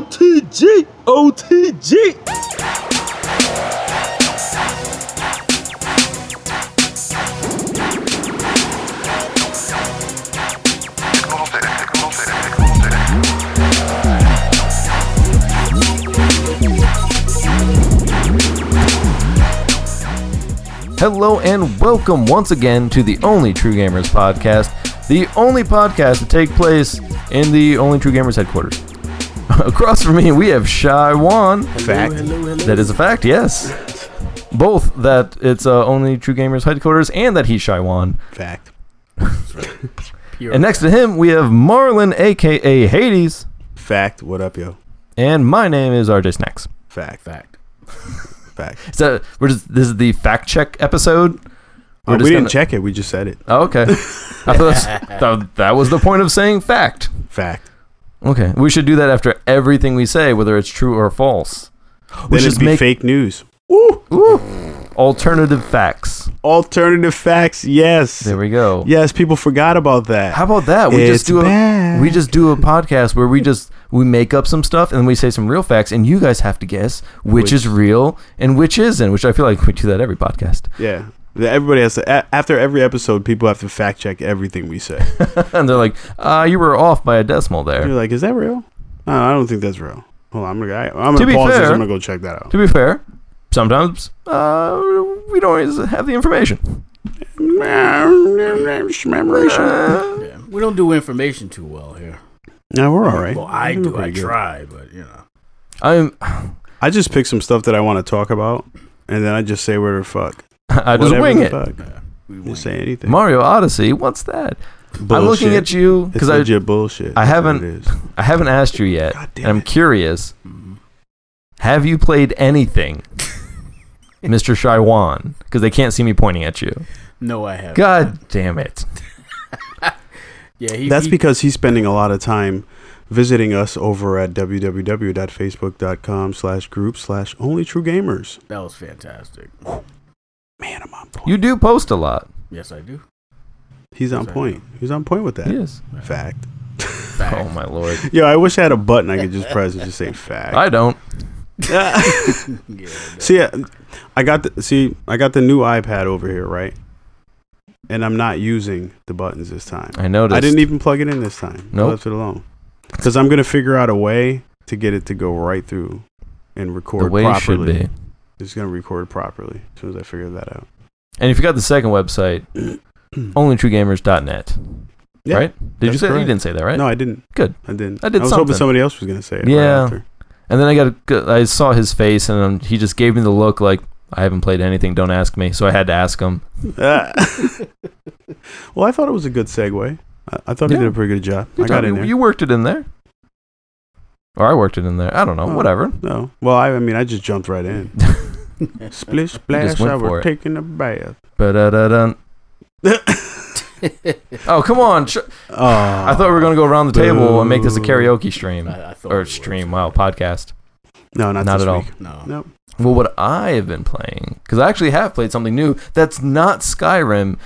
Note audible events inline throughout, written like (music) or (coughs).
OTG, OTG. Hello and welcome once again to the Only True Gamers podcast, the only podcast to take place in the Only True Gamers headquarters. (laughs) Across from me, we have Shy Wan. Fact. That is a fact, yes. Both that it's uh, Only True Gamers headquarters and that he's Shy Wan. Fact. And next to him, we have Marlon, aka Hades, Fact. What up, yo? and my name is RJ Snacks. Fact. Fact. Fact. So we're just, this is the fact check episode. Uh, We're we just didn't gonna- check it. We just said it. Oh, okay. (laughs) I thought that's, that, that was the point of saying fact. Fact. Okay, we should do that after everything we say, whether it's true or false. We then should it'd be make- fake news. Ooh, alternative facts. Alternative facts. Yes. There we go. Yes. People forgot about that. How about that? We It's just do a back. we just do a podcast where we just we make up some stuff and then we say some real facts, and you guys have to guess which, Which- is real and which isn't. Which I feel like we do that every podcast, (laughs) yeah. The- Everybody has to, a- after every episode, people have to fact check everything we say. and they're like, "Uh, you were off by a decimal You're there." like, is that real? No, I don't think that's real. Hold on, I'm gonna, I, I'm To gonna be pause fair- this. I'm gonna go check that out. To be fair, sometimes uh, we don't always have the information. Memoration. Yeah. We don't do information too well here. No, we're all right. Well, I We're do. I pretty good. try, but you know. I'm (laughs) I just pick some stuff that I want to talk about, and then I just say where the fuck. I just Whatever wing the it. fuck. We win. Just say anything. Mario Odyssey. What's that? I'm looking at you because It's I legit bullshit. I That's haven't- what it is. I haven't asked you yet. God and I'm damn it. Mm-hmm. curious. Mhm. Have you played (laughs) anything, Mr. Shywan? Because they can't see me pointing at you. No, I haven't. God damn it! Yeah, he, That's he- because he's spending a lot of time visiting us over at www.facebook.com slash group slash only true gamers. that was fantastic. Man, I'm on point. You do post a lot. Yes, I do. he's on Sorry. point. He's on point with that. Yes. Fact. Fact. Oh my lord. Yo, I wish I had a button I could just (laughs) press and just say fact. I don't. (laughs) (laughs) Yeah, that- See, I- I got the see, I got the new iPad over here, right? And I'm not using the buttons this time. I noticed. I didn't even plug it in this time. I Nope. left it alone because I'm gonna figure out a way to get it to go right through and record the way it should properly. be. It's gonna record properly as soon as I figure that out. And if you got the second website, onlytruegamers.net. Yeah, right? Did you that's say you correct. didn't say that, right? No, I didn't. Good. I didn't. I did was something. hoping somebody else was gonna say it. Yeah. Right after. And then I got a good- I saw his face and um, he just gave me the look like I haven't played anything. Don't ask me. So I had to ask him. Ah. (laughs) well, I thought it was a good segue. I, I thought Yeah. he did a pretty good job. You, I told got me- in there. you worked it in there. Or I worked it in there. I don't know. Oh. (laughs) Whatever. no. Well, I, I mean, I just jumped right in. (laughs) Splish splash, went I for was it. taking (laughs) a bath. Ba-da-da-dun. Oh, come on. Sh- Ah, I thought we were going to go around the table and make this a Boo. karaoke stream. I, I thought Or it stream, was. wow, podcast. No, not, Not this at all. week. No. No. Well, what I have been playing, because I actually have played something new that's not Skyrim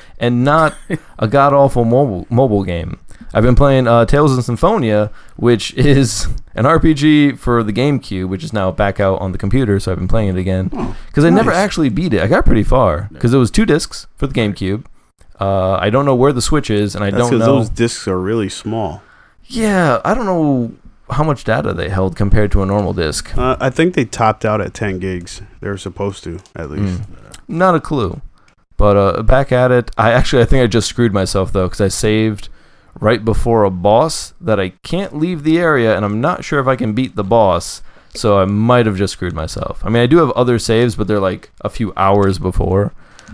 (laughs) and not a god awful mobile, mobile game. I've been playing uh, Tales of Symphonia, which is an RPG for the GameCube, which is now back out on the computer, so I've been playing it again. Oh, because I never Nice. actually beat it. I got pretty far because it was two discs for the GameCube. Uh, I don't know where the Switch is, and I that's don't because know. those discs are really small. Yeah, I don't know how much data they held compared to a normal disc. Uh, I think they topped out at 10 gigs. They were supposed to, at least. Mm. Not a clue. But uh, back at it, I actually I think I just screwed myself though because I saved right before a boss that I can't leave the area, and I'm not sure if I can beat the boss. So I might have just screwed myself. I mean, I do have other saves, but they're like a few hours before.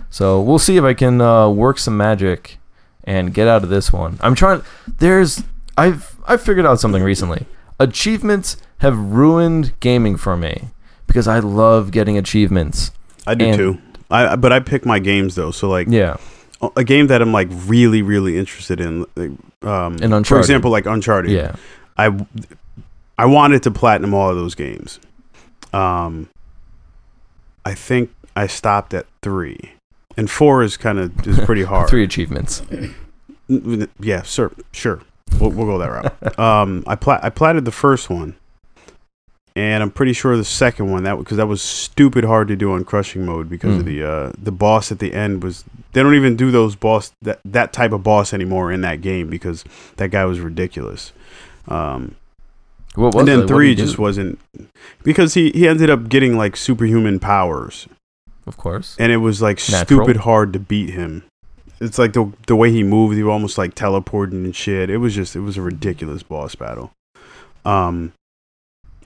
So we'll see if I can uh, work some magic and get out of this one. I'm trying. There's I've I've figured out something recently. Achievements have ruined gaming for me because I love getting achievements. I do And- too. I I- but I pick my games though. So like Yeah. a- a game that I'm like really really interested in. Like, um, And for Uncharted. example, like Uncharted. Yeah. I w- I wanted to platinum all of those games. Um, I think I stopped at three, and four is kind of is (laughs) pretty hard. Three achievements. (laughs) N- n- Yeah, sure, sure. We'll, we'll go that route. um, I pla- I platted the first one, and I'm pretty sure the second one that because that was stupid hard to do on crushing mode because Mm. of the uh, the boss at the end was they don't even do those boss that that type of boss anymore in that game because that guy was ridiculous. Um, What was and then it? What did three he do? just wasn't because he he ended up getting like superhuman powers of course. and it was like Natural. stupid hard to beat him. It's like the the way he moved, he was almost like teleporting and shit. It was just it was a ridiculous boss battle. Um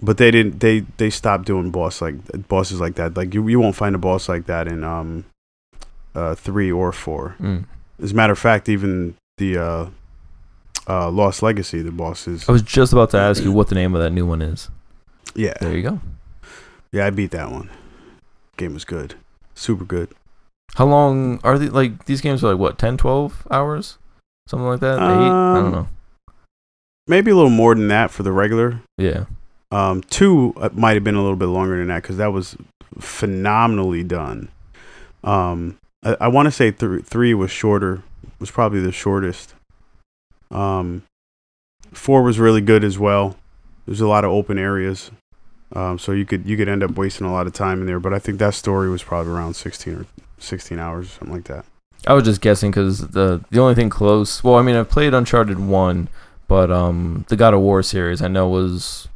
but they didn't they they stopped doing boss like bosses like that. Like you you won't find a boss like that in um uh 3 or 4. Mm. As a matter of fact, even the uh uh Lost Legacy the bosses. I was just about to ask you what the name of that new one is. Yeah. There you go. Yeah, I beat that one. Game was good. Super good. How long are the like these games are like what 10 12 hours? Something like that. Eight? I don't Um, know. Maybe a little more than that for the regular Yeah. Um, two uh, might have been a little bit longer than that because that was phenomenally done. Um, I, I want to say thr three was shorter, was probably the shortest. Um, four was really good as well. There's a lot of open areas, um, so you could you could end up wasting a lot of time in there. But I think that story was probably around 16 or 16 hours, something like that. I was just guessing cuz the the only thing close, well I mean I've played Uncharted 1, but um the God of War series I know was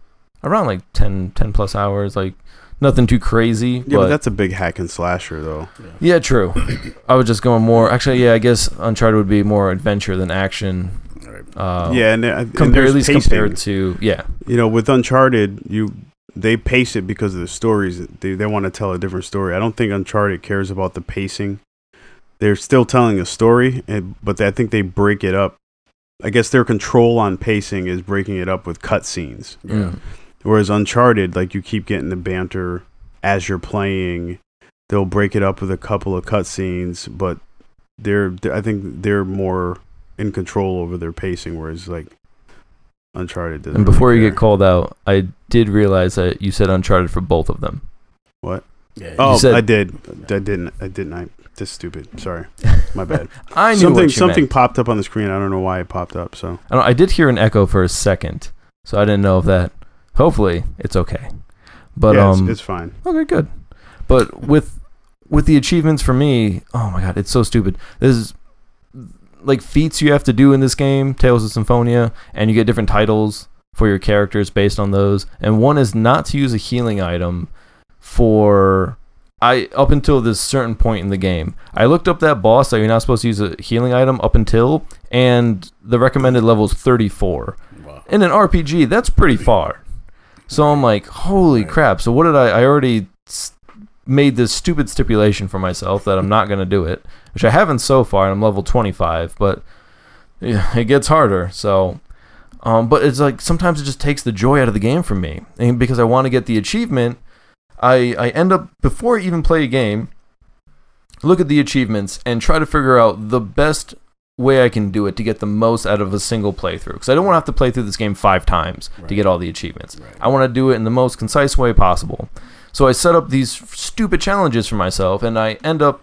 around like 10 10 plus hours like nothing too crazy Yeah, but but that's a big hack and slasher though. Yeah, true. I was just going more. Actually, yeah, I guess Uncharted would be more adventure than action. Right. Uh, yeah, and, there- and compare there's at least pacing. compared to yeah, you know with uncharted you they pace it because of the stories they, they want to tell a different story i don't think uncharted cares about the pacing they're still telling a story and, but i think they break it up i guess their control on pacing is breaking it up with cutscenes Yeah. Mm. whereas uncharted like you keep getting the banter as you're playing they'll break it up with a couple of cutscenes but they're i think they're more in control over their pacing whereas like uncharted doesn't And before really you care. get called out, I did realize that you said Uncharted for both of them. Yeah, Oh, said- I did. I didn't. I didn't. I just stupid. Sorry, my bad. (laughs) I knew something what you something meant. popped up on the screen. I don't know why it popped up. So I, don't, I did hear an echo for a second, so I didn't know if that. Hopefully, it's okay. But yeah, it's- um, it's, fine. Okay, good. But with with the achievements for me, oh my god, it's so stupid. There's like feats you have to do in this game, Tales of Symphonia, and you get different titles for your characters based on those. And one is not to use a healing item for I up until this certain point in the game. I looked up that boss that you're not supposed to use a healing item up until and the recommended level is 34 wow. in an RPG, that's pretty far. So I'm like, holy Right. crap. So what did I? I already s- made this stupid stipulation for myself that I'm not going to do it, which I haven't so far. And I'm level 25, but yeah, it gets harder. So, um, but it's like sometimes it just takes the joy out of the game from me. And because I want to get the achievement, I, I end up, before I even play a game, look at the achievements and try to figure out the best way I can do it to get the most out of a single playthrough. Because I don't want to have to play through this game five times to Right. get all the achievements. Right. I want to do it in the most concise way possible. So I set up these stupid challenges for myself, and I end up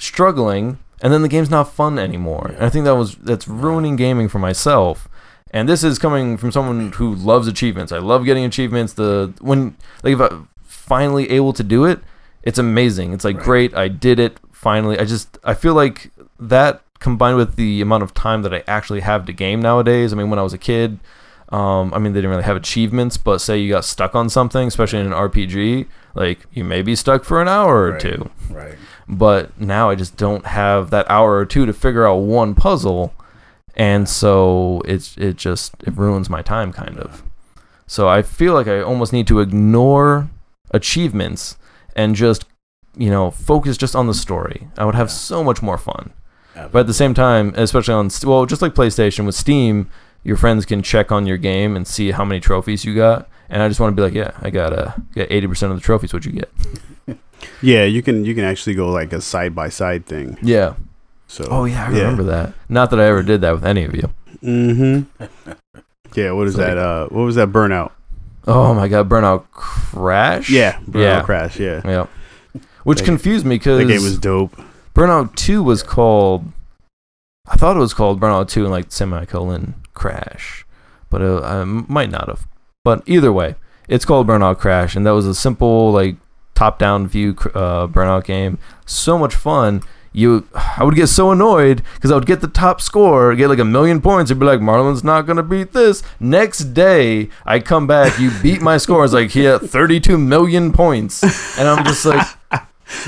struggling, and then the game's not fun anymore. And I think that was that's ruining gaming for myself. And this is coming from someone who loves achievements. I love getting achievements. The when like if I'm finally able to do it, it's amazing. It's like Right. great, I did it finally. I just I feel like that combined with the amount of time that I actually have to game nowadays. I mean, when I was a kid, um, I mean, they didn't really have achievements, but say you got stuck on something, especially in an RPG, like you may be stuck for an hour or Right. two. Right. But now I just don't have that hour or two to figure out one puzzle, and so it's it just it ruins my time kind of. So I feel like I almost need to ignore achievements and just you know focus just on the story. I would have Yeah. so much more fun. But at the same time, especially on Ste- well, just like PlayStation with Steam, your friends can check on your game and see how many trophies you got. And I just want to be like, yeah, I got uh, got eighty percent of the trophies. What you get? Yeah, you can you can actually go like a side by side thing. Yeah. So Oh yeah, I remember that. Not that I ever did that with any of you. (laughs) Mm-hmm. Yeah. What is So, like- that? Uh, what was that burnout? Oh my god, Burnout Crash. Yeah, burnout Yeah. crash. Yeah, Yeah. Which That- confused me because that game was dope. Burnout Two was called. I thought it was called Burnout Two and uh, like semicolon Crash, but it, I might not have. But either way, It's called Burnout Crash, and that was a simple like top-down view cr- uh, Burnout game. So much fun. You, I would get so annoyed because I would get the top score, get like a million points, and be like, "Marlon's not gonna beat this." Next day, I come back, you beat my score. It's like he had 32 million points, and I'm just like, (laughs) I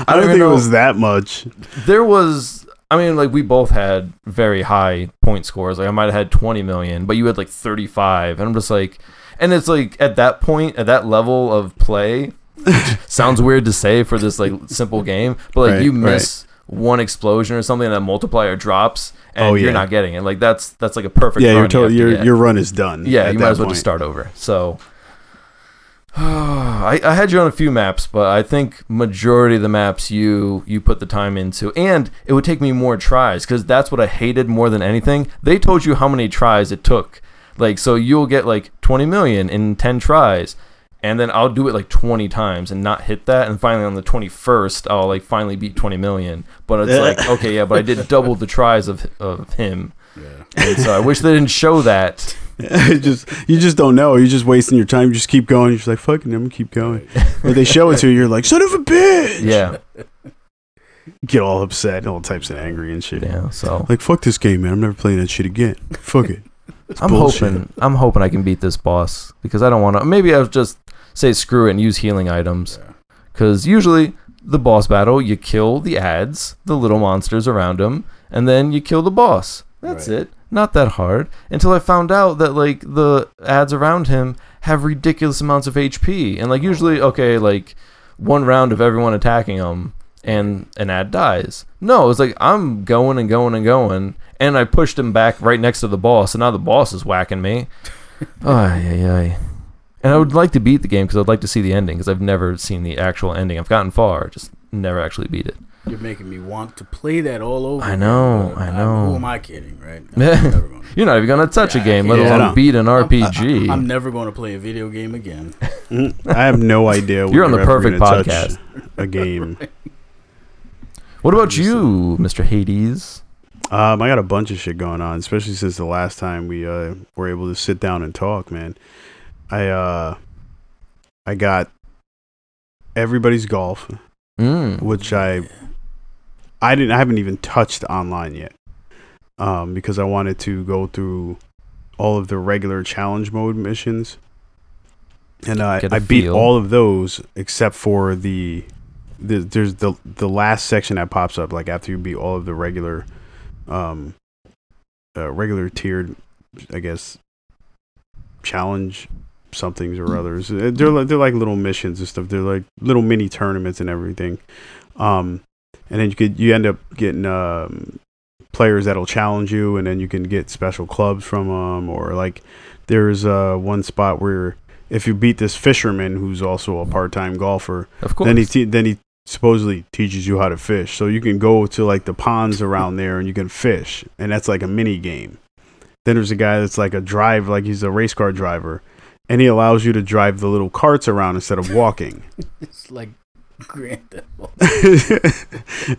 don't even think know- it was that much. there was I mean like we both had very high point scores. Like I might have had 20 million, but you had like 35 and I'm just like and it's like at that point at that level of play which (laughs) sounds weird to say for this like simple game, but like Right, you right. miss one explosion or something and that multiplier drops and Oh, you're yeah. not getting it. Like that's that's like a perfect Yeah, run your you total, have to your get. your run is done. Yeah, at you that might as well just point. start over. So (sighs) I, I had you on a few maps, but I think majority of the maps you you put the time into, and it would take me more tries because that's what I hated more than anything. They told you how many tries it took, like so you'll get like 20 million in 10 tries, and then I'll do it like 20 times and not hit that, and finally on the 21st I'll like finally beat 20 million. But it's like okay, yeah, but I did double the tries of of him, Yeah. and so I wish they didn't show that. It's (laughs) just you just don't know. You're just wasting your time. You just keep going. You're just like fucking. I'm gonna keep going. (laughs) But they show it to you. You're like son of a bitch. (laughs) Yeah, Get all upset, all types of angry and shit. yeah. So Like fuck this game, man. I'm never playing that shit again. Fuck it. It's I'm bullshit. hoping I'm hoping I can beat this boss because I don't want to. Maybe I'll just say screw it and use healing items Yeah. because usually the boss battle you kill the ads, the little monsters around him, and then you kill the boss. That's Right. it. Not that hard until I found out that like the ads around him have ridiculous amounts of HP and like usually okay like one round of everyone attacking him and an ad dies. No, it's like I'm going and going and going, and I pushed him back right next to the boss, and now the boss is whacking me. ay, ay, ay. And I would like to beat the game because I'd like to see the ending because I've never seen the actual ending. I've gotten far, just never actually beat it. You're making me want to play that all over. I again, know, but I I'm- know. Who am I kidding, right? (laughs) I'm Yeah. never gonna- You're not even gonna touch Yeah, a game, I let can't. alone Yeah, I don't- beat I'm- an uh, RPG. I'm never going to play a video game again. (laughs) Mm, (laughs) I have no idea. when You're on the we're ever perfect gonna touch podcast. A game. what about you, Mr. Hades? Um, I got a bunch of shit going on, especially since the last time we uh, were able to sit down and talk, man. I uh, I got everybody's golf, Mm. which I I didn't I haven't even touched online yet, um, because I wanted to go through all of the regular challenge mode missions, and uh, Get a I beat feel. all of those except for the, the there's the the last section that pops up like after you beat all of the regular, um, uh, regular tiered, I guess, challenge somethings or others. Uh, They're like, they're like little missions and stuff. They're like little mini tournaments and everything. Um, and then you could you end up getting um, players that'll challenge you, and then you can get special clubs from them. Or like there's uh, one spot where if you beat this fisherman who's also a part-time golfer, Of course. then he te- then he supposedly teaches you how to fish. So you can go to like the ponds around there and you can fish, and that's like a mini game. Then there's a guy that's like a drive, like he's a race car driver, and he allows you to drive the little carts around (laughs) instead of walking. (laughs) It's like Grand Theft Auto.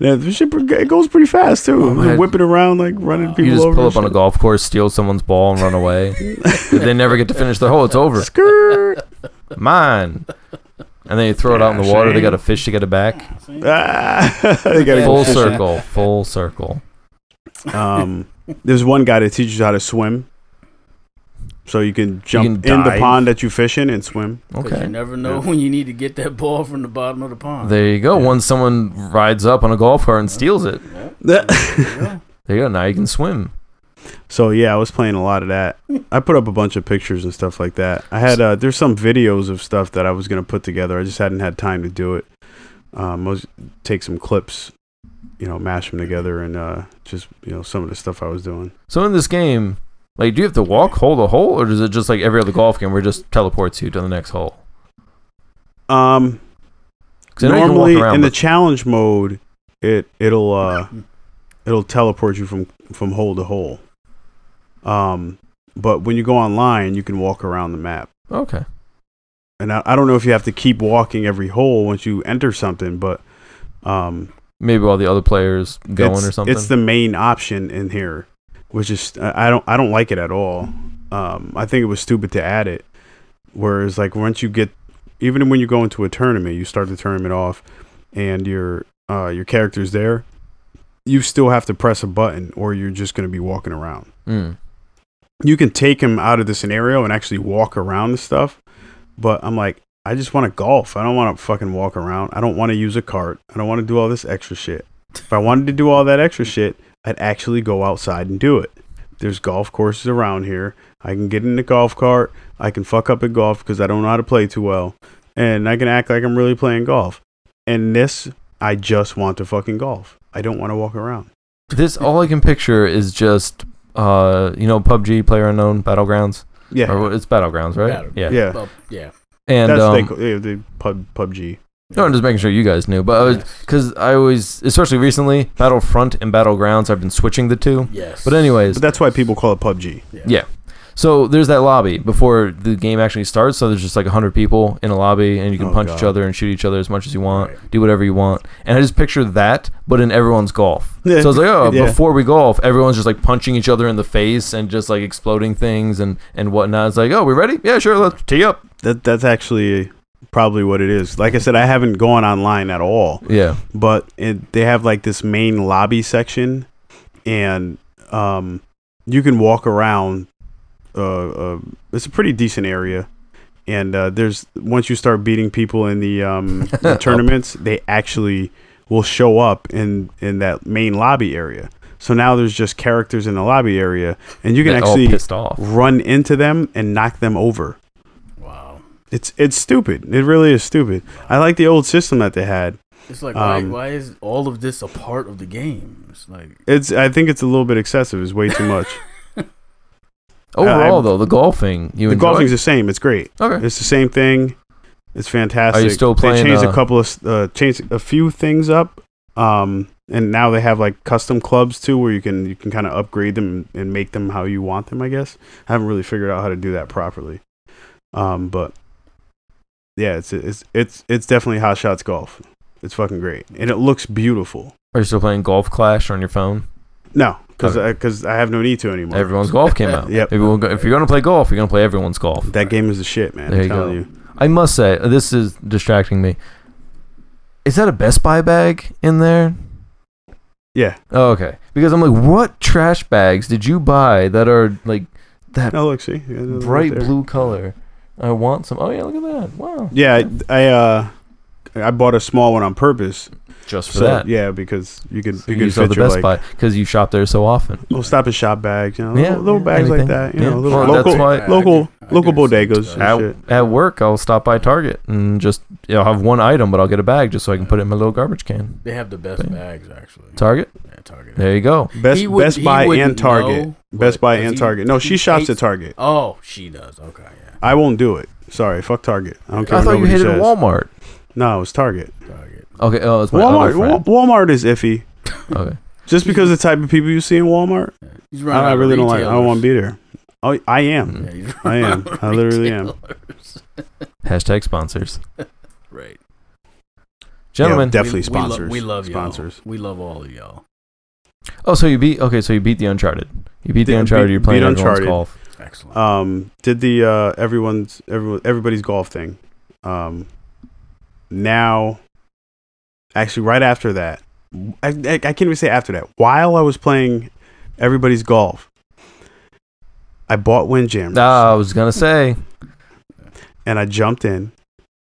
Yeah, this shit pre- it goes pretty fast too. Oh, Just man. whipping around like running people you just over. pull and up on a shit. golf course, steal someone's ball, and run (laughs) away. if they never get to finish their hole, it's over. Skirt. (laughs) Mine. And then you throw it out in the Yeah, water. They shame. got a fish to get it back. (laughs) Ah, they gotta Full go fishing. circle. Full circle. (laughs) Um, there's one guy that teaches you how to swim, so you can jump can in the dive. pond that you fish in and (laughs) swim. Because you Okay. never know Yeah. when you need to get that ball from the bottom of the pond. (laughs) There you go. Once someone rides up on a golf cart and steals it, Yeah. there you go. Now you can swim. So yeah, I was playing a lot of that. I put up a bunch of pictures and stuff like that. I had uh, there's some videos of stuff that I was gonna put together. I just hadn't had time to do it. Um, I was take some clips, you know, mash them together, and uh, just you know some of the stuff I was doing. So in this game, like, do you have to walk, hole to hole, or does it just like every other golf game where it just teleports you to the next hole? Um, 'Cause I know you can walk normally around, in the but- challenge mode, it it'll uh, it'll teleport you from from hole to hole. Um, but when you go online, you can walk around the map. okay. and I, I don't know if you have to keep walking every hole once you enter something, but um, Maybe while the other players going it's, or something. It's the main option in here, which is I I don't I don't like it at all. Um, I think it was stupid to add it Whereas, like, once you get, even when you go into a tournament, you start the tournament off, and your uh, your character's there, you still have to press a button, or you're just going to be walking around. Mm. You can take him out of the scenario and actually walk around the stuff, but I'm like, I just want to golf. I don't want to fucking walk around. I don't want to use a cart. I don't want to do all this extra shit. If I wanted to do all that extra shit, I'd actually go outside and do it. There's golf courses around here. I can get in the golf cart. I can fuck up at golf because I don't know how to play too well. And I can act like I'm really playing golf. And this, I just want to fucking golf. I don't want to walk around. This all I can picture is just uh, you know PUBG Player Unknown Battlegrounds. Yeah. Or it's Battlegrounds, right? Battle- Yeah. yeah. Well, yeah. And That's um, they, call- yeah, they pub, PUBG. no, I'm just making sure you guys knew, but uh, I was Yes. because I always, especially recently, Battlefront and Battlegrounds, I've been switching the two. Yes. But anyways, But that's why people call it PUBG. So there's that lobby before the game actually starts. So there's just like 100 people in a lobby, and you can Oh, punch God. each other and shoot each other as much as you want, Right. do whatever you want. And I just picture that, but in everyone's golf. (laughs) Yeah. So it's like, oh, Yeah. before we golf, everyone's just like punching each other in the face and just like exploding things and and whatnot. It's like, oh, we ready? Yeah, sure, let's tee up. That that's actually probably what it is. Like I said, I haven't gone online at all, Yeah, but it, they have like this main lobby section, and um, you can walk around. Uh, uh, it's a pretty decent area, and uh, there's once you start beating people in the, um, the tournaments, they actually will show up in in that main lobby area. So now there's just characters in the lobby area, and you can They're all actually pissed off. run into them and knock them over. Wow. It's it's stupid. It really is stupid. I like the old system that they had. It's like, why, Um, why is all of this a part of the game? It's like, It's I think it's a little bit excessive. It's way too much. Overall, Uh, I'm- though, the golfing (laughs) you the enjoy. golfing's the same. It's great. okay. It's the same thing. It's fantastic. still They playing, changed uh, a couple of uh, changed a few things up. Um, and now they have like custom clubs too, where you can you can kind of upgrade them and make them how you want them. I guess I haven't really figured out how to do that properly. Um, but yeah, it's it's it's it's definitely hot shots golf. It's fucking great, and it looks beautiful. Are you still playing Golf Clash on your phone? No, because I, have no need to anymore. (laughs) Everyone's golf came (laughs) out. Yep. Everyone, go- if you're gonna play golf, you're gonna play everyone's golf. that game is the shit, man. There I'm you telling go. you. I must say, this is distracting me. Is that a Best Buy bag in there? Yeah, Oh, okay. Because I'm like, what trash bags did you buy that are like that no, look, see, Yeah, they're right bright there. blue color? I want some. Oh yeah, look at that. Wow. Yeah, I, I uh, I bought a small one on purpose. Just for So that. yeah, because you could So you you could use all fit the your Best like Buy because you shop there so often. little stop and shop bags, you know, Yeah, little, little yeah, bags anything. like that, you Yeah. know, little Well, local that's why- I local could- I could local accept that. bodegas. and At, shit. at work, I'll stop by Target and just you know, I'll have one item, but I'll get a bag just so I can put it in my little garbage can. they have the best Bang. bags, actually. Target. at Target. There you go. Best He wouldn't- Best he Buy and wouldn't Target. know, Best but- Buy 'cause and he- Target. No, he she shops hates- at Target. Oh, she does. Okay, yeah. I won't do it. Sorry, fuck Target. I don't care. I what thought you nobody hated says. Walmart. No, it's Target. Target. Okay. Oh, it's my Walmart. other friend. Wa- Walmart is iffy. Okay. Just because the type of people you see in Walmart, He's I, I really don't like. I don't want to be there. Oh, I am. (laughs) Mm. Yeah, I am. I literally am. Hashtag sponsors. Right. Gentlemen. Yeah, definitely we, we lo- sponsors. We, love sponsors. y'all. We love all of y'all. Oh, so you beat okay, so you beat the Uncharted. You beat the, Yeah, Uncharted. beat- you're playing beat everyone's Uncharted. golf. Excellent. Um, did the uh, everyone's everyone everybody's golf thing. Um, now, actually, right after that, I, I, I can't even say after that. While I was playing everybody's golf, I bought Windjammers Ah, I was gonna say and I jumped in.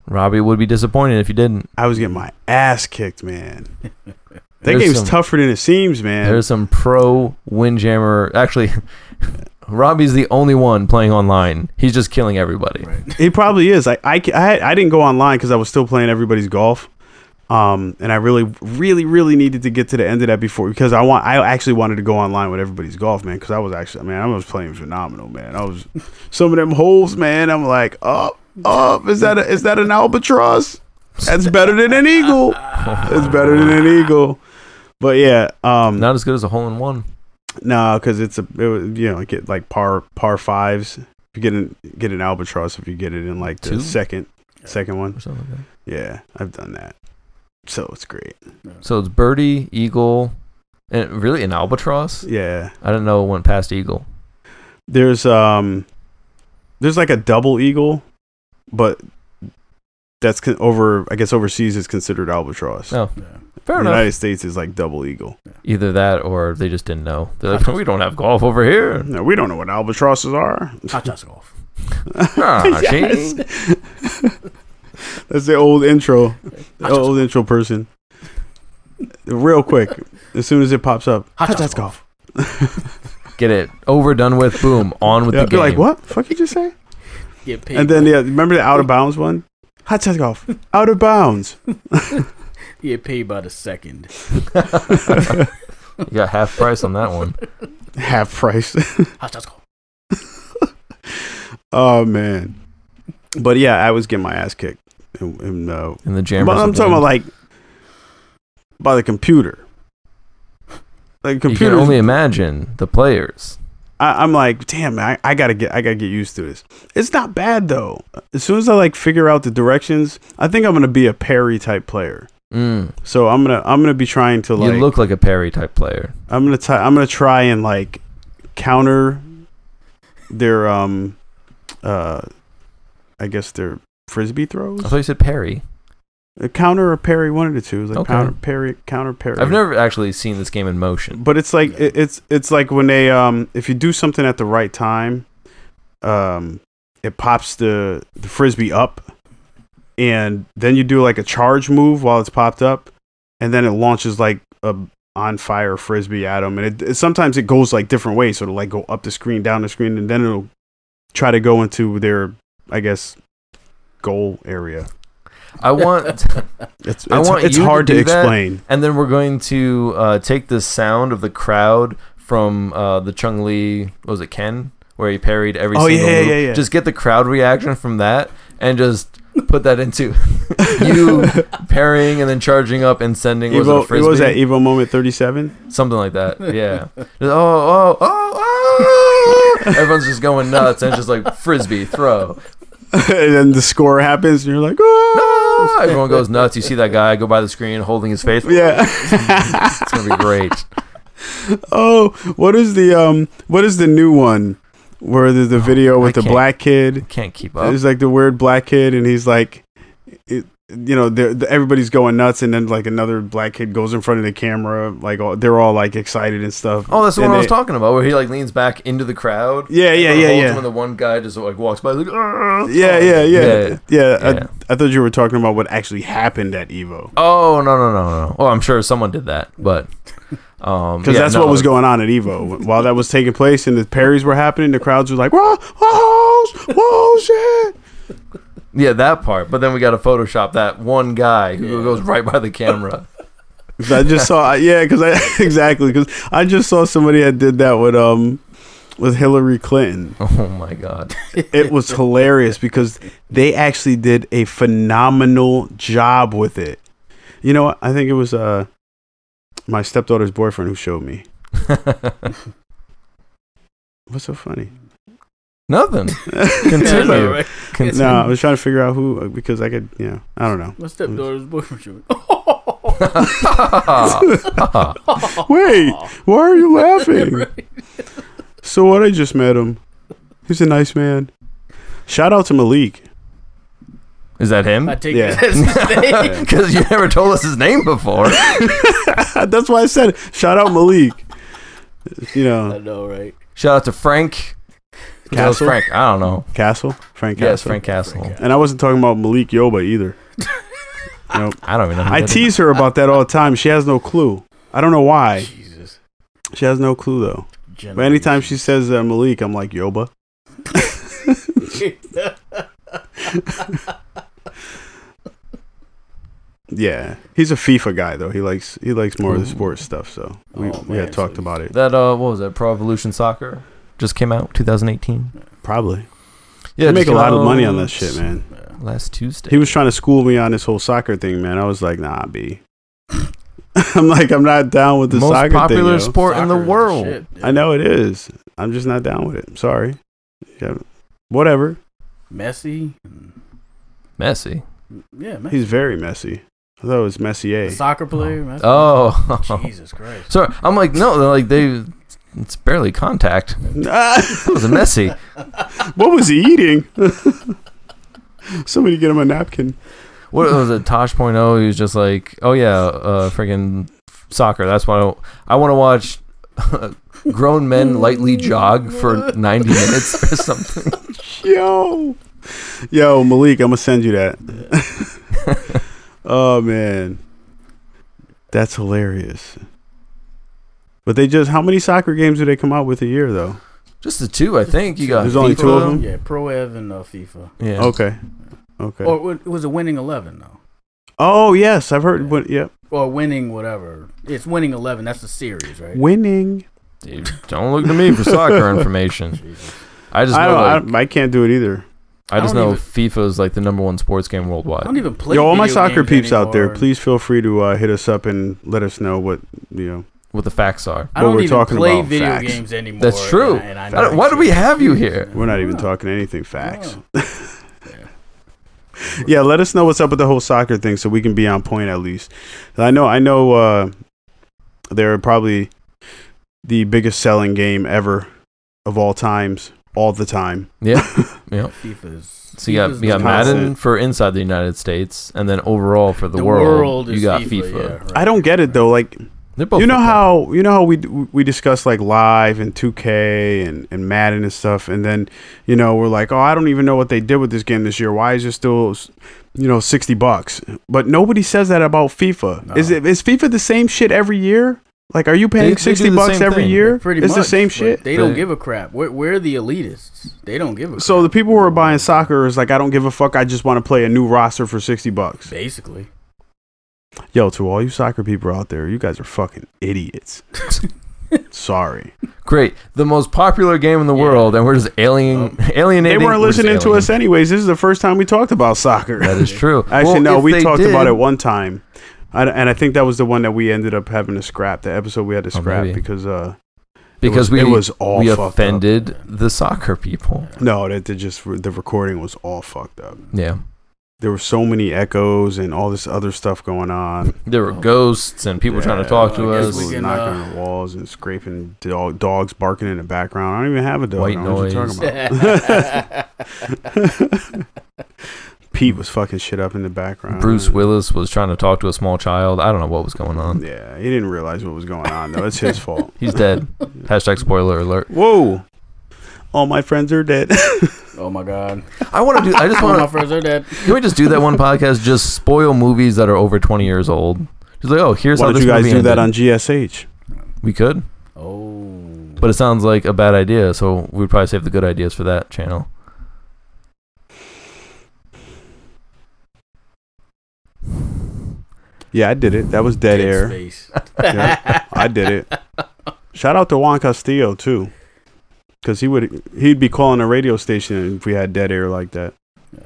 Robbie would be disappointed if you didn't. I was getting my ass (laughs) kicked, man. That There's game's some- tougher than it seems, man. There's some pro windjammer. Actually, (laughs) Robbie's the only one playing online. He's just killing everybody. (laughs) right. It probably is. I I ca- I, had- I didn't go online because I was still playing everybody's golf, um, and I really really really needed to get to the end of that before because I want I actually wanted to go online with everybody's golf, man. Because I was actually, I mean, I was playing phenomenal, man. I was some of them holes, man. I'm like, up up. Is that a, is that an albatross? That's better than an eagle. It's better than an eagle. But yeah, um, Not as good as a hole in one. no, because it's a it, was- you know get like par par fives. You get an get an albatross if you get it in like the Two? second second one. Or something like Yeah, I've done that. So it's great. that. So it's birdie, eagle, and really an albatross. Yeah. I didn't know it went past eagle. There's um there's like a double eagle but that's con- over. I guess overseas is considered albatross. Oh, Yeah. Fair the enough. United States is like double eagle. Either that or they just didn't know. They're like, we don't have golf over (laughs) here. No, we don't know what albatrosses are. Hot shots golf. Ah, Yes. see? (laughs) That's the (laughs) old intro. The old intro person. Real quick, as soon as it pops up, Hot hot dogs dogs golf. Get it over, done with, boom, on with Yeah, the be game. like, what? Fuck you (laughs) just say? Get paid. And then yeah, remember the out of bounds one? Hot dogs golf. Out of bounds. you get paid by the second. You got half price on that one. Half price. (laughs) Hot shots golf. oh man. But yeah, I was getting my ass kicked. And, and, uh, In the jam. but I'm talking about like by the computer. Like You can computer only imagine the players. I, I'm like, damn, I, I gotta get I gotta get used to this. It's not bad though. As soon as I like figure out the directions, I think I'm gonna be a parry type player. Mm. So I'm gonna I'm gonna be trying to like you look like a Perry type player. I'm gonna t- I'm gonna try and like counter their um uh I guess their frisbee throws. I thought you said Perry. A counter or parry, one of the two. It's like Oh. Okay. counter parry, counter parry. I've never actually seen this game in motion. But it's like it, it's it's like when they um if you do something at the right time, um it pops the, the frisbee up, and then you do like a charge move while it's popped up, and then it launches like a on fire frisbee at them, and it, it sometimes it goes like different ways, so it'll like go up the screen, down the screen, and then it'll try to go into their I guess goal area. (laughs) I want, It's I it's, want it's you to hard to, do that. explain. and then we're going to uh, take the sound of the crowd from uh, the Chung Li. What was it Ken? Where he parried every Oh, single yeah, move. yeah, yeah. Just get the crowd reaction from that, and just put that into (laughs) (laughs) you parrying and then charging up and sending was it a Evo, it frisbee? was at Evo moment thirty seven. something like (laughs) that. Yeah. Just, oh, oh, oh, oh! Everyone's just going nuts and it's just like frisbee throw. (laughs) and then the score happens, and you're like, oh, Ah, everyone goes nuts. You see that guy go by the screen holding his face. yeah. (laughs) It's gonna be great. oh, what is the um, what is the new one where there's the video Oh, I with the can't- black kid? Can't keep up. There's like the weird black kid, and he's like, it, you know, they're- the- everybody's going nuts, and then like another black kid goes in front of the camera, like all, they're all like excited and stuff. Oh, that's the And one I was they- talking about, where he like leans back into the crowd. Yeah, yeah, and yeah, holds yeah. him, And the one guy just like walks by, like, "Argh." Yeah, yeah, yeah, Yeah, yeah. yeah. I, I thought you were talking about what actually happened at Evo oh no, no, no, no. Oh, I'm sure someone did that, but um, because yeah, that's no, what was going on at Evo while that was taking place, and the parries were happening. The crowds were like, "Whoa, whoa, whoa, shit!" Yeah, that part. But then we got to Photoshop that one guy who goes right by the camera. (laughs) 'Cause I just saw, yeah, because I (laughs) exactly because I just saw somebody that did that with um with Hillary Clinton. oh my god. (laughs) It was hilarious because they actually did a phenomenal job with it. You know, what? I think it was uh my stepdaughter's boyfriend who showed me. What's so funny? Nothing. Yeah, I know, Continue. right? Continue. (laughs) No, I was trying to figure out who uh, because I could, you know, I don't know. My stepdaughter's boyfriend showed me. (laughs) Wait, why are you laughing? So what? I just met him. He's a nice man. Shout out to Malik. (laughs) Is (laughs) that him? (laughs) I take Yeah. it as (laughs) his name. Because you never told us his name before. That's why I said shout out Malik. You I know, know, right? Shout out to Frank. Who the hell's Castle? Frank. I don't know. Castle, Frank Castle. Yes, Frank Castle. Frank Castle. And I wasn't talking about Malik Yoba either. nope. I don't even know. who I that is. tease her about that all the time. She has no clue. I don't know why. Jesus. She has no clue though. But anytime she says uh, Malik, I'm like Yoba. (laughs) Yeah, he's a FIFA guy though. He likes he likes more of the Ooh. sports stuff. So we Oh, we man, had talked so- about it. That uh, what was that? Pro Evolution Soccer just came out 2018. Probably. Yeah, they it make just a came lot of out money on that shit, man. Yeah. Last Tuesday. He was trying to school me on this whole soccer thing, man. I was like, nah, B. (laughs) I'm like, I'm not down with the most soccer popular thing. yo. sport in the Soccer is world. shit, dude. I know it is. I'm just not down with it. I'm sorry. Yeah, whatever. Messi. and- Messi. Yeah, Messi. He's very messy. I thought it was Messier. a soccer player. Messi. Oh, Jesus Christ. (laughs) so I'm like, no, they're like they. It's barely contact. (laughs) Ah, That was a Messi. what was he eating? (laughs) Somebody get him a napkin. What was it? Tosh point oh, he was just like, oh yeah, uh, freaking soccer. That's why I, want to watch (laughs) grown men lightly (laughs) jog for ninety minutes or something. Yo, yo, Malik, I'm gonna send you that. (laughs) Oh man, that's hilarious. But they just how many soccer games do they come out with a year though? just the two, I think. You got There's only FIFA. two of them? Yeah, Pro Ev and uh, FIFA. Yeah. Okay, okay. Or wa- it was a winning 11, though. oh yes, I've heard. But yep, Or winning whatever. It's winning 11. That's the series, right? winning. Dude, don't look to me for (laughs) soccer information. Jesus. I just know, I don't. I, like, don't- I can't do it either. I just I don't know FIFA's like the number one sports game I worldwide. don't even play Yo, all my video soccer games peeps out there, anymore. please feel free to uh, hit us up and let us know what you know. what the facts are. I what don't we're even talking play about, video facts. games anymore. That's true. and I- and I I know don't- why do we have you here? We're not even No. talking anything facts. (laughs) No. Yeah, let us know what's up with the whole soccer thing so we can be on point at least. I know. I know. Uh, they're probably the biggest selling game ever of all times, all the time. Yep. FIFA's. So you got, FIFA's you got the- Madden constant. for inside the United States, and then overall for the, The world, world is you got FIFA. FIFA. yeah, right. I don't get it though. Like They're both you know football. how you know how we d- we discuss like live and 2K and and Madden and stuff, and then you know we're like, oh, I don't even know what they did with this game this year. Why is it still, you know, sixty bucks? But nobody says that about FIFA. No. Is it is FIFA the same shit every year? Like, are you paying They- they do sixty the bucks same every thing. year? Pretty it's much. the same but shit. They don't They- give a crap. We're, we're the elitists. They don't give a crap. So the people who are buying soccer is like, I don't give a fuck. I just want to play a new roster for sixty bucks. Basically. Yo, to all you soccer people out there, you guys are fucking (laughs) idiots. Sorry. Great, the most popular game in the Yeah. world, and we're just alien, Um, They alienating. weren't we're just listening to us alienating. anyways. This is the first time we talked about soccer. That (laughs) is true. Actually, Well, no, if we they talked about did- it one time, I, and I think that was the one that we ended up having to scrap. The episode we had to Oh, scrap maybe. because uh, because it was, we it was all we fucked up. offended the soccer people. No, that that just the recording was all fucked up. Yeah, There were so many echoes and all this other stuff going on. there were Oh. ghosts and people trying Yeah, to talk I to guess us. we can, knocking uh, on walls and scraping dog, dogs barking in the background. I don't even have a dog. White now. What you (laughs) talking (laughs) (laughs) That's about? (laughs) Pete was fucking shit up in the background. Bruce Willis was trying to talk to a small child. I don't know what was going on. Yeah, he didn't realize what was going on though. It's his fault. He's (laughs) dead. Hashtag spoiler alert. Whoa. All my friends are dead. Oh my (laughs) god. I want (laughs) to do. I just Oh, my want to. friends are dead. Can we just do that one podcast? Just spoil movies that are over twenty years old. Just like, oh, here's Why how don't this you guys movie do that ended. on GSH? We could, Oh. but it sounds like a bad idea. So we'd probably save the good ideas for that channel. Yeah, I did it. That was dead air. Space. Yeah, I did it. Shout out to Juan Castillo too. Cause he would he'd be calling a radio station if we had dead air like that. Yeah.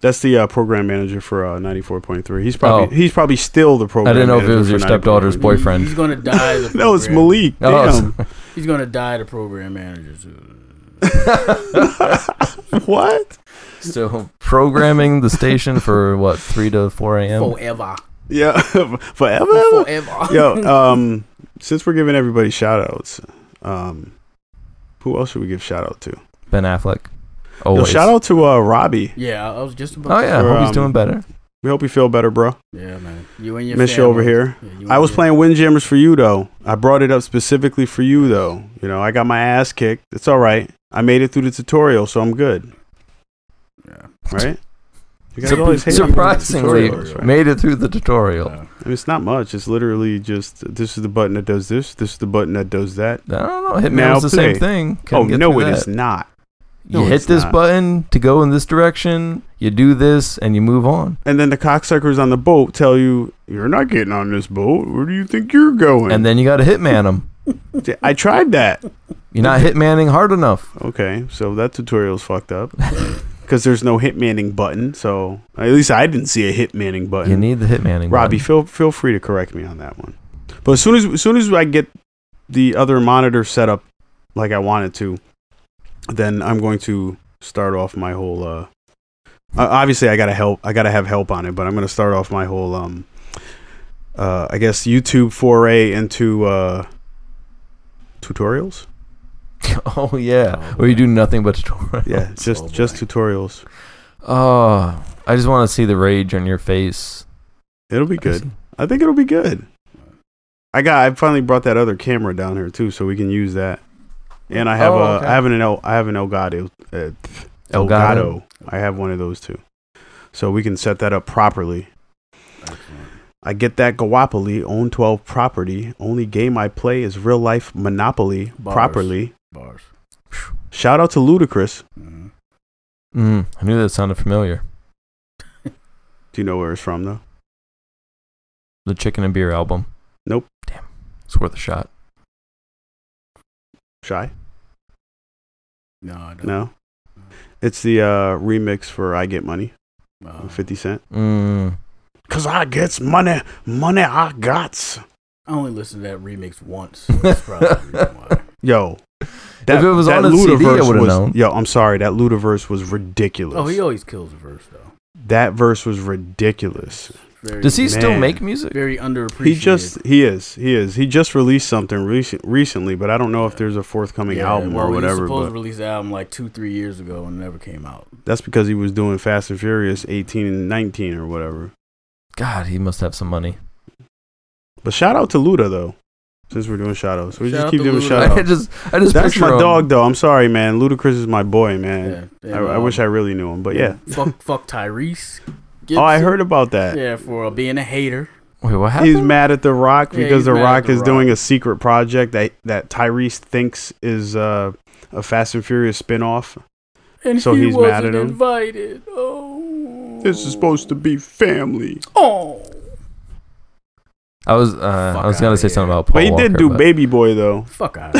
That's the uh, program manager for uh, ninety four point three. He's probably Oh. he's probably still the program. I didn't know if it manager was for your 94.3. stepdaughter's boyfriend. He- He's gonna die. (laughs) The No, it's program- Malik. Oh, Damn. He's gonna die. The program managers. uh, Oh. (laughs) (laughs) what? so (laughs) programming the station (laughs) for what three to four a.m. Forever. Yeah. (laughs) Forever. Forever. (laughs) (laughs) Yo, um, since we're giving everybody shout outs, um, who else should we give shout out to? Ben Affleck. Yo, Always. shout out to uh, Robbie. Yeah, I I was just about. Oh to- yeah, I for, hope he's um, doing better. We hope you feel better, bro. Yeah, man. You and your Miss you family. over here. Yeah, you I and was your- playing Windjammers for you, though. I brought it up specifically for you, though. You know, I got my ass kicked. It's all right. I made it through the tutorial, so I'm good, Yeah. right? You guys Sur- always hate me when it's surprisingly, tutorials, right? made it through the tutorial. Uh, I mean, it's not much. It's literally just this is the button that does this, this is the button that does that. I don't know. Hitman Now was the play. same thing. oh, Couldn't get no, through it that. is not. You No, hit it's this not. button to go in this direction. You do this, and you move on. And then the cocksuckers on the boat tell you, "You're not getting on this boat. Where do you think you're going?" And then you got to hitman them. I tried that. You're not hitmanning hard enough. Okay, so that tutorial's fucked up because there's no hitmanning button. So at least I didn't see a hitmanning You button. need the hitmanning. button. Robbie, feel feel free to correct me on that one. But as soon as as soon as I get the other monitor set up like I wanted to, then I'm going to start off my whole. Uh, uh, obviously, I gotta help. I gotta have help on it, but I'm gonna start off my whole. Um, uh, I guess YouTube foray into uh, tutorials. (laughs) oh yeah, Oh, where you boy. do nothing but tutorial. Yeah, just Oh, just boy. tutorials. (laughs) Oh, I just want to see the rage on your face. It'll be good. I think it'll be good. I got. I finally brought that other camera down here too, so we can use that. And I have Oh, a. okay. I have an. El, I have an Elgato. Uh, Elgato. Elgato. I have one of those too, so we can set that up properly. Excellent. I get that Guapoli own twelve property. Only game I play is real life Monopoly Bars. properly. Bars. Shout out to Ludacris. hmm Mm, I knew that sounded familiar. Do you know where it's from though? The Chicken and Beer album. Nope. Damn. It's worth a shot. Shy? No, I don't. No. It's the uh, remix for "I Get Money" Uh, Fifty Cent. Mm. Cause I gets money, money I gots. I only listened to that remix (laughs) once. So that's probably the reason why. Yo, If it was on a CD, I would've was, known. Yo, I'm sorry, that Ludiverse was ridiculous. Oh, he always kills a verse though. that verse was ridiculous. Very, Does he still Man. make music? Very underappreciated. He just he is he is he just released something recent, recently, but I don't know if there's a forthcoming album well, or He whatever. was supposed to But release the album like two, three years ago and it never came out. that's because he was doing Fast and Furious 18 and 19 or whatever. God, he must have some money. (laughs) But shout out to Luda though, since we're doing shout outs, we Shout just out keep to giving Luda. shout I (laughs) outs. just, I just Oh. That's picture my him. dog though. I'm sorry, man. Ludacris is my boy, man. Yeah, I, and, I um, wish I really knew him, but yeah. (laughs) Fuck, fuck Tyrese. Oh, I Gibson. heard about that. Yeah, for uh, being a hater. Wait, what happened? He's mad at The Rock Yeah, because he's The mad at Rock The is doing Rock. a secret project that that Tyrese thinks is uh, a Fast and Furious spinoff. And So he he's wasn't mad at him? invited. Oh. be family. Oh. I was, uh, Fuck I was gonna outta say something here. about Paul But he did Walker, do but- Baby (laughs) Boy though, (laughs) Fuck out.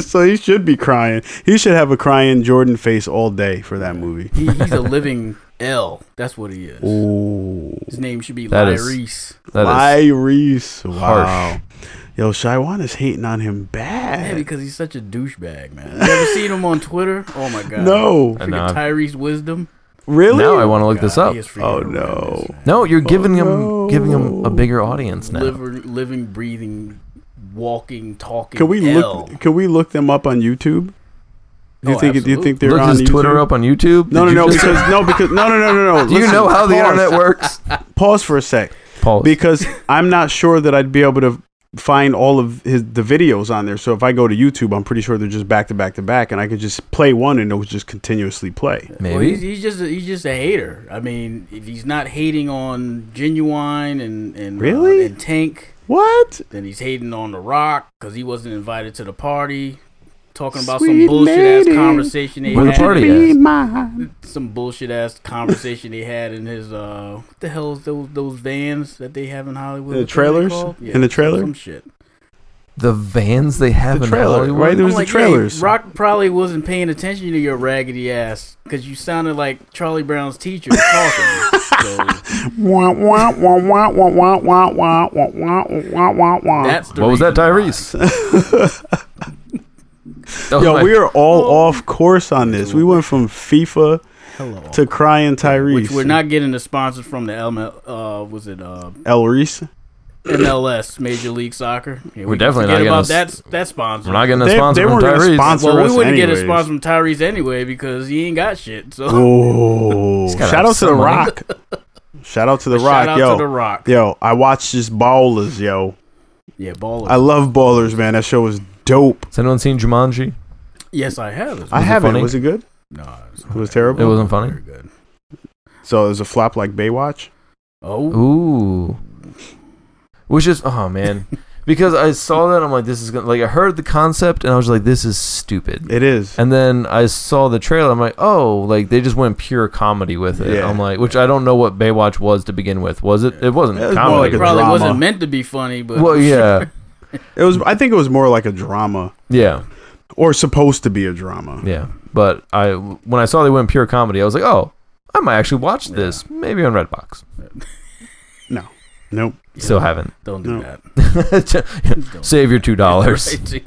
so he should be crying. He should have a crying Jordan face all day for that movie. He, he's a living L. That's what he is. Ooh, His name should be That is- Tyrese. That is Tyrese, harsh. wow. Yo, Shywan is hating on him Yeah, bad. because he's such a douchebag, man. You ever seen him on Twitter? Oh my god. No, I Freaking know. Tyrese Wisdom. really? Now I want to look this God, up. he is freaking Oh, horrendous, no. man. No, you're giving him, Oh, no. giving him a bigger audience now. Liver- living, breathing, walking, talking. Can we L. look? Can we look them up on YouTube? Do you Oh, think? Do you absolutely. think they're look on his YouTube? Twitter up on YouTube. No, no, Did you no, just- because no, because no, no, no, no, no. (laughs) Do you Listen, know how the pause. internet works? (laughs) Pause for a sec, Paul, because I'm not sure that I'd be able to find all of his the videos on there. So if I go to YouTube, I'm pretty sure they're just back to back to back, and I could just play one and it'll just continuously play. Well, he's, maybe. he's just a, he's just a hater. I mean, if he's not hating on genuine and and uh, Really? and Tank, What? then he's hating on The Rock because he wasn't invited to the party. Talking about some Sweet bullshit ass lady. conversation they Where the had. party in at? his- Be (laughs) mine. Some bullshit ass conversation they had in his uh, what the hell is those those vans that they have in Hollywood? The What are they trailers? called? In the some- trailer? some shit. The vans they have The in trailer, Hollywood. right? There was I'm the like, yeah, trailers. Rock probably wasn't paying attention to your raggedy ass because you sounded like Charlie Brown's (laughs) teacher talking. so Wah, wah, wah, wah, wah, wah, wah, wah, wah, wah, wah, wah, wah. that's the What was that, reason why. Tyrese? That was Yo, Oh my- we are all off course on this. We went from FIFA Hello. to crying Tyrese. Which we're not getting the sponsors from the ML, uh, was it uh, El Reese. MLS Major League Soccer? Yeah, We're can definitely forget not getting a about s- that that sponsor. We're not getting a They- sponsor they from weren't gonna Tyrese. sponsor- well, we us wouldn't get a anyways. sponsor from Tyrese anyway because he ain't got shit. So (laughs) Oh, gotta shout have out to The some money. Rock. shout out to The shout Rock, out yo. to the Rock. Yo, I watched this Ballers, yo. Yeah, baller. I love Ballers, man. That show was dope. Has anyone seen Jumanji? yes, I have. It's- I it haven't. funny? Was it good? no, it's It was terrible. It wasn't funny. Very good. So it was a flop like Baywatch. Oh, Ooh. Which is oh man. Because I saw that I'm like this is gonna like I heard the concept and I was like this is stupid. It is. And then I saw the trailer I'm like oh like they just went pure comedy with it. Yeah. I'm like which I don't know what Baywatch was to begin with. Was it? It wasn't It was more like comedy. a it probably drama. wasn't meant to be funny, but (laughs) well, yeah. It was. I think it was more like a drama, Yeah. or supposed to be a drama. Yeah. But I when I saw they went pure comedy I was like oh I might actually watch this maybe on Redbox. Nope. Still haven't. (laughs) Don't do No. that. Don't. Save your two (laughs) dollars. (laughs)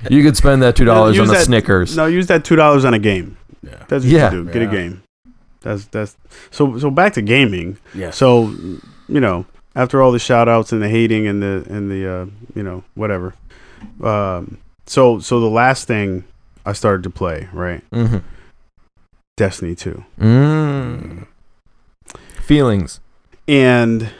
Right. You could spend that two dollars on Use the that- Snickers. No, use that two dollars on a game. yeah. That's what Yeah. you do. Get Yeah. a game. That's that's. So so back to gaming. Yeah. So, you know, after all the shout outs and the hating and the and the uh, you know whatever. Mm-hmm. Um, so so the last thing I started to play right Mhm. Destiny 2. Mm. Feelings. And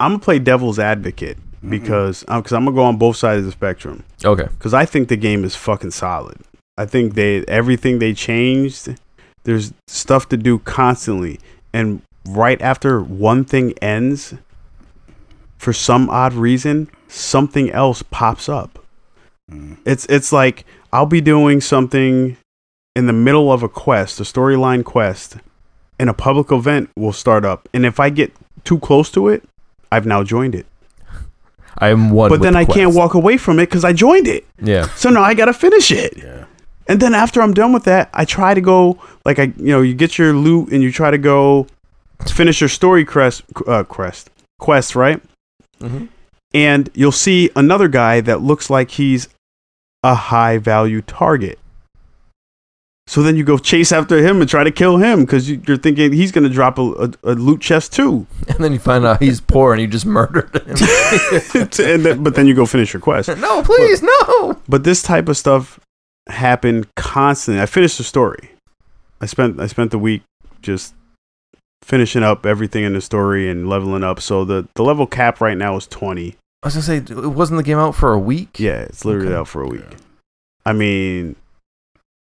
I'm going to play devil's advocate Mm-hmm. because I'm, cause I'm going to go on both sides of the spectrum. Okay. because I think the game is fucking solid. I think they everything they changed. There's stuff to do constantly, and right after one thing ends, for some odd reason, something else pops up. Mm. It's it's like I'll be doing something in the middle of a quest, a storyline quest, and a public event will start up, and if I get too close to it, I've now joined it. I am one. But with then the I can't quest. walk away from it because I joined it. (laughs) Yeah. So now I gotta finish it. Yeah. And then after I'm done with that, I try to go like I you know you get your loot and you try to go finish your story crest uh, crest quest right, Mm-hmm. and you'll see another guy that looks like he's a high value target. So then you go chase after him and try to kill him because you, you're thinking he's gonna drop a, a, a loot chest too. (laughs) And then you find out he's poor and you just murdered him. and then, but then you go finish your quest. no, please, no. but this type of stuff happened constantly. I finished the story. I spent I spent the week just finishing up everything in the story and leveling up. So the the level cap right now is twenty. I was gonna say, it wasn't the game out for a week? Yeah, it's literally Okay. out for a week. Yeah. I mean,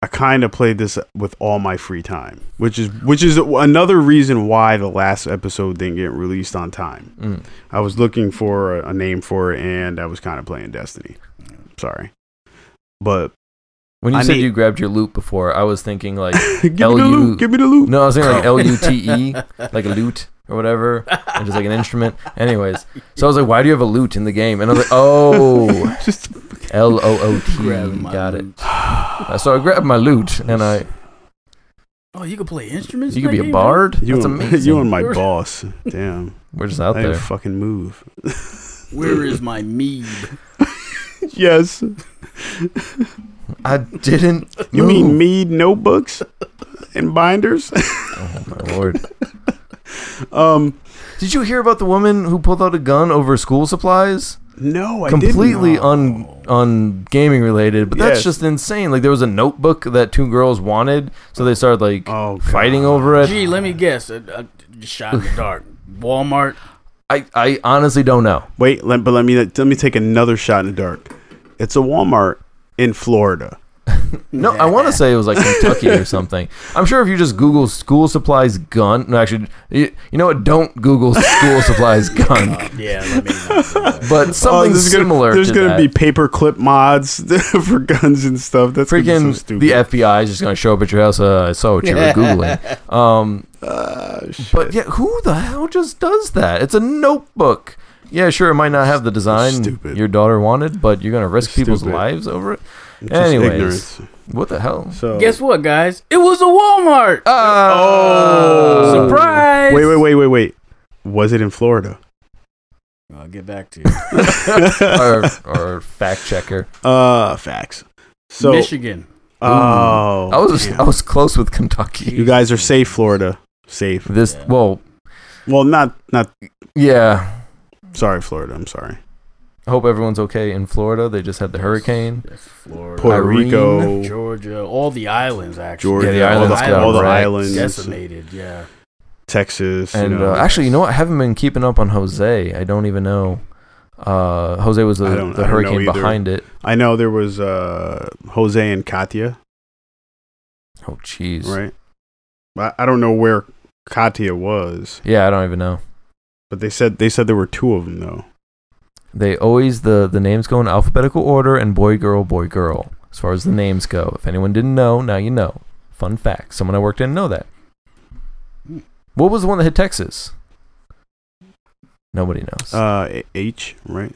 I kind of played this with all my free time, which is which is another reason why the last episode didn't get released on time. Mm. I was looking for a, a name for it, and I was kind of playing Destiny. Sorry, but When you I said need- you grabbed your loot before, I was thinking like, give me the LU loot. Give me the loot. no, I was (laughs) thinking like L U T (laughs) E, like a lute or whatever, and just like an instrument. Anyways, so I was like, why do you have a lute in the game? And I was like, (laughs) oh, (laughs) (sighs) just L O O T, Grabbing my got it. loot. Uh, So I grabbed my loot and I, Oh, you can play instruments. you in could be that a game, bard. you That's and, (laughs) amazing. You (laughs) and my boss. Damn, We're just out I didn't (laughs) there. fucking (laughs) move. dude? Where is my mead? yes, I didn't. you mean mead notebooks and binders? (laughs) Oh my lord. um, Did you hear about the woman who pulled out a gun over school supplies? no, I Completely Didn't. un un gaming related, but that's Yes. just insane. Like there was a notebook that two girls wanted, so they started like Oh, God. fighting over it. Gee, let me guess. A, a shot (laughs) in the dark. Walmart. I, I honestly don't know. Wait, let, but let me let me take another shot in the dark. It's a Walmart in Florida. No, I want to say it was like Kentucky (laughs) or something. I'm sure if you just Google school supplies gun, no, actually, you, you know what? Don't Google school (laughs) supplies gun, Yeah, let me. not do that. but something Oh, there's gonna- similar. There's to gonna that. be paper clip mods (laughs) for guns and stuff. That's gonna be so freaking stupid. the FBI is just gonna show up at your house. Uh, I saw what you were googling. Um, Ah, shit. but yeah, who the hell just does that? It's a notebook. Yeah, sure, it might not have the design Stupid. your daughter wanted, but you're gonna risk people's Stupid. lives over it. It's just anyways. ignorance. What the hell? So Guess what, guys? It was a Walmart. Ah. Oh. Surprise! Wait, wait, wait, wait, wait. Was it in Florida? I'll get back to you. (laughs) our, our fact checker. uh, facts. So, Michigan. oh, I was damn. I was close with Kentucky. you guys are safe, Florida. Safe. This Yeah. well, Well, not not. yeah. Sorry, Florida. I'm sorry. I hope everyone's okay in Florida. They just had the hurricane. Yes, Florida. Puerto Irene, Rico, Georgia, all the islands actually. Georgia, Yeah, the all islands the, all the got wrecked. islands, decimated. Yeah, Texas, And you know, uh, actually, you know what? I haven't been keeping up on Jose. I don't even know. Uh, Jose was I the, don't- the I don't know hurricane either. behind it. I know there was uh Jose and Katia, Oh, jeez. right? I, I don't know where Katia was, Yeah, I don't even know. but they said they said there were two of them though. They always the the names go in alphabetical order and boy girl boy girl as far as the names go. If anyone didn't know, now you know. Fun fact: someone I worked in know that. Hmm. What was the one that hit Texas? Nobody knows. Uh, A- H, right?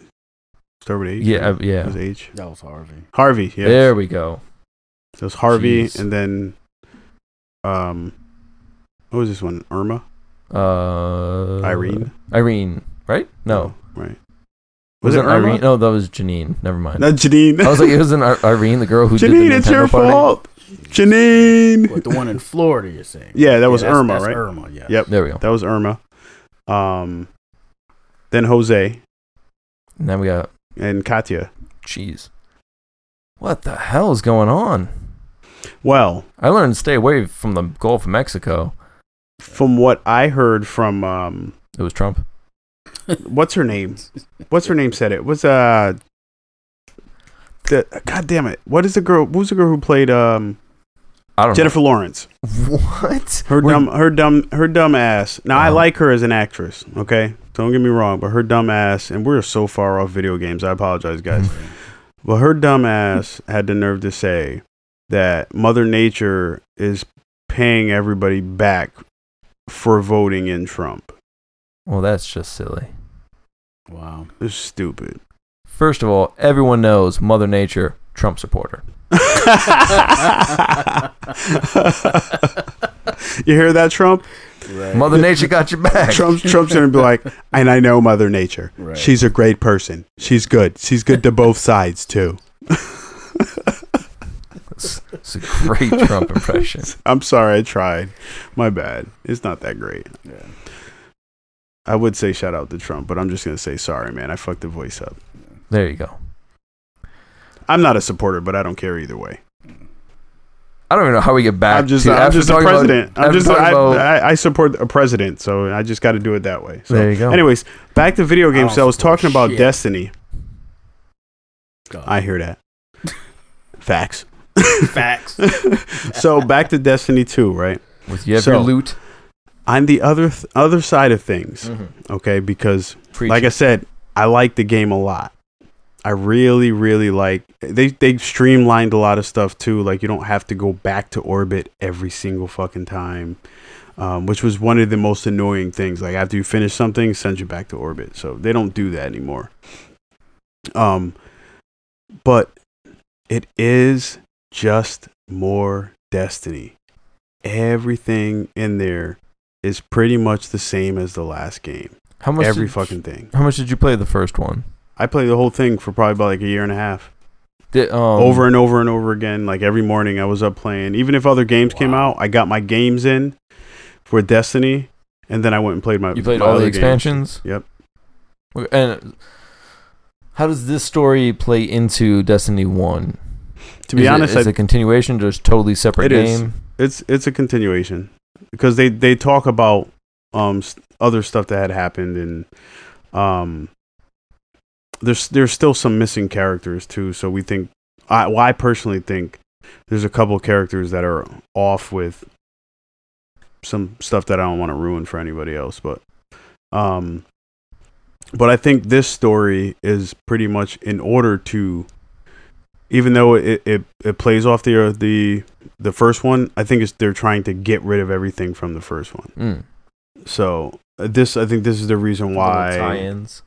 Start with H. yeah, right? uh, yeah. It was H. that was Harvey. Harvey. Yeah. There we go. It was Harvey, Jeez. and then um, what was this one? Irma, Uh, Irene. Oh, Irene, right? No, right. was, Was, it it Irma? Irene? No, that was Janine. Never mind. Not Janine. I was like, it was an (laughs) Ir- Irene, the girl who did Janine, the it's Nintendo your party. fault. Janine. What the one in Florida? You're saying? Yeah, that was that's- Irma, that's right? Irma. Yeah. Yep. There we go. (laughs) That was Irma. Um, then Jose And then we got and Katya. cheese. What the hell is going on? Well, I learned to stay away from the Gulf of Mexico. from what I heard from um, It was Trump. what's her name? What's her name said it was uh, the, God damn it! What is the girl? Who's the girl who played um, I don't Jennifer Lawrence? (laughs) know. What? Her We're- dumb, her dumb, her dumb ass. Now I Uh-huh. like her as an actress. Okay, don't get me wrong, but her dumb ass, and we're so far off video games. I apologize, guys. Mm-hmm. but her dumb ass had the nerve to say that Mother Nature is paying everybody back for voting in Trump. Well, that's just silly. (laughs) Wow. It's stupid. First of all, everyone knows Mother Nature, Trump supporter. you hear that, Trump? Right. Mother Nature got your back. Trump's Trump's gonna be like, and I know Mother Nature. Right. She's a great person. She's good. She's good to both sides too. (laughs) It's, it's a (laughs) great Trump impression. I'm sorry, I tried. My bad. It's not that great. Yeah. I would say shout out to Trump, but I'm just gonna say sorry, man. I fucked the voice up. There you go. I'm not a supporter, but I don't care either way. I don't even know how we get back. I'm just, to, I'm Uh, after just a talking about- president. I'm after just, talking I, about- I, I support a president, so I just got to do it that way. So, there you go. anyways, back to video games. don't So I was support talking about shit. Destiny. God. I (laughs) hear that. Facts. Facts. (laughs) so back to Destiny 2, right? With you have So- your loot. On the other th- other side of things, okay, because Mm-hmm. Preach like I it. said, I like the game a lot. I really, really like they they streamlined a lot of stuff too. Like you don't have to go back to orbit every single fucking time, um, which was one of the most annoying things. Like after you finish something, it sends you back to orbit. So they don't do that anymore. Um, but it is just more Destiny. Everything in there is pretty much the same as the last game. how much Every did, fucking thing. How much did you play the first one? I played the whole thing for probably about like a year and a half. Did, um, over and over and over again. Like every morning I was up playing. Even if other games came Wow. out, I got my games in for Destiny and then I went and played my You played my all other the games. expansions. Yep. And how does this story play into Destiny One? To be Is it- honest, is it I, a continuation, just totally separate It is. game? it's it's a continuation because they they talk about um s- other stuff that had happened and um there's there's still some missing characters too. So we think I well, I personally think there's a couple characters that are off with some stuff that I don't want to ruin for anybody else, but um but I think this story is pretty much in order to even though it, it, it plays off the the the first one, I think it's they're trying to get rid of everything from the first one. Mm. So uh, this I think this is the reason why Little tie-ins.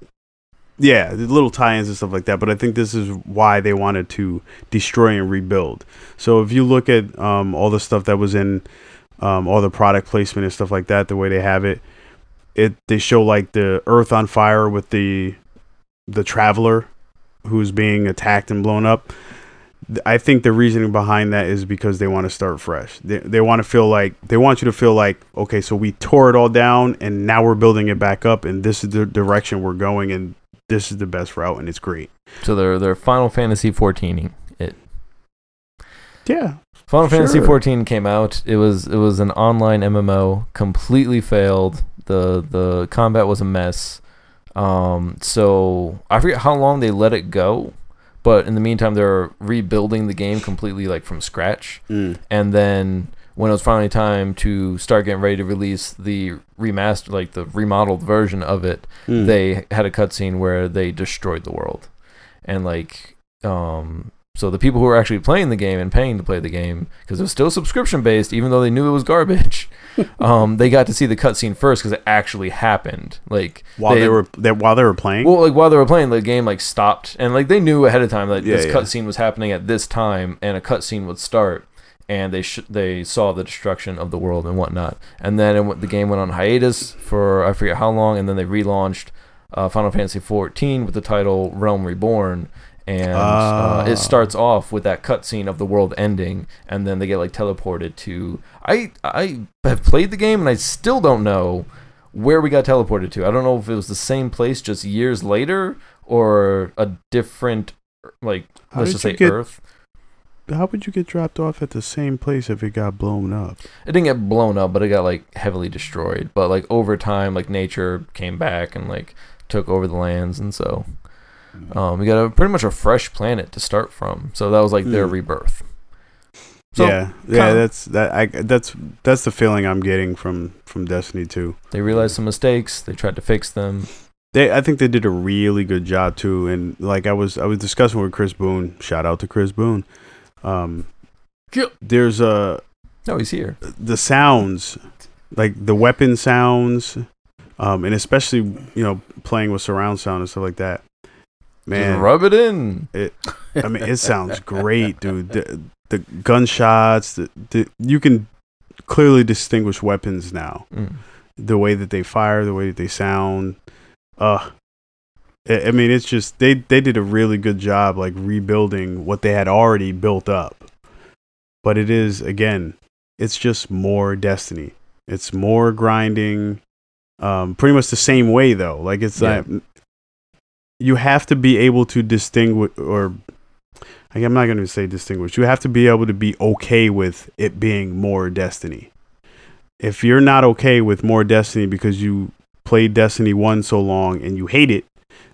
yeah, the little tie-ins and stuff like that. But I think this is why they wanted to destroy and rebuild. So if you look at um, all the stuff that was in um, all the product placement and stuff like that, the way they have it, it they show like the Earth on fire with the the traveler who's being attacked and blown up. Th- I think the reasoning behind that is because they want to start fresh. They, they want to feel like they want you to feel like okay, so we tore it all down and now we're building it back up, and this is the direction we're going, and this is the best route and it's great. So they're they're Final Fantasy 14ing it. Yeah. Final Fantasy Sure. 14 came out. It was it was an online MMO. Completely failed. The the combat was a mess. Um, so I forget how long they let it go, but in the meantime they're rebuilding the game completely like from scratch. and then when it was finally time to start getting ready to release the remastered, like the remodeled version of it, Mm. they had a cutscene where they destroyed the world, and like, um, so the people who were actually playing the game and paying to play the game because it was still subscription based, even though they knew it was (laughs) garbage, um, they got to see the cutscene first because it actually happened. Like while they, they were that while they were playing. well, like while they were playing, the game like stopped, and like they knew ahead of time that Yeah, this yeah. cutscene was happening at this time, and a cutscene would start, and they sh- they saw the destruction of the world and whatnot, and then it went, the game went on hiatus for I forget how long, and then they relaunched uh, Final Fantasy XIV with the title Realm Reborn. And uh, Ah. it starts off with that cutscene of the world ending, and then they get like teleported to. I I have played the game, and I still don't know where we got teleported to. I don't know if it was the same place just years later or a different like How let's did just you say er get- Earth. how would you get dropped off at the same place if it got blown up? It didn't get blown up, but it got like heavily destroyed. But like over time, like nature came back and like took over the lands, and so Mm-hmm. um, we got a pretty much a fresh planet to start from. So that was like their Mm. rebirth. So yeah, yeah, kinda- that's that. I that's that's the feeling I'm getting from from Destiny Two. they realized some mistakes. They tried to fix them. They, I think they did a really good job too. And like I was, I was discussing with Chris Boone. Shout out to Chris Boone. Um, Yeah. there's a No, he's here. the sounds, like the weapon sounds, um, and especially you know playing with surround sound and stuff like that. Man, Just rub it in. I mean, (laughs) it sounds great, dude. The, the gunshots, the, the you can clearly distinguish weapons now. Mm. The way that they fire, the way that they sound. Uh I I mean, it's just they they did a really good job like rebuilding what they had already built up. But it is again, it's just more Destiny. It's more grinding. Um, pretty much the same way though. Like it's Yeah. like you have to be able to distinguish or like, I'm not going to say distinguish. You have to be able to be okay with it being more Destiny. If you're not okay with more Destiny because you played Destiny 1 so long and you hate it,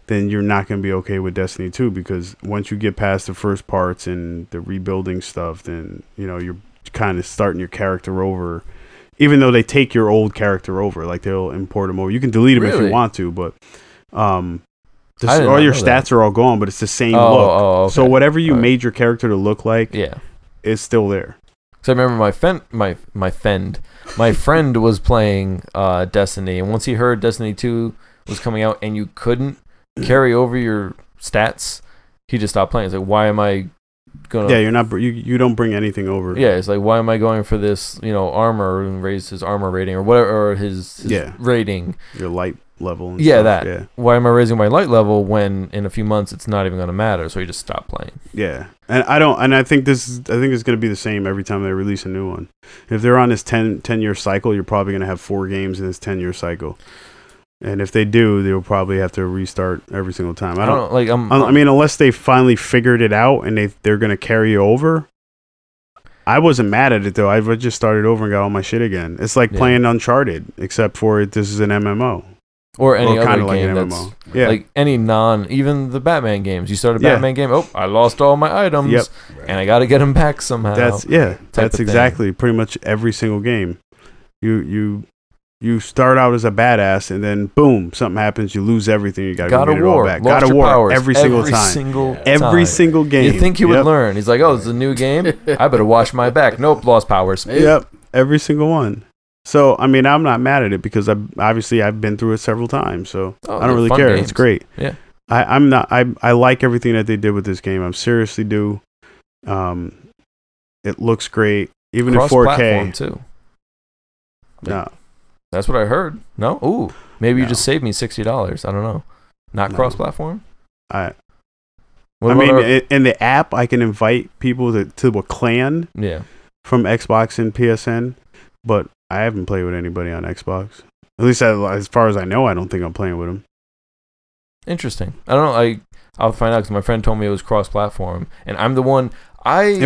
then you're not going to be okay with Destiny 2 because once you get past the first parts and the rebuilding stuff, then, you know, you're kind of starting your character over. Even though they take your old character over, like they'll import him over. You can delete him if Really? you want to, but um the- I did all not your know that. stats are all gone, but it's the same Oh, look. oh, okay. So whatever you Alright. made your character to look like Yeah. is still there. So I remember my fen- my my fend, (laughs) my friend was playing uh, Destiny, and once he heard Destiny Two was coming out, and you couldn't carry over your stats, he just stopped playing. It's like, why am I gonna? Yeah, you're not br- you, you don't bring anything over. Oh. Yeah, it's like, why am I going for this? You know, armor and raise his armor rating or whatever, or his, his Yeah. rating. Your light level and Yeah, stuff. that. Yeah. Why am I raising my light level when in a few months it's not even gonna matter? So he just stopped playing. Yeah. And I don't and I think this is, I think it's going to be the same every time they release a new one. If they're on this 10, 10 year cycle, you're probably going to have four games in this 10 year cycle. And if they do, they'll probably have to restart every single time. I I don't don't like. I'm, Un- I mean, unless they finally figured it out and they they're gonna carry you over. I wasn't mad at it though. I would just started over and got all my shit again. It's like Yeah. playing Uncharted, except for it, this is an MMO or any or other kind of like game an that's MMO. Yeah, Like any non, even the Batman games. You start a Yeah. Batman game. Oh, I lost all my items, Yep. and I got to get them back somehow. that's yeah, that's Oh, of thing. exactly pretty much every single game. You you you start out as a badass and then boom, something happens. You lose everything. You gotta God go of get it all War. back. lost God of your War powers every single time. single Yeah. every time. single game. You think you Yep. would learn? He's like, oh, it's a new game. I better watch my back. Nope, lost powers. Yep, every single one. So I mean, I'm not mad at it because I obviously I've been through it several times, so Oh, I they're don't really fun care. games. It's great. Yeah. I, I'm not. I I like everything that they did with this game. I'm seriously do. Um, it looks great, even in Cross-platform, 4K. too. No, That's what I heard. No, ooh, maybe you No. just saved me sixty dollars. I don't know. Not No. cross-platform. I What I about mean, our- i in the app, I can invite people to to a clan yeah. from Xbox and PSN, but I haven't played with anybody on Xbox. At least I, as far as I know, I don't think I'm playing with them. Interesting. I don't know. I I'll find out because my friend told me it was cross-platform, and I'm the one. It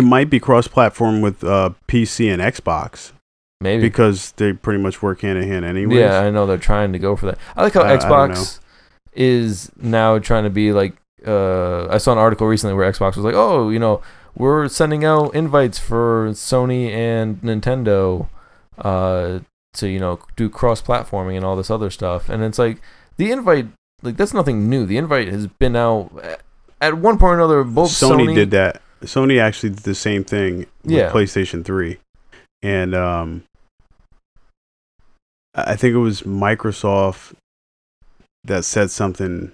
I might be cross-platform with uh, PC and Xbox. maybe because they pretty much work hand in hand anyways. Hmm. Yeah, I know they're trying to go for that. I like how I- I don't Xbox is now trying to be like. Uh, I saw an article recently where Xbox was like, "Oh, you know, we're sending out invites for Sony and Nintendo uh, to you know do cross-platforming and all this other stuff." And it's like the invite, like that's nothing new. The invite has been out at- at one point or another. Both Sony, Sony, did that. Sony actually did the same thing with Yeah. PlayStation 3. And um I I think it was Microsoft that said something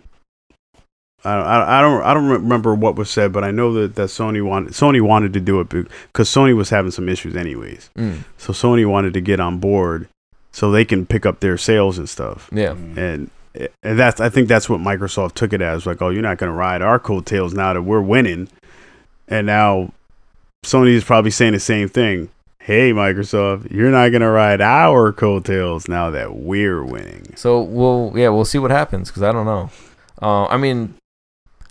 I don't, I don't I don't remember what was said, but I know that, that Sony wanted Sony wanted to do it because Sony was having some issues anyways. Mm, So Sony wanted to get on board so they can pick up their sales and stuff. yeah, and and that's I think that's what Microsoft took it as like, oh, you're not going to ride our coattails now that we're winning, and now Sony is probably saying the same thing. Hey, Microsoft, you're not going to ride our coattails now that we're winning. So we'll yeah we'll see what happens because I don't know. Uh, I mean,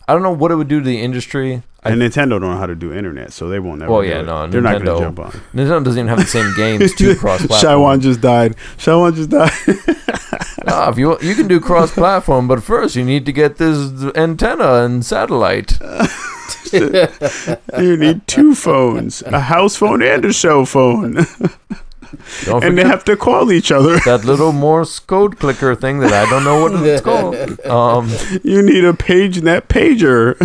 I don't know what it would do to the industry. I- and Nintendo don't know how to do internet, so they won't ever. Well, do yeah, it. no, they're not Nintendo- going to jump on. Nintendo doesn't even have the (laughs) same games to (laughs) Shywan cross-platform. just died. Shywan just died. (laughs) Ah, if you you can do cross-platform, but first you need to get this antenna and satellite. you need two phones, a house phone and a cell phone, Don't and they forget have to call each other. that little Morse code clicker thing that I don't know what it's called. Um, You need a PageNet pager.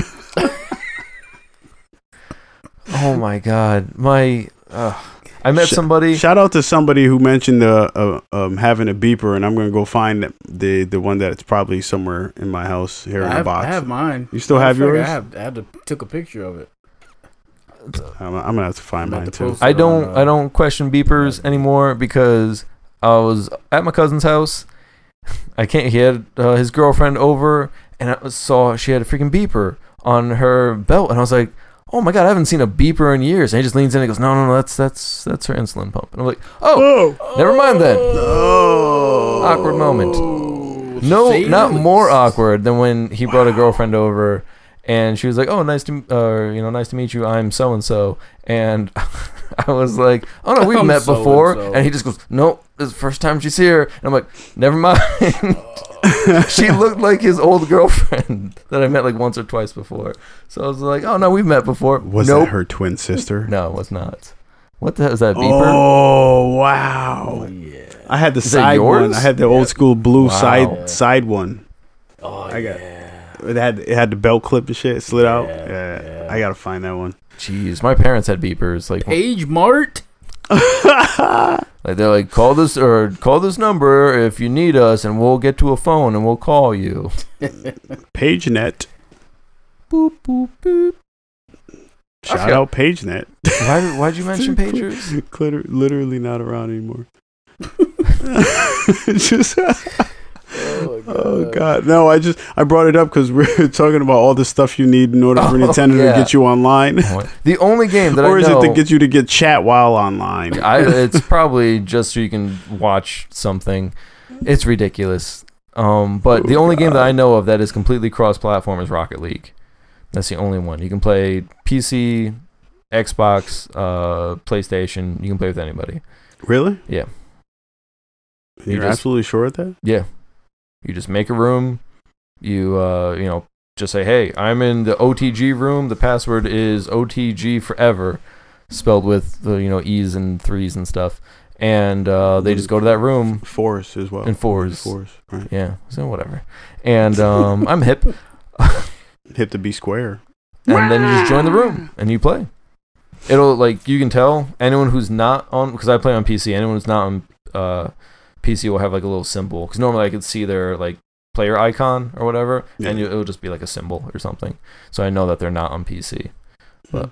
oh my god, my. Uh, I met Sh- somebody. Shout out to somebody who mentioned uh, uh, um, having a beeper, and I'm gonna go find the the one that's probably somewhere in my house here I in a have, box. I have mine. you still have Matter of yours? fact, I have. I have to, took a picture of it. I'm, I'm gonna have to find I'm about mine to too. post- I don't. on, uh, I don't question beepers anymore because I was at my cousin's house. (laughs) I can't. He had uh, his girlfriend over, and I saw she had a freaking beeper on her belt, and I was like, "Oh my god, I haven't seen a beeper in years." And he just leans in and goes, "No, no, no, that's that's that's her insulin pump." And I'm like, "Oh, Oh, never mind then." no. Awkward moment. Oh, No, see? not more awkward than when he brought a girlfriend over, and she was like, "Oh, nice to, uh, you know, nice to meet you. I'm so and so," and (laughs) I was like, "Oh no, we've I'm met so and before," so. and he just goes, "No, this is the first time she's here," and I'm like, "Never mind." she looked like his old girlfriend (laughs) that I met like once or twice before, so I was like, "Oh no, we've met before." Was nope. that her twin sister? No, it was (laughs) not. What the hell is that beeper? Oh wow! Yeah. I had the Is that side one. yours? I had the old school blue Wow. side side one. Oh, I got- yeah. It had it had the belt clip and shit slid out. Yeah, Yeah, yeah. I gotta find that (laughs) one. Jeez, my parents had beepers like Page Mart. (laughs) Like they're like, call this or call this number if you need us, and we'll get to a phone and we'll call you. PageNet. Boop boop boop. Shout Okay. out PageNet. Why did why'd (laughs) you mention pagers? Clitter- literally not (laughs) around anymore. (laughs) Just Oh, Uh, oh god no! I just I brought it up because we are (laughs) talking about all the stuff you need in order (laughs) for Oh, Nintendo yeah. to get you online, The only game that or I is know, it to get you to get chat while online? I, it's probably just so you can watch something. It's ridiculous. Um, but the Oh, only game that God. I know of that is completely cross-platform is Rocket League. That's the only one you can play PC, Xbox, uh, PlayStation. You can play with anybody. (laughs) Really? Yeah. You're just- absolutely sure at that? Yeah. You just make a room. You uh, you know, just say, "Hey, I'm in the OTG room. The password is OTG forever," spelled with the you know E's and threes and stuff. And uh, they just go to that room. Forest as well. And fours. Fours. Right. Yeah, so whatever. And um, I'm hip. Hit the B square. and then you just join the room and you play. It'll like you can tell anyone who's not on because I play on PC. Anyone who's not on uh, PC will have like a little symbol because normally I could see their like player icon or whatever, and you, Yeah. it'll just be like a symbol or something. So I know that they're not on PC. But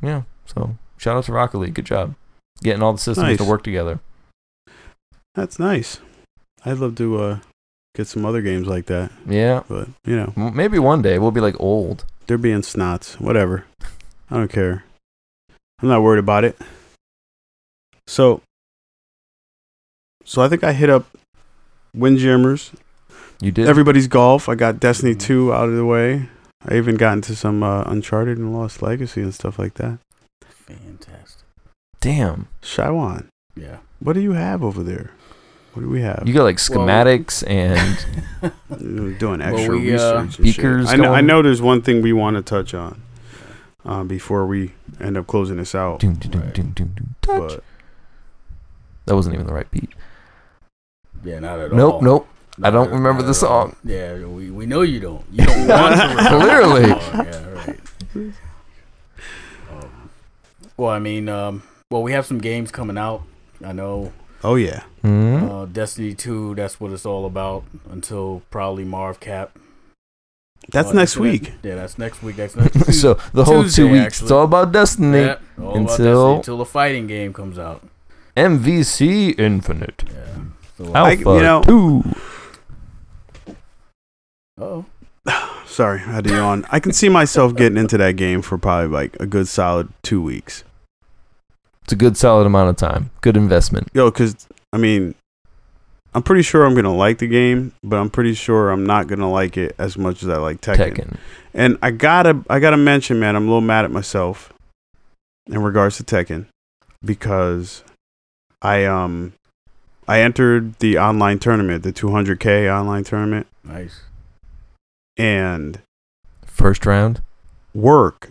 yeah, so shout out to Rocket League. Good job getting all the systems to Nice. work together. That's nice. I'd love to uh, get some other games like that, Yeah, but you know, M- maybe one day we'll be like old. they're being snots. Whatever. I don't care. I'm not worried about it. So, so I think I hit up Windjammers. You did. Everybody's golf. I got Destiny Mm-hmm. Mhm. Two out of the way. I even got into some uh, Uncharted and Lost Legacy and stuff like that. Fantastic. Damn, Shywan, Yeah. what do you have over there? What do we have? you got like Well- schematics and We're doing Well, extra we, uh, research. and shit. Beakers I know, I going- know there's one thing we want to touch on uh, before we end up closing this out. doom, doom, doom, doom, doom, doom, touch. But That wasn't even the right beat. (laughs) Yeah, not at all. Nope, nope. I don't Not- remember not the at all. song. Yeah, we, we know you don't. You don't want (laughs) to. remember Clearly. the song. Yeah, right. Um, well, I mean, um, well, we have some games coming out. I know oh yeah, Mm. uh, Destiny 2, that's what it's all about until probably Marv Cap. that's Uh, next so that- week. yeah, that's next week. That's next week. (laughs) so the whole Tuesday, two weeks, it's actually. all about Destiny. Yeah, all about Destiny until- until the fighting game comes out. MVC Infinite Yeah. So, Alpha you know- Two. oh, Sorry, I had to yawn. I can see myself getting into that game for probably like a good solid two weeks. It's a good solid amount of time. Good investment. Yo, because I mean, I'm pretty sure I'm gonna like the game, but I'm pretty sure I'm not gonna like it as much as I like Tekken. Tekken. And I gotta I gotta mention, man, I'm a little mad at myself in regards to Tekken because I um I entered the online tournament, the 200k online tournament, Nice. and First round. work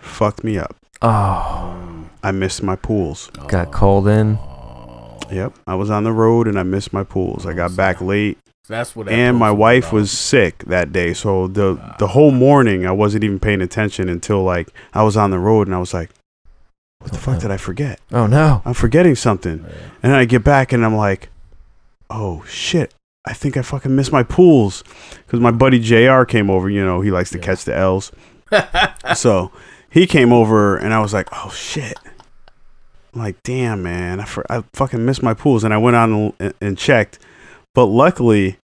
fucked me up. Oh, I missed my pools. Got called in. Oh. Yep, I was on the road and I missed my pools. I got back late, That's what. that and my post wife about. was sick that day, so the the whole morning I wasn't even paying attention until like I was on the road and I was like, "What the fuck did I forget? Oh no. I'm forgetting something." Yeah. And then I get back and I'm like, oh shit, I think I fucking missed my pools. Because my buddy JR came over, you know, he likes to Yeah. catch the L's. so he came over and I was like, oh shit. I'm like, damn, man, I, for- I fucking missed my pools. And I went on and, and checked. But luckily,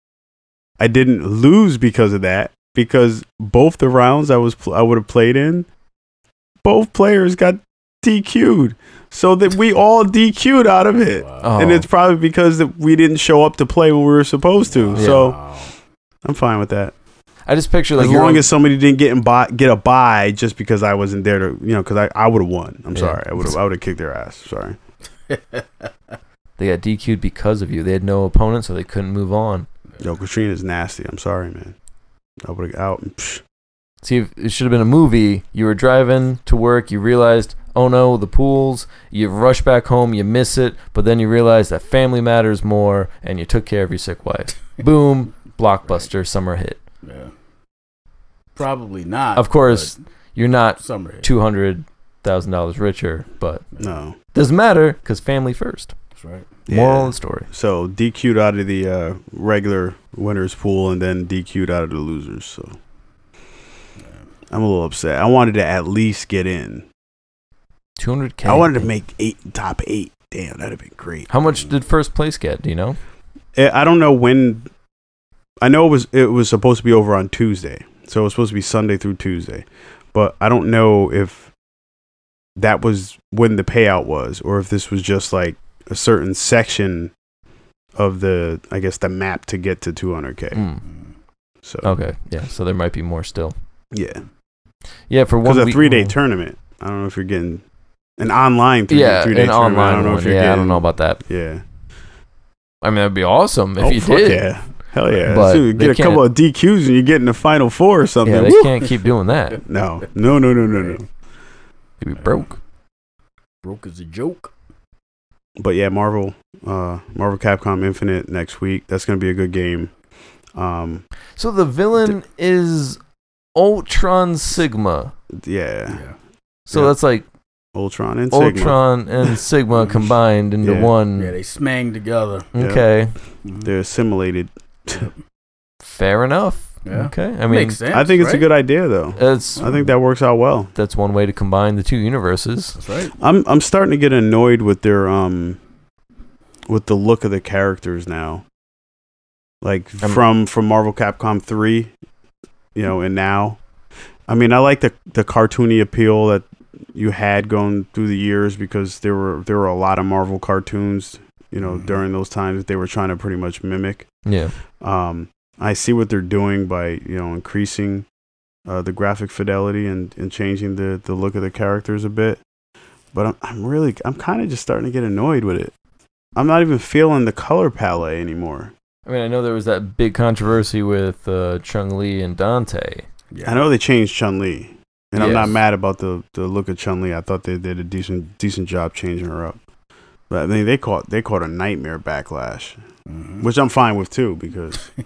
I didn't lose because of that. Because both the rounds I was pl- I would have played in, both players got DQ'd. So that we all DQ'd out of it Wow. Oh. and it's probably because that we didn't show up to play when we were supposed to. Yeah. So Wow. I'm fine with that. I just picture like as you're long on- as somebody didn't get in buy, get a buy just because I wasn't there to, you know, because I, I would have won. I'm Yeah. sorry, I would have I would have kicked their ass. Sorry. they got DQ'd because of you. They had no opponent, so they couldn't move on. Yo, Katrina's nasty. I'm sorry, man. I would have out. Psh, See, if it should have been a movie. You were driving to work. You realized, oh no, the pools. You rush back home. You miss it, but then you realize that family matters more, and you took care of your sick wife. (laughs) Boom, blockbuster summer hit. Yeah. Probably not. Of course, you're but not Summer. hit. two hundred thousand dollars richer, but no. doesn't matter because family first. That's right. Moral Yeah. of the story. So DQ'd out of the uh, regular winners pool and then DQ'd out of the losers. So I'm a little upset. I wanted to at least get in. Two hundred k. I wanted to make eight top eight. Damn, that'd have been great. Mm. How much did first place get? Do you know? I Eh, I don't know when. I know it was it was supposed to be over on Tuesday, so it was supposed to be Sunday through Tuesday, but I don't know if that was when the payout was, or if this was just like a certain section of the I guess the map to get to 200k. Mm. Mm. So Okay. Yeah. So there might be more still. yeah, Yeah. For one because a week- Mm. three day tournament. I don't know if you're getting an online three yeah, three day an tournament. online I don't know one. if you're yeah, getting. I don't know about that. Yeah. I mean, that'd be awesome if oh, you fuck did. yeah. Hell yeah. But Dude, they get a couple of DQs and you get in the final four or something. Yeah, they Woo! can't keep doing that. No, no, no, no, no, no. They'd be broke. Broke as a joke. But yeah, Marvel, uh, Marvel Capcom Infinite next week. That's gonna be a good game. Um, So the villain is Ultron Sigma. yeah, So Yeah. that's like Ultron and Sigma. Ultron (laughs) and Sigma combined into Yeah. one. Yeah, they smang together. Yeah. Okay, Mhm. They're assimilated. fair enough. Yeah. Okay, I mean, Makes sense. I think it's a right? good idea though. that's I think that works out well. that's one way to combine the two universes. That's right. I'm I'm starting to get annoyed with their um with the look of the characters now. Like I'm- from from Marvel Capcom 3, you know, and now. I mean, I like the the cartoony appeal that you had going through the years because there were there were a lot of Marvel cartoons, you know, Mhm. during those times that they were trying to pretty much mimic. Yeah, Um I see what they're doing by, you know, increasing uh, the graphic fidelity and, and changing the, the look of the characters a bit. But I'm, I'm really, I'm kind of just starting to get annoyed with it. I'm not even feeling the color palette anymore. I mean, I know there was that big controversy with uh, Chung Li and Dante. Yeah. I know they changed Chun Li, and I'm not Yes. mad about the, the look of Chun Li. I thought they did a decent decent job changing her up. But I mean, they caught they caught a nightmare backlash, Mhm. which I'm fine with too because (laughs)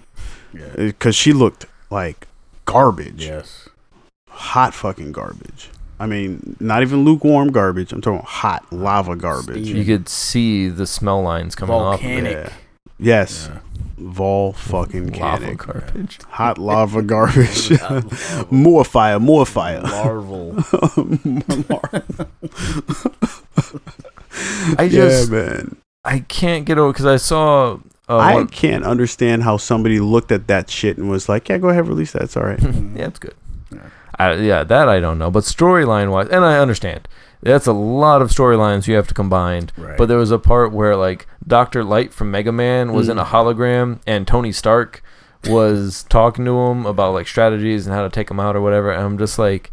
Yeah. because she looked like garbage. Yes. hot fucking garbage. I mean, not even lukewarm garbage. I'm talking hot lava garbage. Steam. You could see the smell lines coming Volcanic. Yeah. Yes, Yeah. vol fucking off. Of it. Lava canic. garbage. Hot (laughs) (laughs) lava garbage. Lava. (laughs) more fire, more fire. (laughs) Marvel. (laughs) I yeah, just man. I can't get over because I saw. Uh, I one- can't understand how somebody looked at that shit and was like, "Yeah, go ahead, release that. (laughs) It's all right." (laughs) yeah, it's good. Yeah. I, yeah, that I don't know, but storyline wise, and I understand that's a lot of storylines you have to combine. Right. But there was a part where like Doctor Light from Mega Man was in Mm. a hologram, and Tony Stark was talking to him about like strategies and how to take him out or whatever. And I'm just like,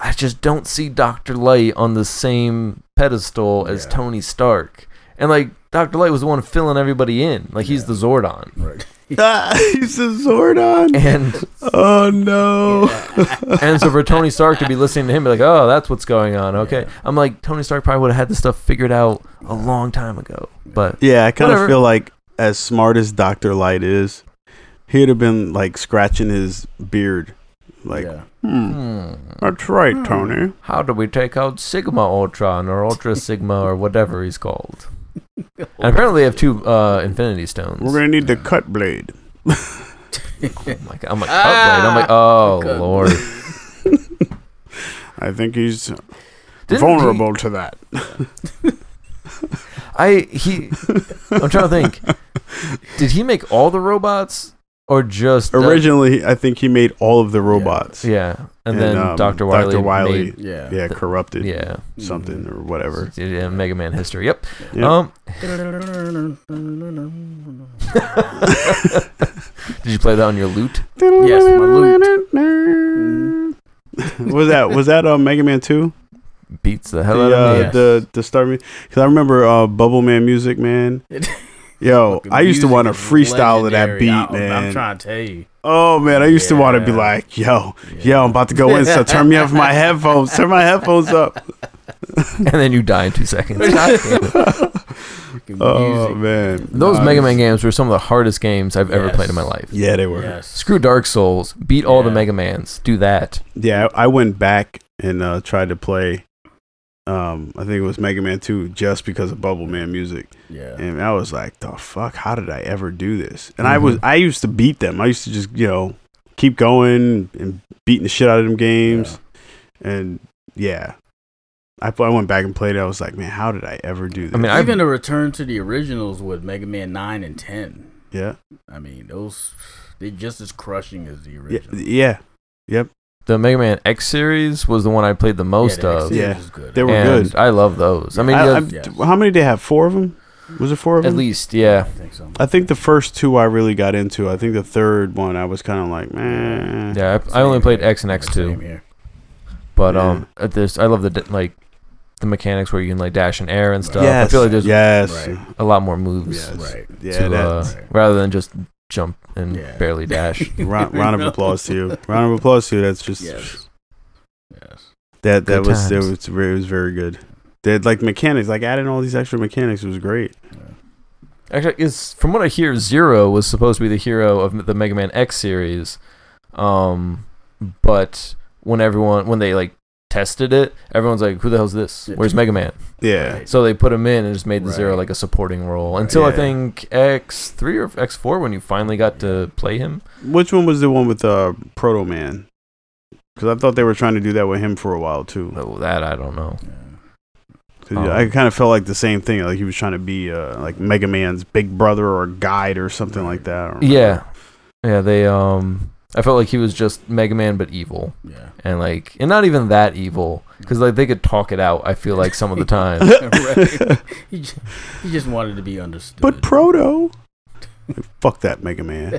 I just don't see Doctor Light on the same pedestal as Yeah. Tony Stark. And like Doctor Light was the one filling everybody in, like he's Yeah. the Zordon. Right. Ah, he's a (laughs) Zordon. And Oh no. (laughs) and so for Tony Stark to be listening to him, be like, oh, that's what's going on. Okay, I'm like, Tony Stark probably would have had this stuff figured out a long time ago. But Yeah, I kind Whatever. of feel like as smart as Doctor Light is, he'd have been like scratching his beard, like, yeah. "Hmm, hmm, that's right, Hmm. Tony." how do we take out Sigma Ultron or Ultra Sigma or whatever he's called? And apparently they have two uh, Infinity Stones. We're gonna need the cut blade. oh my god! I'm like, "Cut blade." Ah, I'm like, oh Cut lord. I think he's Didn't vulnerable to that. he- I he. I'm trying to (laughs) think. Did he make all the robots or just uh, Originally, I think he made all of the robots. yeah, and, then um, Doctor Wiley. Dr. Wiley, (laughs) made- yeah. yeah, corrupted yeah, something or whatever. yeah, Mega Man history. Yep. Yeah. Um, (laughs) yes, did you play that on your lute? my loot. What (laughs) was that? Was that uh, Mega Man Two? Beats the hell the, out of me. uh, yeah. the the star music because I remember uh, Bubble Man (laughs) music, man. Yo, Fucking Oh, I used to music want to is freestyle to that legendary. beat, I- man. I'm trying to tell you. oh man, I used to want to be Yeah. like, yo, Yeah. yo, I'm about to go in, so turn me up (laughs) my headphones, turn my headphones up. And then you die in (laughs) two seconds. God damn it. Fucking Oh music. man, Those Nah, Mega it's- Man games were some of the hardest games I've ever Yes. played in my life. Yeah, they were. Yeah, Yes. Screw Dark Souls. Beat all the Yeah. Mega Mans. Do that. I I went back and uh, tried to play. Um, I think it was Mega Man Two just because of Bubble Man music. Yeah. And I was like, the fuck, how did I ever do this? And I Mhm. was I used to beat them. I used to just, you know, keep going and beating the shit out of them games. And yeah. I, pl- I went back and played it. I was like, man, how did I ever do this? I mean, I've- Even a return to the originals with Mega Man 9 and 10. yeah. I mean, those they're just as crushing as the Yeah. original. Yeah. The Mega Man X series was the one I played the most the of. X-Series Yeah. is good. They were and good. I love those. I mean, I- yeah, I'm- yes. How many did they have? Four of them? Was it four of at them? least, yeah. I think so. I think the first two I really got into. I think the third one I was kind of like, man. Yeah, I, I only Same played here. X and Same X2. here. But Yeah. um, at this, I love the d- like the mechanics where you can like dash and air and stuff. Yes. I feel like there's yes. Right. a lot more moves Yes. Right. Yeah. to, that- uh, right. rather than just jump and Yeah. (laughs) barely dash. (laughs) round, round of applause to you. Round of applause to you. That's just Yes. Yes. That that Good was that times. was very, it was very good. They had, like mechanics, like adding all these extra mechanics was great. Actually, it's, from what I hear, Zero was supposed to be the hero of the Mega Man X series, um, but when everyone when they like tested it, everyone's like, "Who the hell's this? Yeah. Where's Mega Man?" Yeah, Right. So they put him in and just made the Zero Right. like a supporting role until I Yeah. think X three or X four when you finally got to play him. which one was the one with uh, Proto Man? Because I thought they were trying to do that with him for a while too. Oh, that I don't know. 'Cause, Oh. yeah, I kind of felt like the same thing. Like he was trying to be uh, like Mega Man's big brother or guide or something like that. I don't remember. (laughs) Yeah, (laughs) yeah. They um, I felt like he was just Mega Man but evil. Yeah. and like and not even that evil because like they could talk it out i feel like some (laughs) of the time Right. (laughs) he, just, he just wanted to be understood. but Proto. Fuck that (laughs) Mega Man.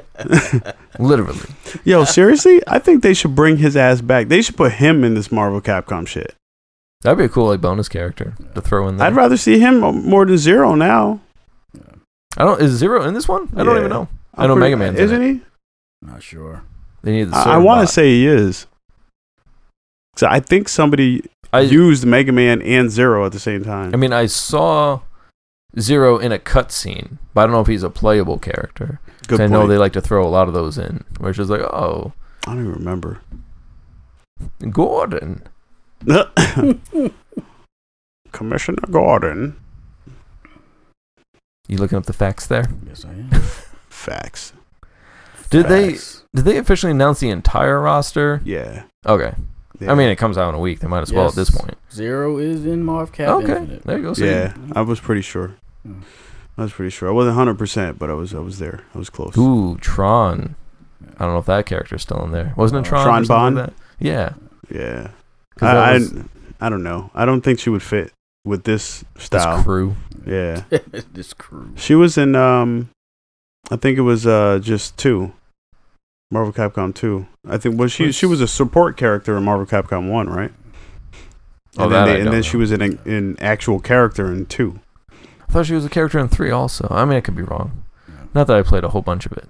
literally Yo, seriously? I think they should bring his ass back. They should put him in this Marvel Capcom shit. that'd be a cool like bonus character to throw in there I'd rather see him uh, more than Zero now. i don't is zero in this one i don't Yeah. even know I'm I know pretty- Mega Man's in Isn't he? Not sure. they need the I, I Cerebot. want to say he is. So I think somebody I, used Mega Man and Zero at the same time. I mean i saw zero in a cutscene but i don't know if he's a playable character 'Cause Good i point. know they like to throw a lot of those in which is like oh I don't even remember. (laughs) gordon Commissioner Gordon. you looking up the facts there Yes, I am. Facts. did they Facts. did they officially announce the entire roster Yeah. okay yeah. i mean it comes out in a week they might as well at this Yes. point Zero is in Marv Cap Okay. Infinite. there you go so you- yeah, I was pretty sure. Hmm. I was pretty sure. I wasn't hundred percent, but I was. I was there. I was close. Ooh, Tron. I don't know if that character's still in there. Wasn't it Oh. Tron? or Tron something Bond? Like that? Yeah. Yeah. 'Cause I, that I, was- I don't know. I don't think she would fit. with this This style. crew. Yeah. (laughs) (laughs) this crew. She was in um I think it was uh just two. Marvel Capcom two. I think well she she was a support character in Marvel Capcom one, right? Oh, and that then, I and don't then she know. was in an in actual character in two. I thought she was a character in three also. I mean, I could be wrong. Not that I played a whole bunch of it,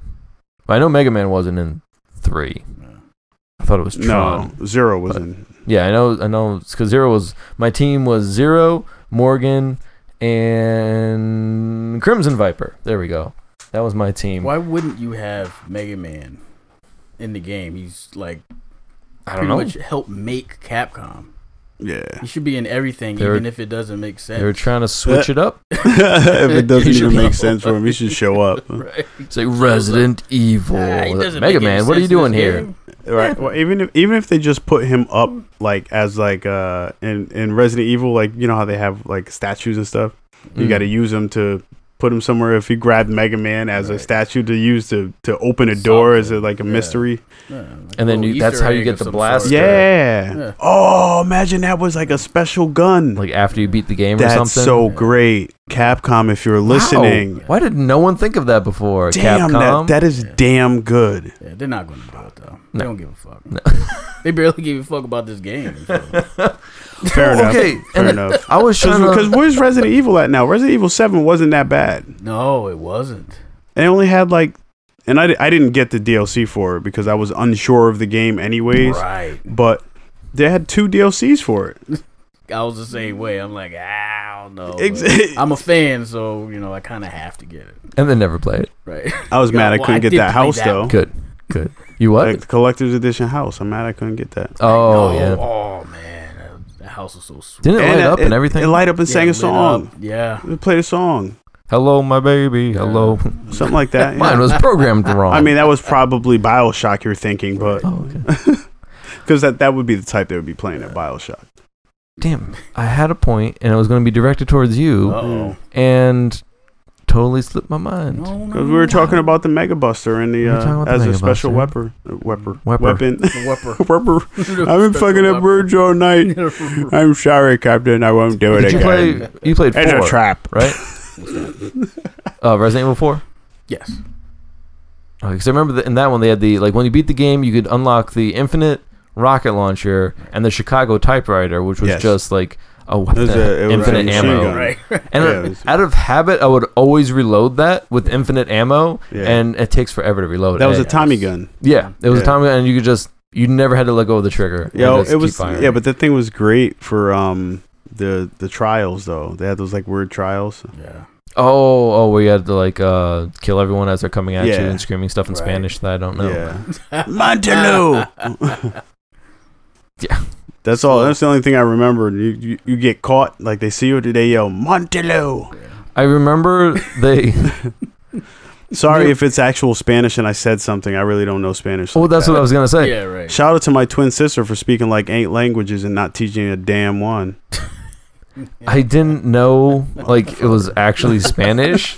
but I know Mega Man wasn't in three. I thought it was Tron. No, Zero was But- in. Yeah, I know. I know. Because Zero was my team was Zero, Morgan, and Crimson Viper. There we go. That was my team. Why wouldn't you have Mega Man in the game? He's like I pretty don't know. much helped make Capcom. (laughs) Yeah. (laughs) He should be in everything, They're- even if it doesn't make sense. they were trying to switch it up. if it doesn't You should even make know. sense for him, he should show (laughs) up. (laughs) right? It's like Resident Evil. Ah, he doesn't Mega make any Man, what are you sense in doing this here? game. Right. Well, even if even if they just put him up like as like uh in in Resident Evil, like you know how they have like statues and stuff. You Mm. got to use him to put him somewhere. If he grabbed Mega Man as a Right. statue to use to to open a door, is it like a Yeah. mystery? Yeah, like And then a you- little that's Easter how you egg get of the some blast. sort. Yeah. Yeah. Yeah. Oh, imagine that was like a special gun. Like after you beat the game or That's something. so great, Capcom. If you're listening, Wow. Why did no one think of that before? damn Capcom. that that is Yeah. damn good. Yeah, they're not going to do it though. No. They don't give a fuck. No. they barely give a fuck about this game. so. (laughs) Fair enough. Okay, Fair and- (laughs) enough. I was trying Because to. where's Resident Evil at now? Resident Evil Seven wasn't that bad. No, it wasn't. And it only had like, and I, di- I didn't get the DLC for it because I was unsure of the game anyways. Right. But they had two DLCs for it. I was the same way. I'm like, I don't know. Ex- (laughs) but I'm a fan, so you know, I kind of have to get it. And then never play it. Right. (laughs) I was Yeah, mad I well, couldn't I get did that play house that though. Good. Good. You what? Like the collector's edition house. I'm mad I couldn't get that. oh, No, yeah. Oh man, that- that house was so sweet. Didn't it light it- up it- and everything? It light up and Yeah, sang a lit song. up. Yeah. It played a song, Hello, my baby. Hello. something like (laughs) that. Mine yeah. was programmed wrong. I mean, that was probably Bioshock you're thinking, but Oh, okay. because that that would be the type they would be playing at Bioshock. Damn. I had a point and it was going to be directed towards Uh you oh. and totally slipped my mind. No, no. Because we were (laughs) talking about the Mega Buster and We the were talking uh, about the as a Mega special Buster. weapon, uh, weapon, Wepper. (laughs) weapon, (laughs) Whopper. weapon. (laughs) I've been fucking up (laughs) birds all night. I'm sorry, Captain. I won't do it Did you again. play? You played it's four, a trap. right? Uh, Resident Evil Four. yes. Because I remember that in that one they had the like when you beat the game you could unlock the infinite rocket launcher and the Chicago typewriter, which was Yes. just like a weapon, was a- it was infinite a machine ammo. gun. (laughs) Right. And Yeah, uh, it was- out of habit, I would always reload that with infinite ammo, Yeah. and it takes forever to reload. That was a it. Tommy gun. yeah, it was Yeah. a time, and you could just you never had to let go of the trigger. You Yeah, just it keep was. firing. Yeah, but that thing was great for um the the trials though. They had those like weird trials. Yeah. oh, oh, where you had to like uh, kill everyone as they're coming at Yeah. you and screaming stuff in Right. Spanish that I don't know. Yeah, Montaloo. Yeah. That's all. That's the only thing I remember. You, you, you get caught, like they see you, they yell Monteloo. I remember they. (laughs) Sorry Yeah. if it's actual Spanish and I said something. I really don't know Spanish. oh, like that's that. what I was gonna say. Yeah. Right. Shout out to my twin sister for speaking like eight languages and not teaching a (laughs) damn one. I didn't know like it was actually Spanish.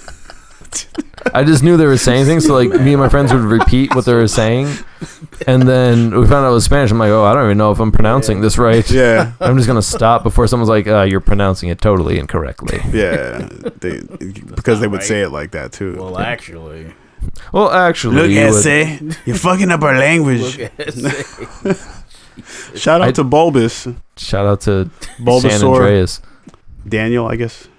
I just knew they were saying things, so like me and my friends would repeat what they were saying, and then we found out it was Spanish. I'm like, oh, I don't even know if I'm pronouncing this right. Yeah, (laughs) I'm just gonna stop before someone's like, uh, you're pronouncing it totally incorrectly. yeah. They, because they would say it like that too. Well, actually, Well, actually, Look, uh, you would- essay, (laughs) you're fucking up our look language. at (laughs) this. Shout out I- to Bulbus, shout out to San Bulbasaur, Andreas. Daniel, I guess.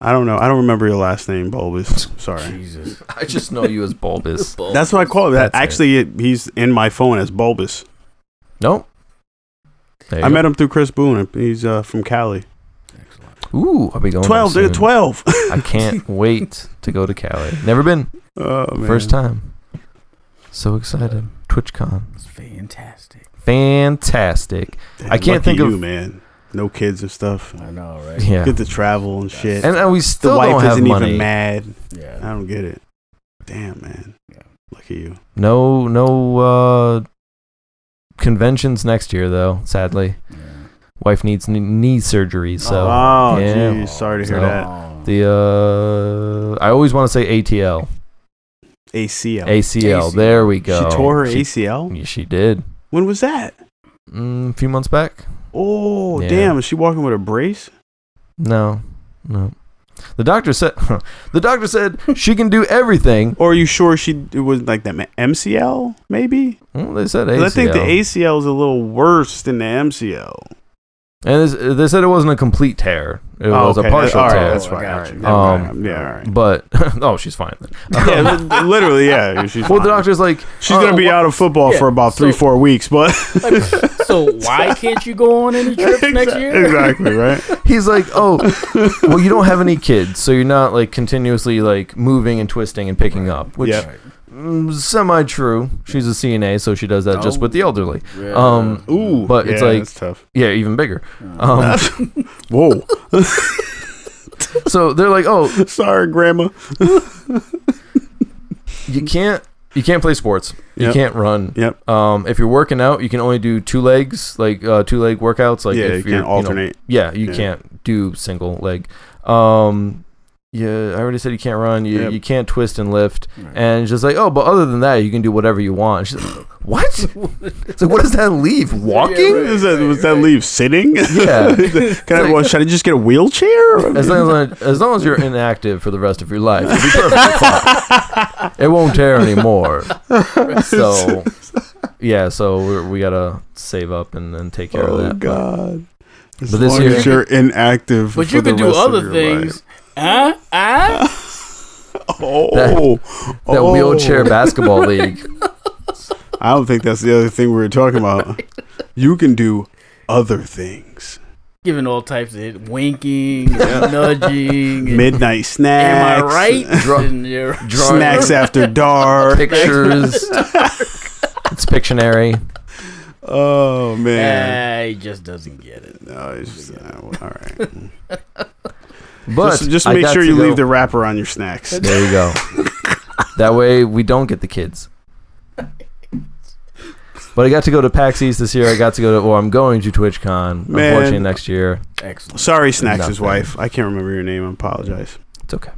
I don't know. I don't remember your last (laughs) name, Bulbus. Sorry. (laughs) Jesus. I just know you as (laughs) Bulbus. That's what I call it. That That's it. actually, it, he's in my phone as Bulbus. Nope. There you I go. met him through Chris Boone. He's uh, from Cali. Excellent. Ooh, I'll be going. there Twelve, dude. soon. Twelve. (laughs) I can't wait to go to Cali. Never been. Oh man. First time. So excited. TwitchCon. It's fantastic. Fantastic. Damn, I can't lucky think of- you, man. No kids and stuff. I know, right? Yeah. Get to travel and shit. And, and we the still don't wife have isn't money. even mad. I Yeah. don't get it. Damn, man. Yeah. Lucky you. No, no uh, conventions next year though. Sadly, yeah. wife needs knee- knee surgery. So oh, yeah. geez. Sorry to hear So- that. the uh, I always want to say ATL, ACL. ACL. ACL. There we go. She tore her She- ACL. Yeah, She did. When was that? Mm, a few months back. Oh Yeah. damn! Is she walking with a brace? No, no. The doctor said. (laughs) the doctor said she can do everything. Or are you sure she it was like that MCL maybe? Well, they said 'Cause ACL. I think the ACL is a little worse than the MCL. and this, they said it wasn't a complete tear. It was a okay. partial All right, tear. that's Oh, I fine. got All right. you. Never Um, mind. yeah, all (laughs) right. But (laughs) oh, she's fine. Then. yeah, li- literally, yeah. She's, Well, fine. the doctor's like, she's uh, gonna be wha- out of football yeah, for about three, so- four weeks, but So why can't you go on any (laughs) (laughs) trips next year? exactly right. He's like, (laughs) oh, well, you don't have any kids, so you're not like continuously like moving and twisting and picking up, which Yeah. semi true. She's a CNA, so she does that just Oh. with the elderly. (laughs) Yeah. Um, Ooh, But it's like- that's tough. Yeah, even bigger. (laughs) Um, Whoa, so they're like, oh, sorry, Grandma. you can't you can't play sports. You Yep. can't run. Yep. Um, if you're working out, you can only do two legs, like uh, two leg workouts. Like yeah, if you you're, can't know- alternate. yeah, you Yeah. can't do single leg. Um, yeah, I already said you can't run. You, Yep. you can't twist and lift. Right. And she's like, oh, but other than that, you can do whatever you want. She's like, (laughs) what? it's like, what does that (laughs) leave? Walking? right, Is that, right, was that right. leave sitting? Yeah. (laughs) Can I, well, should I just get a wheelchair? I As mean, long as, as long as you're inactive for the rest of your life, you'll be perfectly (laughs) fine. It won't tear anymore. So, yeah, so we're, we gotta save up and, and take care of oh that. God! As But this long year- as you're inactive, But for you can the do rest of other your things. Huh? Huh? life. Oh, That oh. wheelchair basketball (laughs) league. I don't think that's the other thing we were (laughs) talking about. You can do other things. Giving all types of hit, winking, and nudging. and- Midnight Am I snacks. right? (laughs) Dra- And you're- (laughs) Drawing uh, Snacks (laughs) after dark. pictures. it's Pictionary. Oh man. Ah, he just doesn't get it. No, it's just, uh, well, all right. But just, just I make got sure to you go- leave the wrapper on your snacks. There you (laughs) go. that way we don't get the kids. But I got to go to PAX East this year. I got to go to, or I'm going to TwitchCon. Man. Unfortunately, next year. Excellent. Sorry, snacks. His Nothing. wife. I can't remember your name. I apologize. It's okay.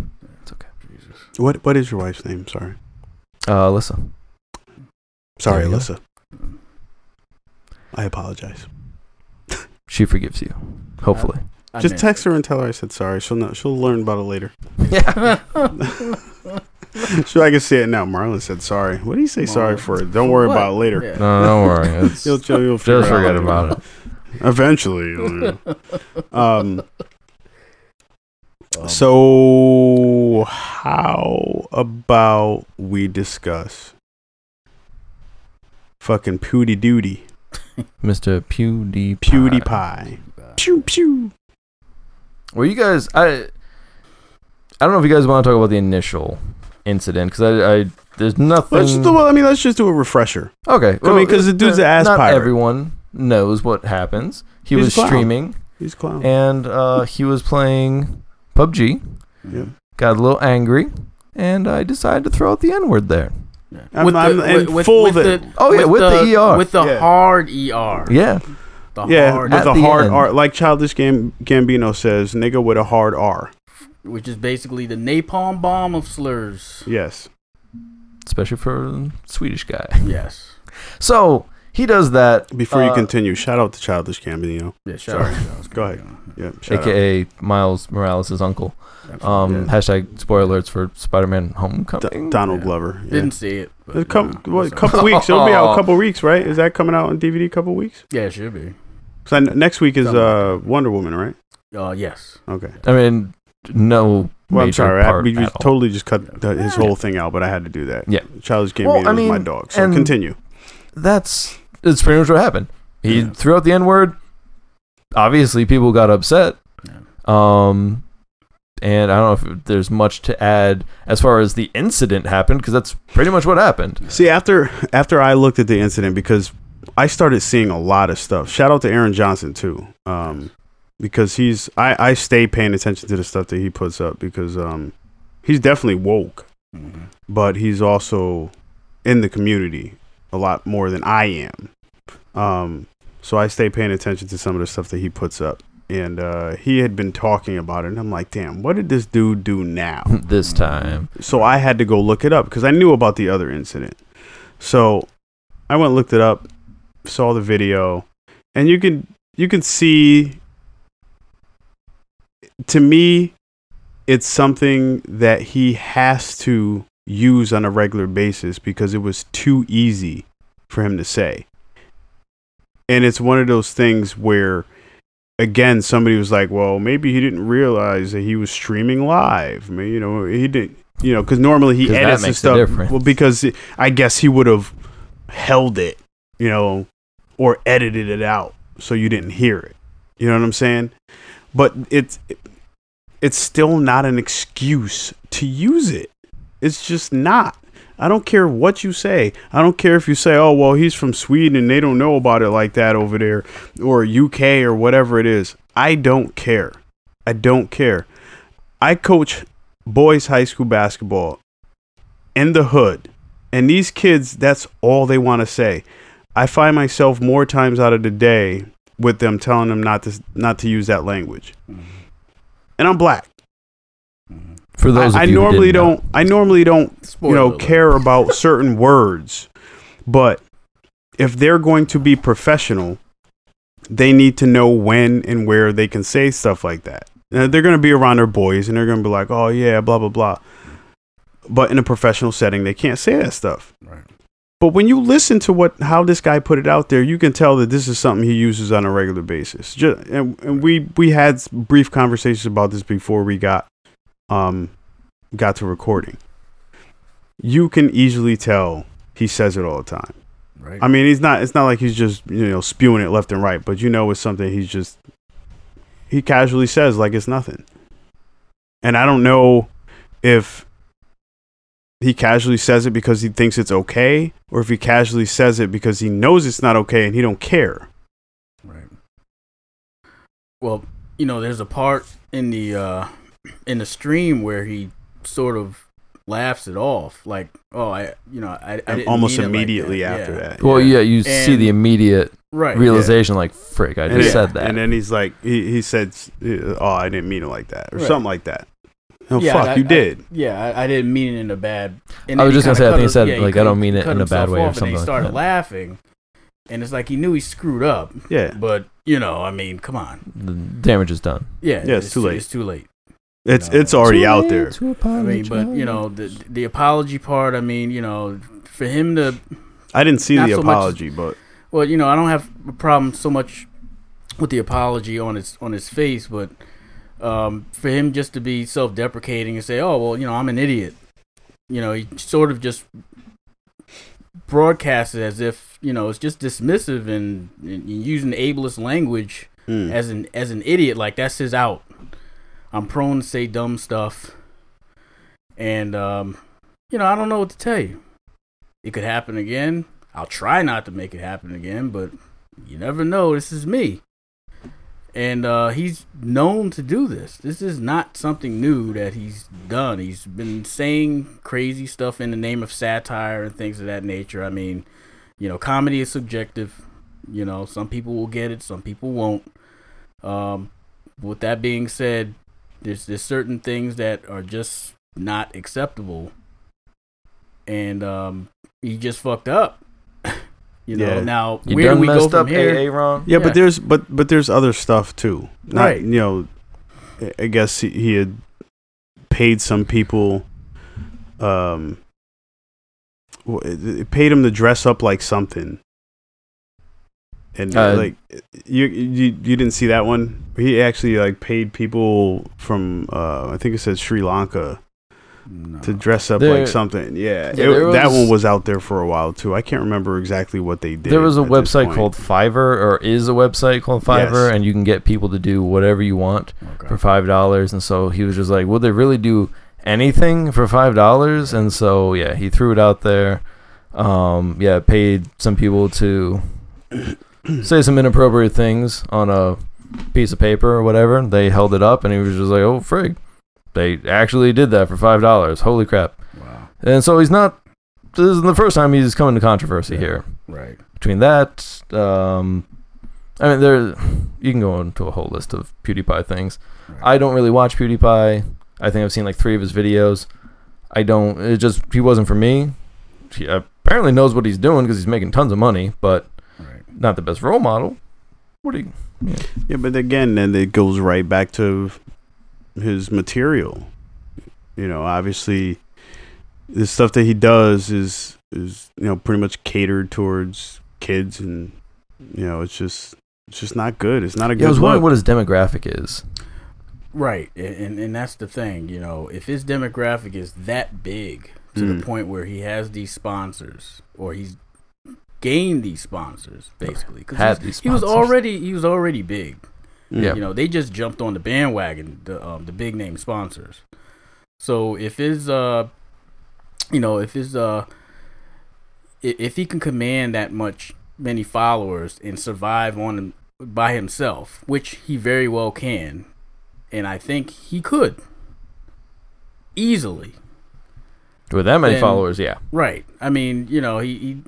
What What is your wife's name? Sorry. Uh, Alyssa. Sorry, There you go. Alyssa. I apologize. She forgives you. Hopefully. I Just meant- text her and tell her I said sorry. She'll know. She'll learn about it later. (laughs) yeah. So I can see it now. Marlon said sorry. What do you say sorry Marlon. for? Don't worry (laughs) What? about it later. Yeah. (laughs) No, don't worry. It's, You'll, just you'll, you'll figure it out forget later. about it. (laughs) Eventually. (laughs) you know. (laughs) um. Um, (laughs) So how about we discuss fucking Pewdie Duty, Mr. PewDiePie. PewDiePie, pew pew. Well, you guys, I, I don't know if you guys want to talk about the initial incident because I, I, there's nothing. Let's just do, well, I mean, let's just do a refresher. Okay. uh, I mean, 'cause the dude's an ass Not pirate. everyone knows what happens. He He's a was clown. streaming He's a clown. and uh, he was playing PUBG. Yeah. Got a little angry, and I decided to throw out the N word there. yeah. I'm- I'm- and full that- Oh, yeah, with the ER. With the Yeah. hard ER. Yeah. The yeah, hard, E with At a the hard end. R, like Childish Gam- Gambino says, "Nigga with a hard R." which is basically the napalm bomb of slurs. Yes. Especially for a Swedish guy. Yes. So he does that. Before you Uh, continue, shout out to Childish Gambino. Yeah, shout out. shout out. Go ahead. Yeah, shout out. AKA Miles Morales' uncle. Um, Yeah. Hashtag spoiler alerts for Spider Man D- Homecoming. Donald Yeah. Glover. Yeah. Didn't see it. but, A couple, you know, what, it's all couple right. weeks. It'll (laughs) be out a couple weeks, right? Is that coming out on DVD? A couple weeks. Yeah, it should be. So I kn- next week is Something uh, like that. Wonder Woman, right? Uh, yes. Okay. I mean, no. Well, I'm major sorry. I, part we at just all. totally just cut the, his Yeah. whole thing out, but I had to do that. Yeah. Childish Gambino Well, I is my mean, dog. So and- continue. that's that's pretty much what happened. He Yeah. threw out the N word. Obviously, people got upset. Yeah. Um, and I don't know if there's much to add as far as the incident happened because that's pretty much what happened. (laughs) See, after after I looked at the incident because I started seeing a lot of stuff. Shout out to Aaron Johnson too, um, because he's I I stay paying attention to the stuff that he puts up because um, he's definitely woke, Mhm. but he's also in the community a lot more than I am. Um, so I stay paying attention to some of the stuff that he puts up. And uh, he had been talking about it, and I'm like, damn, what did this dude do now? this time, So I had to go look it up because I knew about the other incident. So I went and looked it up, saw the video, and you can you can see to me it's something that he has to use on a regular basis because it was too easy for him to say and it's one of those things where again somebody was like well maybe he didn't realize that he was streaming live I mean, you know he didn't you know because normally he 'Cause that edits and makes the stuff difference. well because it- i guess he would have held it you know or edited it out so you didn't hear it you know what i'm saying but it's it's still not an excuse to use it it's just not I don't care what you say. I don't care if you say, "Oh, well, he's from Sweden and they don't know about it like that over there," or UK or whatever it is. I don't care. I don't care. I coach boys high school basketball in the hood, and these kids, that's all they want to say. I find myself more times out of the day with them telling them not to not to use that language. And I'm black. For those I, I of you who normally didn't know. don't. I normally don't Spoiler you know alert. care about (laughs) certain words but if they're going to be professional they need to know when and where they can say stuff like that now, they're going to be around their boys and they're going to be like oh yeah blah blah blah but in a professional setting they can't say that stuff Right. but when you listen to what how this guy put it out there you can tell that this is something he uses on a regular basis Ju- and, and we we had s- brief conversations about this before we got um got to recording you can easily tell he says it all the time. Right. I mean, he's not. It's not like he's just you know spewing it left and right, but you know it's something he's just he casually says like it's nothing. And I don't know if he casually says it because he thinks it's okay, or if he casually says it because he knows it's not okay and he don't care. Right. Well, you know, there's a part in the uh in the stream where he sort of laughs it off, like, "Oh, I, you know, I, I didn't Almost mean it like immediately that." after Yeah. that, Well, yeah, you see And- the immediate right? realization, like, frick, I And just then- said that. and then he's like, he, he said, "Oh, I didn't mean it like that," or Right. something like that. Oh Yeah, fuck, I- you I- did. Yeah, I, I didn't mean it in a bad. And I then was he just gonna kinda say, cut I think he him- said, yeah, like, cut I don't him- mean it cut in a bad himself way or off, and then something He like started that. laughing, and it's like he knew he screwed up, yeah, but you know, I mean, come on, the damage is done. yeah, Yeah, it's too late. It's too late. it's No. it's already out there. I mean, but you know, the the apology part. I mean, you know, for him to I didn't see Not the so much- apology, but Well, you know, I don't have a problem so much with the apology on his on his face, but um, for him just to be self deprecating and say, "Oh, well, you know, I'm an idiot," you know, he sort of just broadcasts it as if you know it's just dismissive and, and using ableist language mm, as an as an idiot like that's his out i'm prone to say dumb stuff and um you know i don't know what to tell you it could happen again i'll try not to make it happen again but you never know this is me and uh he's known to do this this is not something new that he's done he's been saying crazy stuff in the name of satire and things of that nature i mean you know comedy is subjective you know some people will get it some people won't um, with that being said, there's there's certain things that are just not acceptable, and um, he just fucked up. (laughs) you know. Yeah. Now You where do done we go messed from up, here? AA Ron. yeah, yeah. But there's but but there's other stuff too. Not, Right. You know, I- I guess he, he had paid some people. Um, wh- it, it paid him to dress up like something. And Uh, like you, you, you didn't see that one. He actually like paid people from uh, I think it said Sri Lanka No. to dress up There- like something. Yeah, Yeah, it- there that was- one was out there for a while too. I can't remember exactly what they did. There was a at this website point. called Fiverr, or is a website called Fiverr, Yes. and you can get people to do whatever you want Okay. for five dollars. And so he was just like, "Will they really do anything for five dollars?" And so yeah, he threw it out there. Um, yeah, paid some people (coughs) to say some inappropriate things on a piece of paper or whatever. They held it up, and he was just like, "Oh frig, they actually did that for five dollars. Holy crap!" Wow. And so he's not. This isn't the first time he's come into controversy here Right. between that, um, I mean, there you can go into a whole list of PewDiePie things. I don't really watch PewDiePie. I think I've seen like three of his videos. I don't. It just he wasn't for me. He uh, apparently knows what he's doing because he's making tons of money, but Right. not the best role model. What do you? Yeah, but again, then it goes right back to his material. You know, obviously, the stuff that he does is is you know pretty much catered towards kids, and you know it's just it's just not good. It's not a Yeah, I good was look. wondering what his demographic is. Right, and, and and that's the thing, you know, if his demographic is that big to Mm. the point where he has these sponsors or he's gained these sponsors basically because Had these he was sponsors. already he was already big. Mm. Yeah. You know, they just jumped on the bandwagon, the um, the big name sponsors. So if his uh, you know, if his uh, i- if he can command that much many followers and survive on him by himself, which he very well can, and I think he could easily. With that many Then- followers, yeah. Right. I mean, you know, he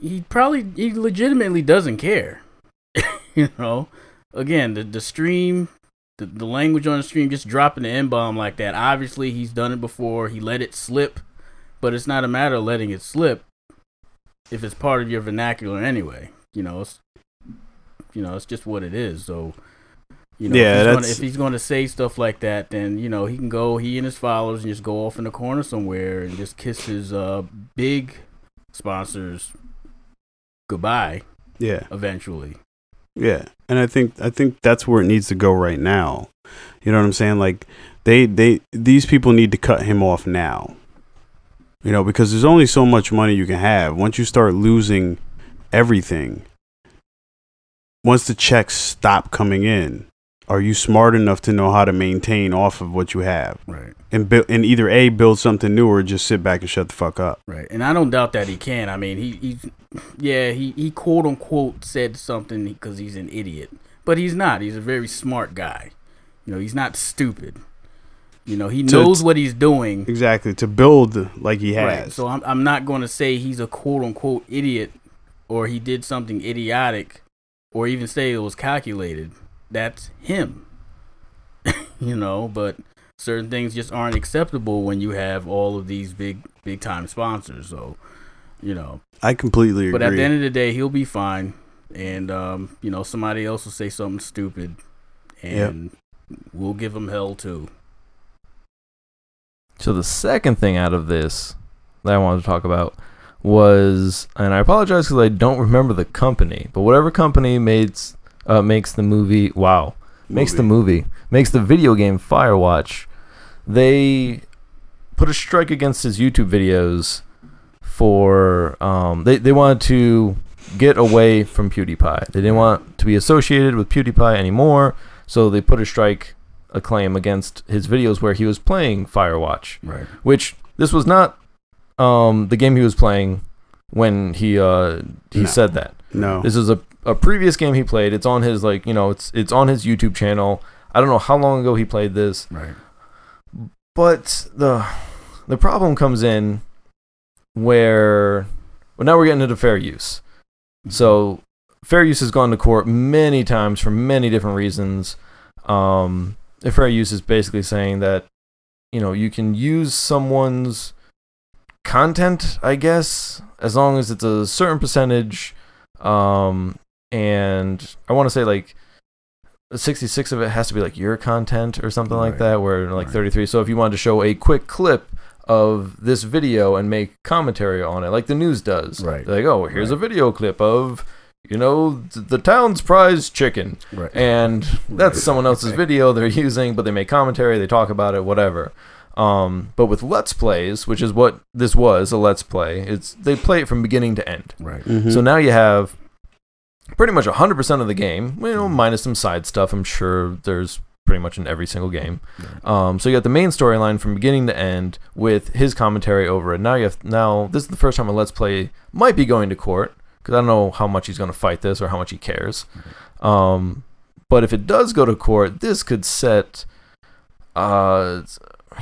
he, he probably he legitimately doesn't care. (laughs) you know, again, the the stream, the, the language on the stream, just dropping the n bomb like that. Obviously, he's done it before. He let it slip, but it's not a matter of letting it slip if it's part of your vernacular anyway. You know, it's you know, it's just what it is. So. You know, Yeah, if he's, gonna, that's- if he's going to say stuff like that, then you know he can go. He and his followers and just go off in the corner somewhere and just kiss his uh, big sponsors goodbye yeah. eventually. Yeah, and I think I think that's where it needs to go right now. You know what I'm saying? Like they they these people need to cut him off now. You know, because there's only so much money you can have. Once you start losing everything, once the checks stop coming in, are you smart enough to know how to maintain off of what you have Right. and build and either a build something new or just sit back and shut the fuck up? Right. And I don't doubt that he can. I mean, he he's yeah, he he quote unquote said something because he's an idiot, but he's not. He's a very smart guy. You know, he's not stupid. You know, he So knows it's- what he's doing. Exactly to build like he has. Right. So I'm I'm not going to say he's a quote unquote idiot or he did something idiotic or even say it was calculated. That's him. (laughs) you know, but certain things just aren't acceptable when you have all of these big big time sponsors. So, you know, I completely agree. but at the end of the day, he'll be fine and um, you know, somebody else will say something stupid Yep. and we'll give him hell too. So the second thing out of this that I wanted to talk about was, and I apologize because I don't remember the company, but whatever company makes uh, makes the movie, wow, makes the movie, makes the video game Firewatch, they put a strike against his YouTube videos for um, they they wanted to get away from PewDiePie. They didn't want to be associated with PewDiePie anymore, so they put a strike, a claim against his videos where he was playing Firewatch Right. which this was not um, the game he was playing when he uh, he No. said that. no. This is a, a previous game he played. It's on his like you know it's it's on his YouTube channel. I don't know how long ago he played this, Right. but the the problem comes in where well now we're getting into fair use. So fair use has gone to court many times for many different reasons. Um, and fair use is basically saying that you know you can use someone's content, I guess, as long as it's a certain percentage. Um, and I want to say like 66 of it has to be like your content or something like Right. that, where like Right. 33. So if you wanted to show a quick clip of this video and make commentary on it, like the news does, Right. They're like, oh, here's a Right. video clip of you know th- the town's prize chicken Right. and that's someone else's Right. video they're (laughs) using, but they make commentary, they talk about it, whatever. Um, but with let's plays, which is what this was a let's play, it's they play it from beginning to end. Right. Mhm. So now you have pretty much 100% of the game, you know, minus some side stuff. I'm sure there's pretty much in every single game. Right. Um, so you got the main storyline from beginning to end with his commentary over it. Now you have now this is the first time a let's play might be going to court because I don't know how much he's going to fight this or how much he cares. Um, but if it does go to court, this could set. Uh, it's-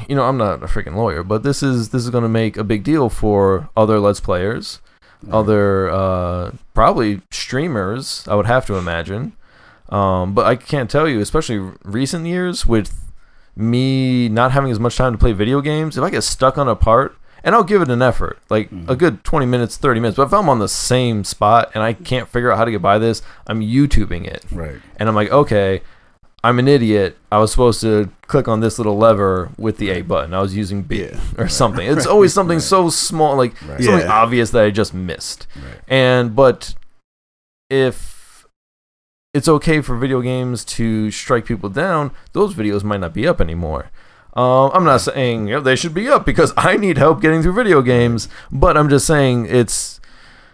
you know, I'm not a freaking lawyer, but this is this is going to make a big deal for other let's players other uh, probably streamers. I would have to imagine, um, but I can't tell you, especially recent years with me not having as much time to play video games. If I get stuck on a part and I'll give it an effort, like a Mhm. good 20 minutes, 30 minutes. But if I'm on the same spot and I can't figure out how to get by this, I'm YouTubing it. Right. And I'm like, okay, I'm an idiot. I was supposed to click on this little lever with the A button. I was using B Yeah. or something. (laughs) It's always something so small, like Right. Yeah. something obvious that I just missed. Right. And but if it's okay for video games to strike people down, those videos might not be up anymore. Um, I'm not saying you know, they should be up because (laughs) I need help getting through video games, but I'm just saying it's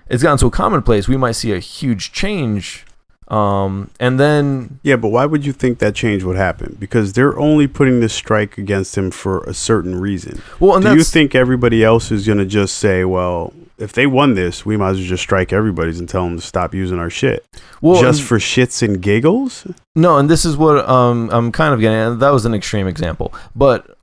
it's gotten so commonplace. We might see a huge change, um, and then Yeah, but why would you think that change would happen? Because they're only putting this strike against him for a certain reason. well, and Do you that's think everybody else is going to just say, well, if they won this, we might as well just strike everybody's and tell them to stop using our shit? well, just and- for shits and giggles? No, and this is what um, I'm kind of getting at. That was an extreme example. But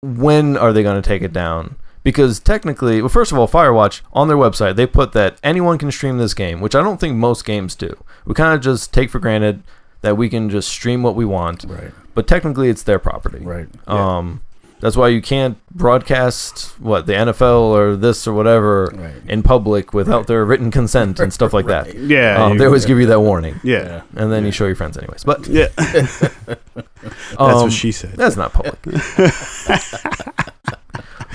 when are they going to take it down? Because technically, well, first of all, Firewatch, on their website, they put that anyone can stream this game, which I don't think most games do. We kind of just take for granted that we can just stream what we want, Right. but technically, it's their property. Right. Yeah. Um, that's why you can't broadcast, what, the NFL or this or whatever Right. in public without Right. their written consent and stuff like that. Yeah. Um, you- they always give you that warning. yeah. And then you show your friends, anyways. But Yeah. (laughs) um, That's what she said. That's not public. (laughs)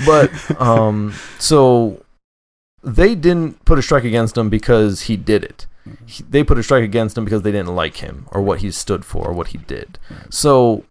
but um, so they didn't put a strike against him because he did it. Mm-hmm. He, they put a strike against him because they didn't like him or what he stood for or what he did. So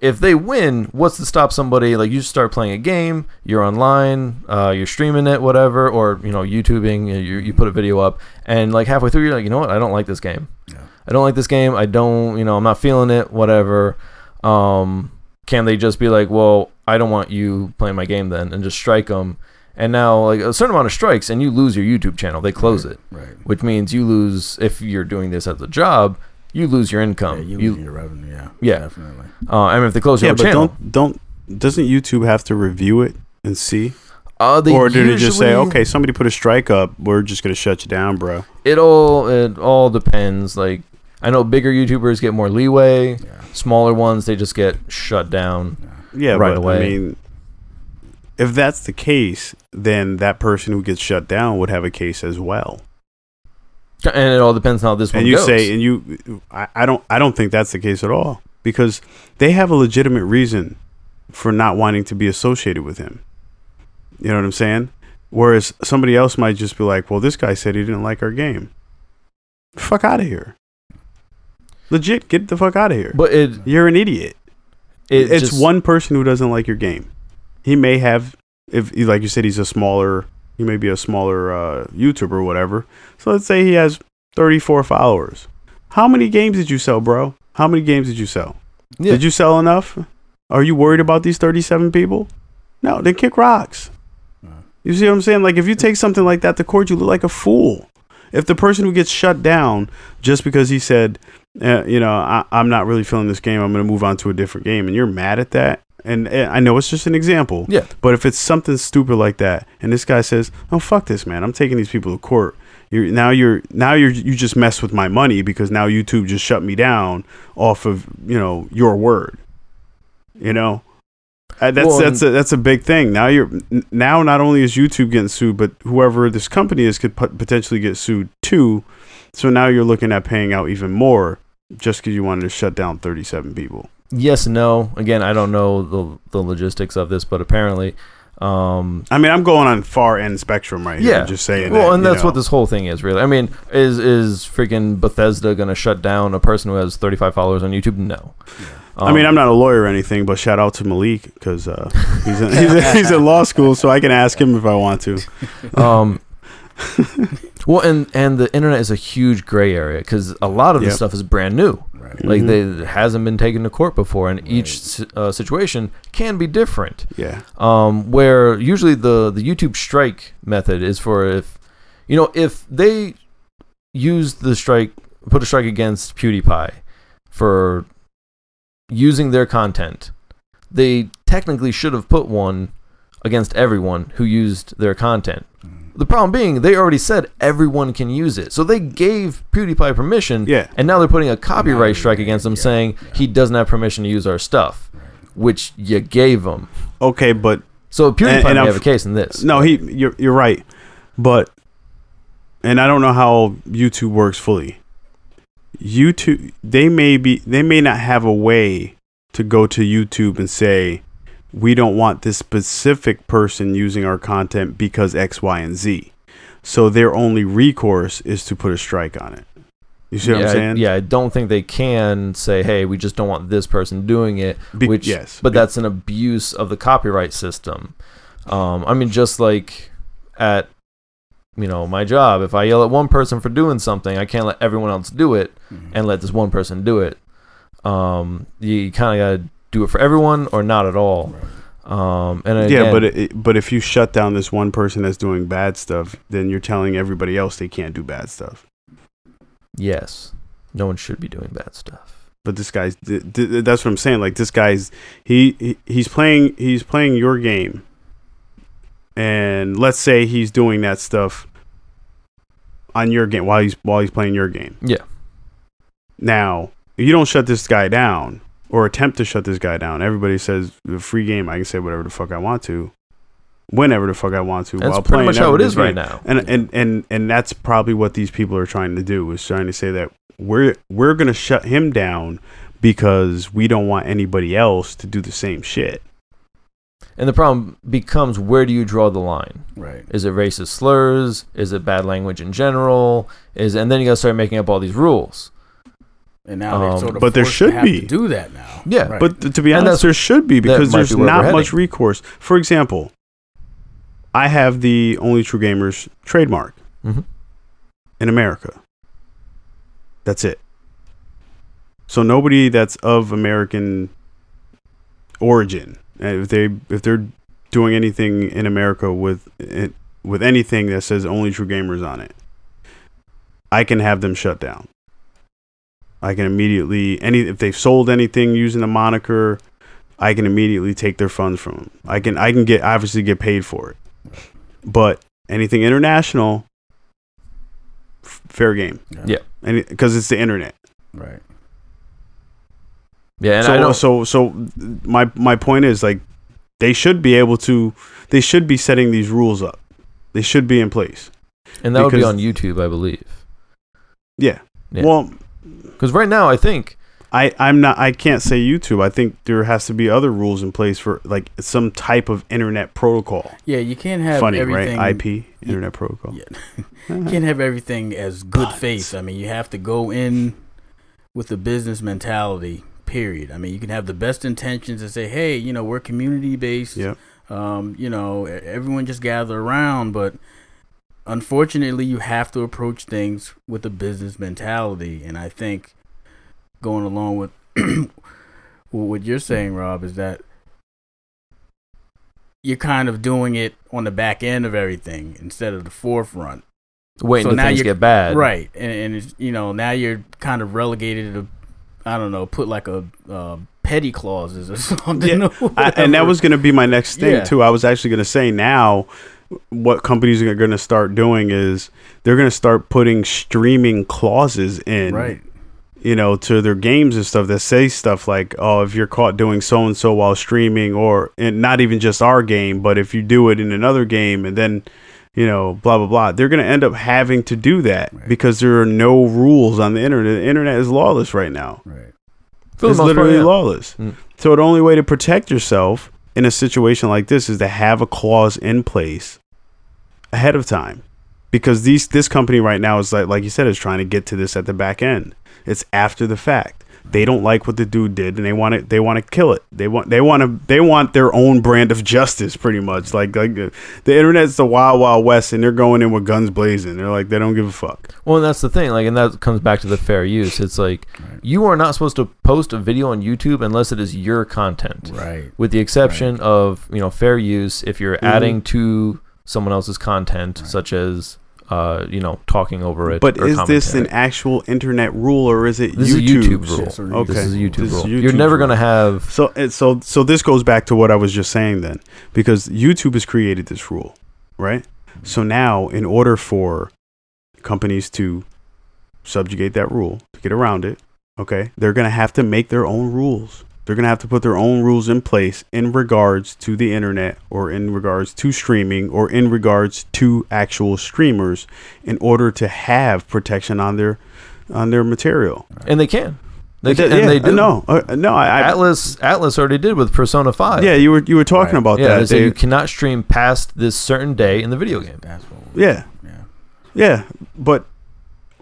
if they win, what's to stop somebody like you start playing a game, you're online, uh, you're streaming it, whatever, or you know YouTubing, you, you you put a video up, and like halfway through you're like, you know what, I don't like this game. Yeah. I don't like this game. I don't, you know, I'm not feeling it. Whatever. Um, can they just be like, well, I don't want you playing my game then, and just strike them? And now, like a certain amount of strikes, and you lose your YouTube channel. They close it, Right. which means you lose. If you're doing this as a job, you lose your income. yeah, you, you, lose your revenue. Yeah. Yeah. Definitely. uh, I mean, if they close Yeah, your but channel, don't don't doesn't YouTube have to review it and see, uh, they or did it just say, usually- okay, somebody put a strike up, we're just gonna shut you down, bro? It all it all depends. Like I know bigger YouTubers get more leeway. Yeah. Smaller ones, they just get shut down. Yeah, Right but, away. I mean, if that's the case, then that person who gets shut down would have a case as well. And it all depends on how this one and you goes. say, and you, I, I don't, I don't think that's the case at all because they have a legitimate reason for not wanting to be associated with him. You know what I'm saying? Whereas somebody else might just be like, "Well, this guy said he didn't like our game. Fuck out of here. Legit, get the fuck out of here. but it You're an idiot." it it's just- one person who doesn't like your game. He may have, if like you said, he's a smaller, he may be a smaller uh, YouTuber or whatever. So let's say he has 34 followers. How many games did you sell, bro? How many games did you sell? Yeah. Did you sell enough? Are you worried about these 37 people? No, then kick rocks. Yeah. You see what I'm saying? Like if you take something like that to court, you look like a fool. If the person who gets shut down just because he said, uh, you know, I, I'm not really feeling this game, I'm going to move on to a different game, and you're mad at that, and, and I know it's just an example, Yeah. but if it's something stupid like that, and this guy says, "Oh fuck this, man, I'm taking these people to court," you're, now you're now you're you just mess with my money because now YouTube just shut me down off of you know your word, you know. Uh, that's Well, that's a, that's a big thing. Now you're n- now not only is YouTube getting sued, but whoever this company is could pot- potentially get sued too. So now you're looking at paying out even more just because you wanted to shut down 37 people. yes and no again i don't know the, the logistics of this but apparently um I mean, I'm going on far end spectrum right here. yeah I'm just saying. well that, and you that's know. what this whole thing is really i mean is is freaking bethesda gonna shut down a person who has 35 followers on youtube no Um, I mean, I'm not a lawyer or anything, but shout out to Malik because uh, he's, in- he's, in- he's in law school, so I can ask him if I want to. not um (laughs) well and and the internet is a huge gray area because a lot of this Yep. stuff is brand new Right. like Mhm. they it hasn't been taken to court before and each Right. si- uh, situation can be different Yeah, um, where usually the the YouTube strike method is for if you know if they use the strike put a strike against PewDiePie for using their content, they technically should have put one against everyone who used their content. The problem being they already said everyone can use it, so they gave PewDiePie permission, Yeah. and now they're putting a copyright strike yeah, against him, yeah, saying yeah. he doesn't have permission to use our stuff, which you gave him. okay, but So PewDiePie and may I'm have a f- case in this. No, he. You're you're right, but and I don't know how YouTube works fully. YouTube, they may be, they may not have a way to go to YouTube and say, we don't want this specific person using our content because X, Y, and Z. So their only recourse is to put a strike on it. You see yeah, what I'm I- saying? yeah, I don't think they can say, "Hey, we just don't want this person doing it." Be- which, yes, but be- that's an abuse of the copyright system. Um, I mean, just like at you know my job, if I yell at one person for doing something, I can't let everyone else do it Mm-hmm. and let this one person do it. Um, you kind of got to do it for everyone or not at all. Um, and again, yeah, but it, it- but if you shut down this one person that's doing bad stuff, then you're telling everybody else they can't do bad stuff. yes, no one should be doing bad stuff. But this guy's th- th- that's what I'm saying. Like this guy's he, he he's playing he's playing your game, and let's say he's doing that stuff on your game while he's while he's playing your game. Yeah. Now if you don't shut this guy down or attempt to shut this guy down. Everybody says free game. I can say whatever the fuck I want to, whenever the fuck I want to. That's while pretty playing much how it everybody's is right game." now. and and and and that's probably what these people are trying to do is trying to say that we're we're gonna shut him down because we don't want anybody else to do the same shit. And the problem becomes where do you draw the line? Right. Is it racist slurs? Is it bad language in general? Is and then you gotta start making up all these rules. And now they're Um, sort of but there forced should to have be. to do that now. Yeah, Right. But th- to be And honest, that's- there should be because might there's be where not we're much heading. recourse. For example, I have the Only True Gamers trademark Mhm. in America. That's it. So nobody that's of American origin, and if they if they're doing anything in America with it, with anything that says Only True Gamers on it, I can have them shut down. I can immediately any if they've sold anything using the moniker, I can immediately take their funds from them. I can I can get obviously get paid for it, but anything international, f- fair game. Yeah. because it's the internet. Right. Yeah, and so I don't. so so my my point is like they should be able to they should be setting these rules up. They should be in place. and that would be because- on YouTube, I believe. Yeah. Yeah. Well, Because right now, I think I I'm not I can't say YouTube. I think there has to be other rules in place for like some type of internet protocol. Yeah, you can't have Funny, everything. right? IP internet protocol. (laughs) Yeah. You can't have everything as good But- faith. I mean, you have to go in with a business mentality. Period. I mean, you can have the best intentions and say, "Hey, you know, we're community based. Yep. Um, you know, e- everyone just gather around." But unfortunately, you have to approach things with a business mentality. And I think going along with (clears throat) what you're saying, Rob, is that you're kind of doing it on the back end of everything instead of the forefront. waiting So till now things you're- get bad. Right, and, and it's, you know now you're kind of relegated to, I don't know, put like a uh, petty clauses or (laughs) something. Yeah, or I, and whatever. that was going to be my next thing Yeah. too. I was actually going to say now, what companies are going to start doing is they're going to start putting streaming clauses in, right. you know, to their games and stuff that say stuff like, "Oh, if you're caught doing so and so while streaming, or and not even just our game, but if you do it in another game, and then." You know, blah blah blah. They're going to end up having to do that because there are no rules on the internet. The internet is lawless right now Right. For the it's most literally part, yeah. lawless. Mm. So the only way to protect yourself in a situation like this is to have a clause in place ahead of time, because these this company right now is like like you said is trying to get to this at the back end. It's after the fact. They don't like what the dude did, and they want to they want to kill it. They want they want to they want their own brand of justice, pretty much. Like like uh, the internet's the wild wild west, and they're going in with guns blazing. They're like they don't give a fuck. Well, and that's the thing. Like, and that comes back to the fair use. It's like you are not supposed to post a video on YouTube unless it is your content. Right. with the exception of you know fair use if you're adding to someone else's content such as uh, you know talking over it But or is this an commentary. actual internet rule or is it this is a YouTube YouTube's? rule Yes, or Okay. this is a YouTube This is rule YouTube's you're never rule. gonna have So and so so this goes back to what I was just saying then, because YouTube has created this rule, right? So now, in order for companies to subjugate that rule to get around it, okay, they're gonna have to make their own rules. They're going to have to put their own rules in place in regards to the internet or in regards to streaming or in regards to actual streamers in order to have protection on their on their material. and they can. They Yeah, can, and they do. No, uh, no, I, I Atlas Atlas already did with Persona Five. yeah, you were you were talking Right. about yeah. that. so They- you cannot stream past this certain day in the video game. That's what. we- yeah, Yeah. yeah, but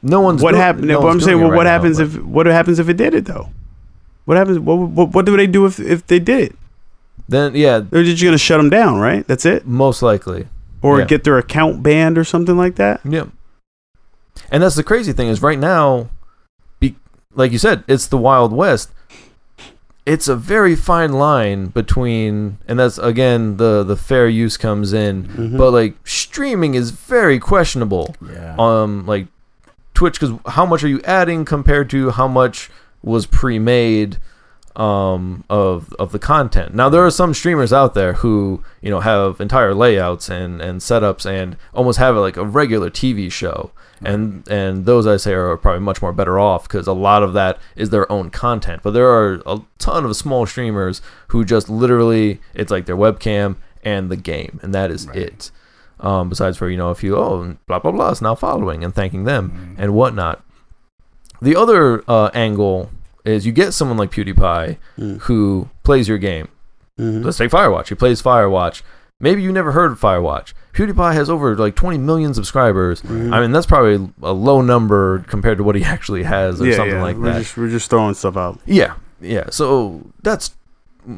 No one's what doing- happened? No but one's I'm doing saying, it well, right what now, happens but- if what happens if it did it though? What happens? What what, what do they do if if they did it? then? Yeah, They're just gonna shut them down, right? That's it, most likely. or Yeah. get their account banned or something like that. Yeah. And that's the crazy thing is right now, be, like you said, it's the Wild West. It's a very fine line between, and that's again the the fair use comes in, Mm-hmm. but like streaming is very questionable. Yeah. Um, like Twitch, because how much are you adding compared to how much was pre-made? um of of the content now there are some streamers out there who you know have entire layouts and and setups and almost have it like a regular tv show and and those i say are probably much more better off because a lot of that is their own content but there are a ton of small streamers who just literally it's like their webcam and the game and that is it um besides for you know a few oh blah blah blah is now following and thanking them and whatnot the other uh, angle is you get someone like PewDiePie who plays your game. Mm-hmm, Mm. Let's take Firewatch. He plays Firewatch. Maybe you never heard of Firewatch. PewDiePie has over like 20 million subscribers. Mm. mm-hmm. I mean, that's probably a low number compared to what he (laughs) actually has or something like we're that. Just, we're just throwing stuff out. Yeah, yeah. So that's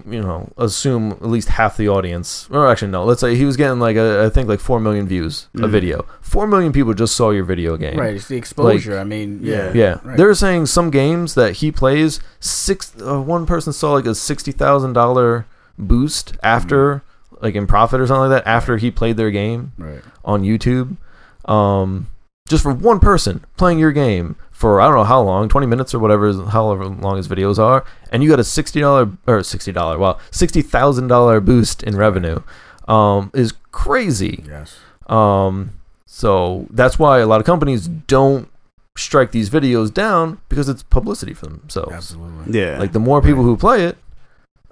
you know assume at least half the audience, or actually no, let's say he was getting like a, I think like four million views a video. Four million people just saw your video Mm. game. Mm-hmm. Right. It's the exposure. I mean. Yeah. Yeah, Right. they're saying some games that he plays six. Uh, one person saw like a sixty thousand dollar boost after, Mm. like in profit or something like that, after he played their game Right. on YouTube, um, just for one person playing your game for I don't know how long, twenty minutes or whatever, is- however long his videos are, and you got a sixty dollar or sixty dollar, wow, sixty thousand dollar boost in revenue, um, is crazy. Yes. Um, so that's why a lot of companies don't strike these videos down because it's publicity for themselves. Absolutely. Yeah, Like the more people who play it,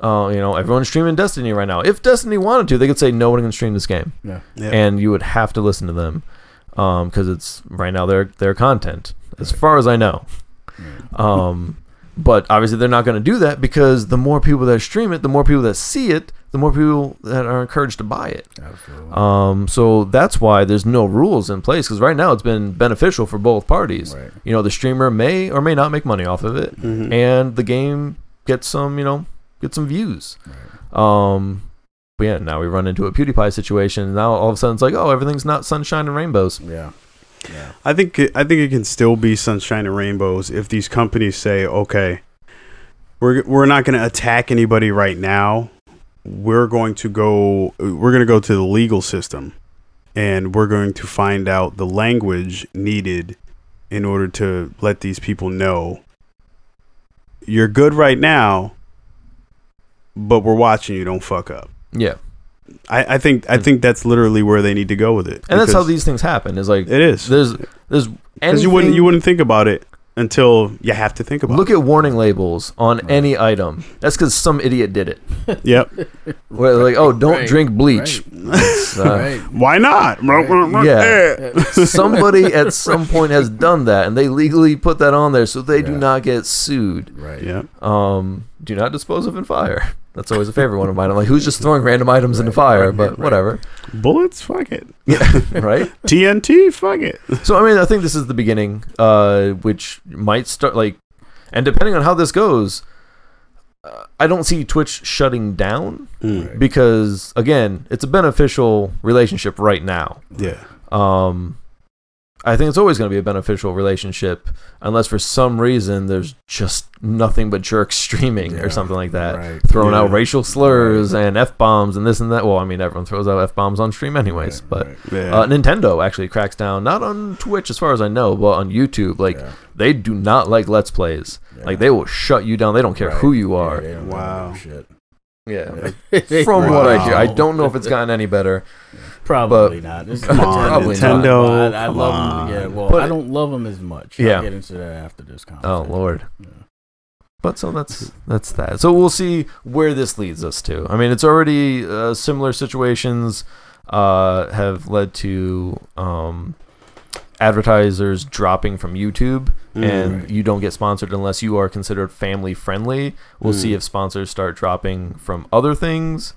uh, you know, everyone's streaming Destiny right now. If Destiny wanted to, they could say no one can stream this game, Yeah. yeah. and you would have to listen to them because it's right now their their content, as far as I know. Um, (laughs) but obviously they're not going to do that because the more people that stream it, the more people that see it, the more people that are encouraged to buy it. Absolutely. Um, so that's why there's no rules in place because right now it's been beneficial for both parties. Right. You know, the streamer may or may not make money off of it, Mm-hmm. and the game gets some, you know, gets some views. Um, but yeah, now we run into a PewDiePie situation. And now all of a sudden it's like, oh, everything's not sunshine and rainbows. Yeah. Yeah. I think it- I think it can still be sunshine and rainbows if these companies say, okay, we're we're not going to attack anybody right now. We're going to go. We're going to go to the legal system, and we're going to find out the language needed in order to let these people know you're good right now, but we're watching you. Don't fuck up. Yeah, I, I think I think that's literally where they need to go with it. Hmm. and that's how because these things happen. Is like it is. there's there's Because you wouldn't anything- you wouldn't think about it until you have to think about look at warning labels on any item. That's because some idiot did it. it. Yep. Where they're like, oh, don't Right. drink bleach. It's, uh, (laughs) Right. (laughs) Why not? Yeah. (laughs) somebody at some point has done that and they legally put that on there so they do Yeah. not get sued Right. Yep. um do not dispose of in fire that's always a favorite one of mine i'm like who's just throwing random items into fire but whatever Bullets? Fuck (laughs) it. right TNT? Fuck it. so i mean i think this is the beginning uh which might start like and depending on how this goes uh, i don't see twitch shutting down Right. because again it's a beneficial relationship right now Yeah. um I think it's always going to be a beneficial relationship unless for some reason there's just nothing but jerks streaming Yeah, or something like that. right. Throwing out Yeah. racial slurs and F bombs and this and that. Well, I mean, everyone throws out F bombs on stream, anyways. Right, but right. Yeah. uh, Nintendo actually cracks down, not on Twitch as far as I know, but on YouTube. Like, Yeah. they do not like Let's Plays. Like, they will shut you down. They don't care Right. who you Yeah, are. they don't know Wow. Shit. (laughs) Yeah. They- From what I hear, I Wow. don't know if it's gotten any better. (laughs) Probably not. This is (laughs) Come a on, terrible Nintendo, time. I, I come love on. them. Yeah, well, But- I don't love them as much. Yeah. I'll get into that after this Oh, conversation. Lord. But so that's that's that. So we'll see where this leads us to. I mean, it's already uh, similar situations uh, have led to um, advertisers dropping from YouTube, Mm. and you don't get sponsored unless you are considered family friendly. We'll see Mm. if sponsors start dropping from other things.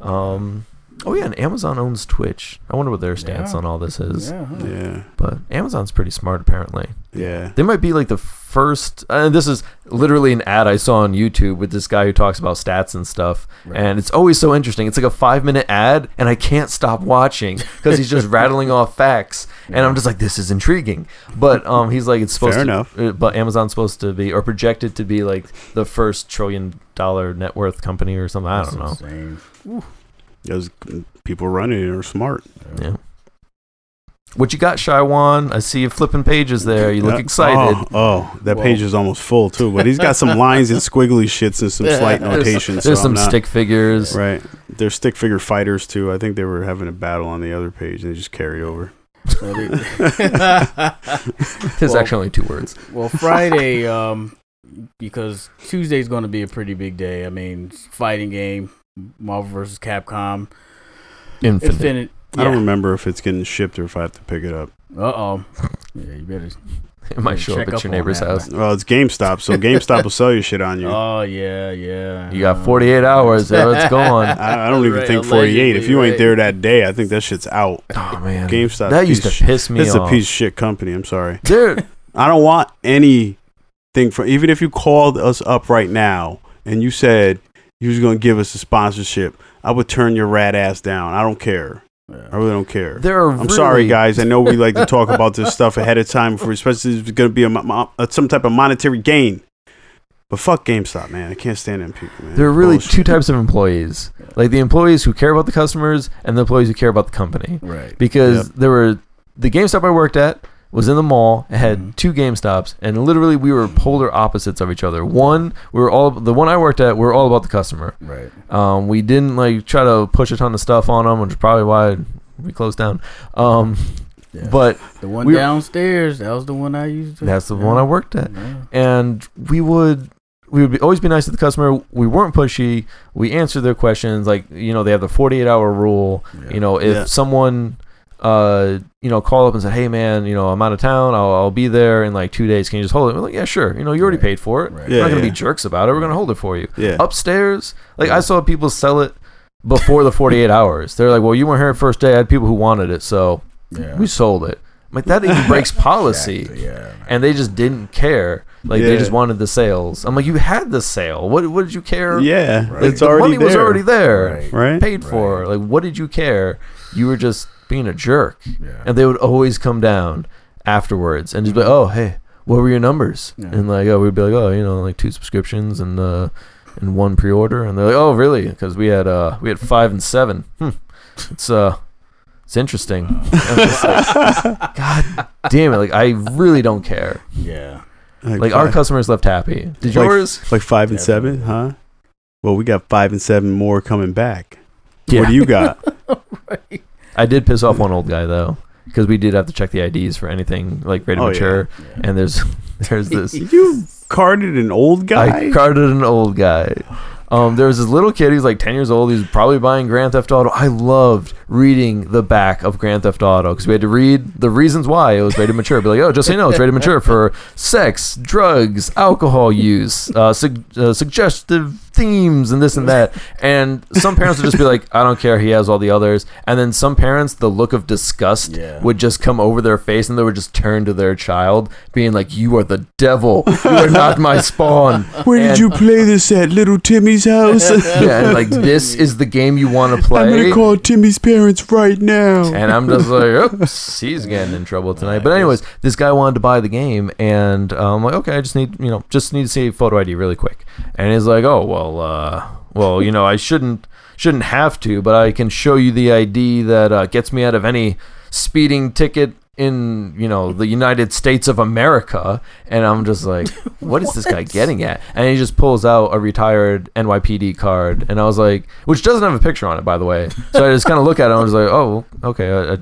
Um, oh yeah, and Amazon owns Twitch. I wonder what their stance Yeah. on all this is. Yeah, huh. Yeah. But Amazon's pretty smart, apparently. Yeah. They might be like the first. And this is literally an ad I saw on YouTube with this guy who talks about stats and stuff. Right. And it's always so interesting. It's like a five minute ad, and I can't (laughs) stop watching because he's just rattling off facts. And I'm just like, this is intriguing. But um, he's like, it's supposed Fair to. enough. uh, But Amazon's supposed to be, or projected to be, like the first trillion dollar net worth company or something. I That's don't know. insane. Those people running it are smart. Yeah. What you got, Shywan? I see you flipping pages there. You look Uh, excited. Oh, oh, that Whoa. page is almost full too. But he's (laughs) got some lines and squiggly shits and some slight There's- notations. There's so some I'm not- stick figures. Right. There's stick figure fighters too. I think they were having a battle on the other page and they just (laughs) carry over. (laughs) Well, they- There's Well- actually only two words. well, Friday, um, because Tuesday's going to be a pretty big day. I mean, fighting game, Marvel versus Capcom, Infinite. Infinite. I don't remember if it's getting shipped or if I have to pick it up. Uh oh. Yeah, you better. It might Yeah, show up check at up your on neighbor's that, house. Well, it's (laughs) GameStop, so GameStop will sell you shit on you. Oh yeah, yeah. You got 48 hours, (laughs) yo, it's gone. I, I don't even Right, think 48. If allegedly, you right. ain't there that day, I think that shit's out. Oh man, GameStop. that piece used to of shit. piss me It's a off. piece of shit company. I'm sorry. Dude, I don't want anything from even if you called us up right now and you said you was gonna give us a sponsorship, I would turn your rat ass down. I don't care. I really don't care. there are. I'm sorry, really- guys. I know we like to talk about this stuff ahead of time, for especially if it's going to be a, mo- mo- uh, some type of monetary gain. But fuck GameStop, man. I can't stand them people, man. There are really Bullshit. two types of employees, like the employees who care about the customers and the employees who care about the company. Right. Because Yep. there were the GameStop I worked at was in the mall. It had Mhm. two GameStops, and literally we were polar opposites of each other. One, we were all the one I worked at. We were all about the customer. Right. Um, we didn't like try to push a ton of stuff on them, which is probably why we closed down. Um, Yeah. But the one we- downstairs, that was the one I used. To, That's the one I worked at. And we would we would be, always be nice to the customer. We weren't pushy. We answered their questions. Like you know, they have the forty eight hour rule. You know, if Yeah. someone uh you know call up and said, hey man, you know I'm out of town. I'll, I'll be there in like two days. Can you just hold it? We're like, yeah, sure. You know, you already Right. paid for it. Right. We're Yeah. not gonna be jerks about it. We're gonna hold it for you. Yeah. Upstairs, like I saw people sell it before the forty eight (laughs) hours. They're like, well, you weren't here first day. I had people who wanted it, so Yeah. we sold it. I'm like that even (laughs) breaks policy Exactly, Yeah. and they just didn't care. Like they Yeah. just wanted the sales. I'm like, you had the sale. What what did you care? yeah. Right. Like, It's the already money there. was already there, Right. Right? paid for. Like what did you care? You were just being a jerk. Yeah. And they would always come down afterwards and just be like, oh hey, what were your numbers? Yeah. And like, oh, we'd be like, oh, you know, like two subscriptions and uh, and one pre-order. And they're like, oh, really? Because we had uh, we had five and seven. Hmm. It's uh, it's interesting. I'm (laughs) just (laughs) like, God damn it! Like I really don't care. yeah. (laughs) Like our five- customers left happy. Did Like- yours? like five and seven, huh? Well, we got five and seven more coming back. (laughs) What do you got? Right. I did piss off one old guy though, because we did have to check the IDs for anything like rated Oh, yeah. mature. Yeah. And there's (laughs) there's this. you carded an old guy? I carded an old guy. Um, there was this little kid. He's like ten years old. He's probably buying Grand Theft Auto. I loved reading the back of Grand Theft Auto because we had to read the reasons why it was rated mature. Be like, oh, just so you know, it's rated mature for sex, drugs, alcohol use, uh, sug- uh, suggestive themes, and this and that. And some parents would just be like, I don't care. He has all the others. And then some parents, the look of disgust Yeah. would just come over their face, and they would just turn to their child, being like, "You are the devil. You are not my spawn." (laughs) Where did And- you play this at? Little (laughs) Timmy's house? (laughs) yeah, and like this is the game you want to I'm play. going to call Timmy's parents right now. and I'm just like, oops, he's getting in trouble tonight. But anyways, this guy wanted to buy the game, and uh, I'm like, okay, I just need, you know, just need to see photo ID really quick. And he's like, oh well, uh, well, you know, I shouldn't shouldn't have to, but I can show you the ID that uh, gets me out of any speeding ticket in you know the United States of America. And I'm (laughs) just like, what is this guy getting at? And he just pulls out a retired NYPD card, and I was like, which doesn't have a picture on it, by the way. So I just kind of look at it, and I was like, oh, okay, I, I,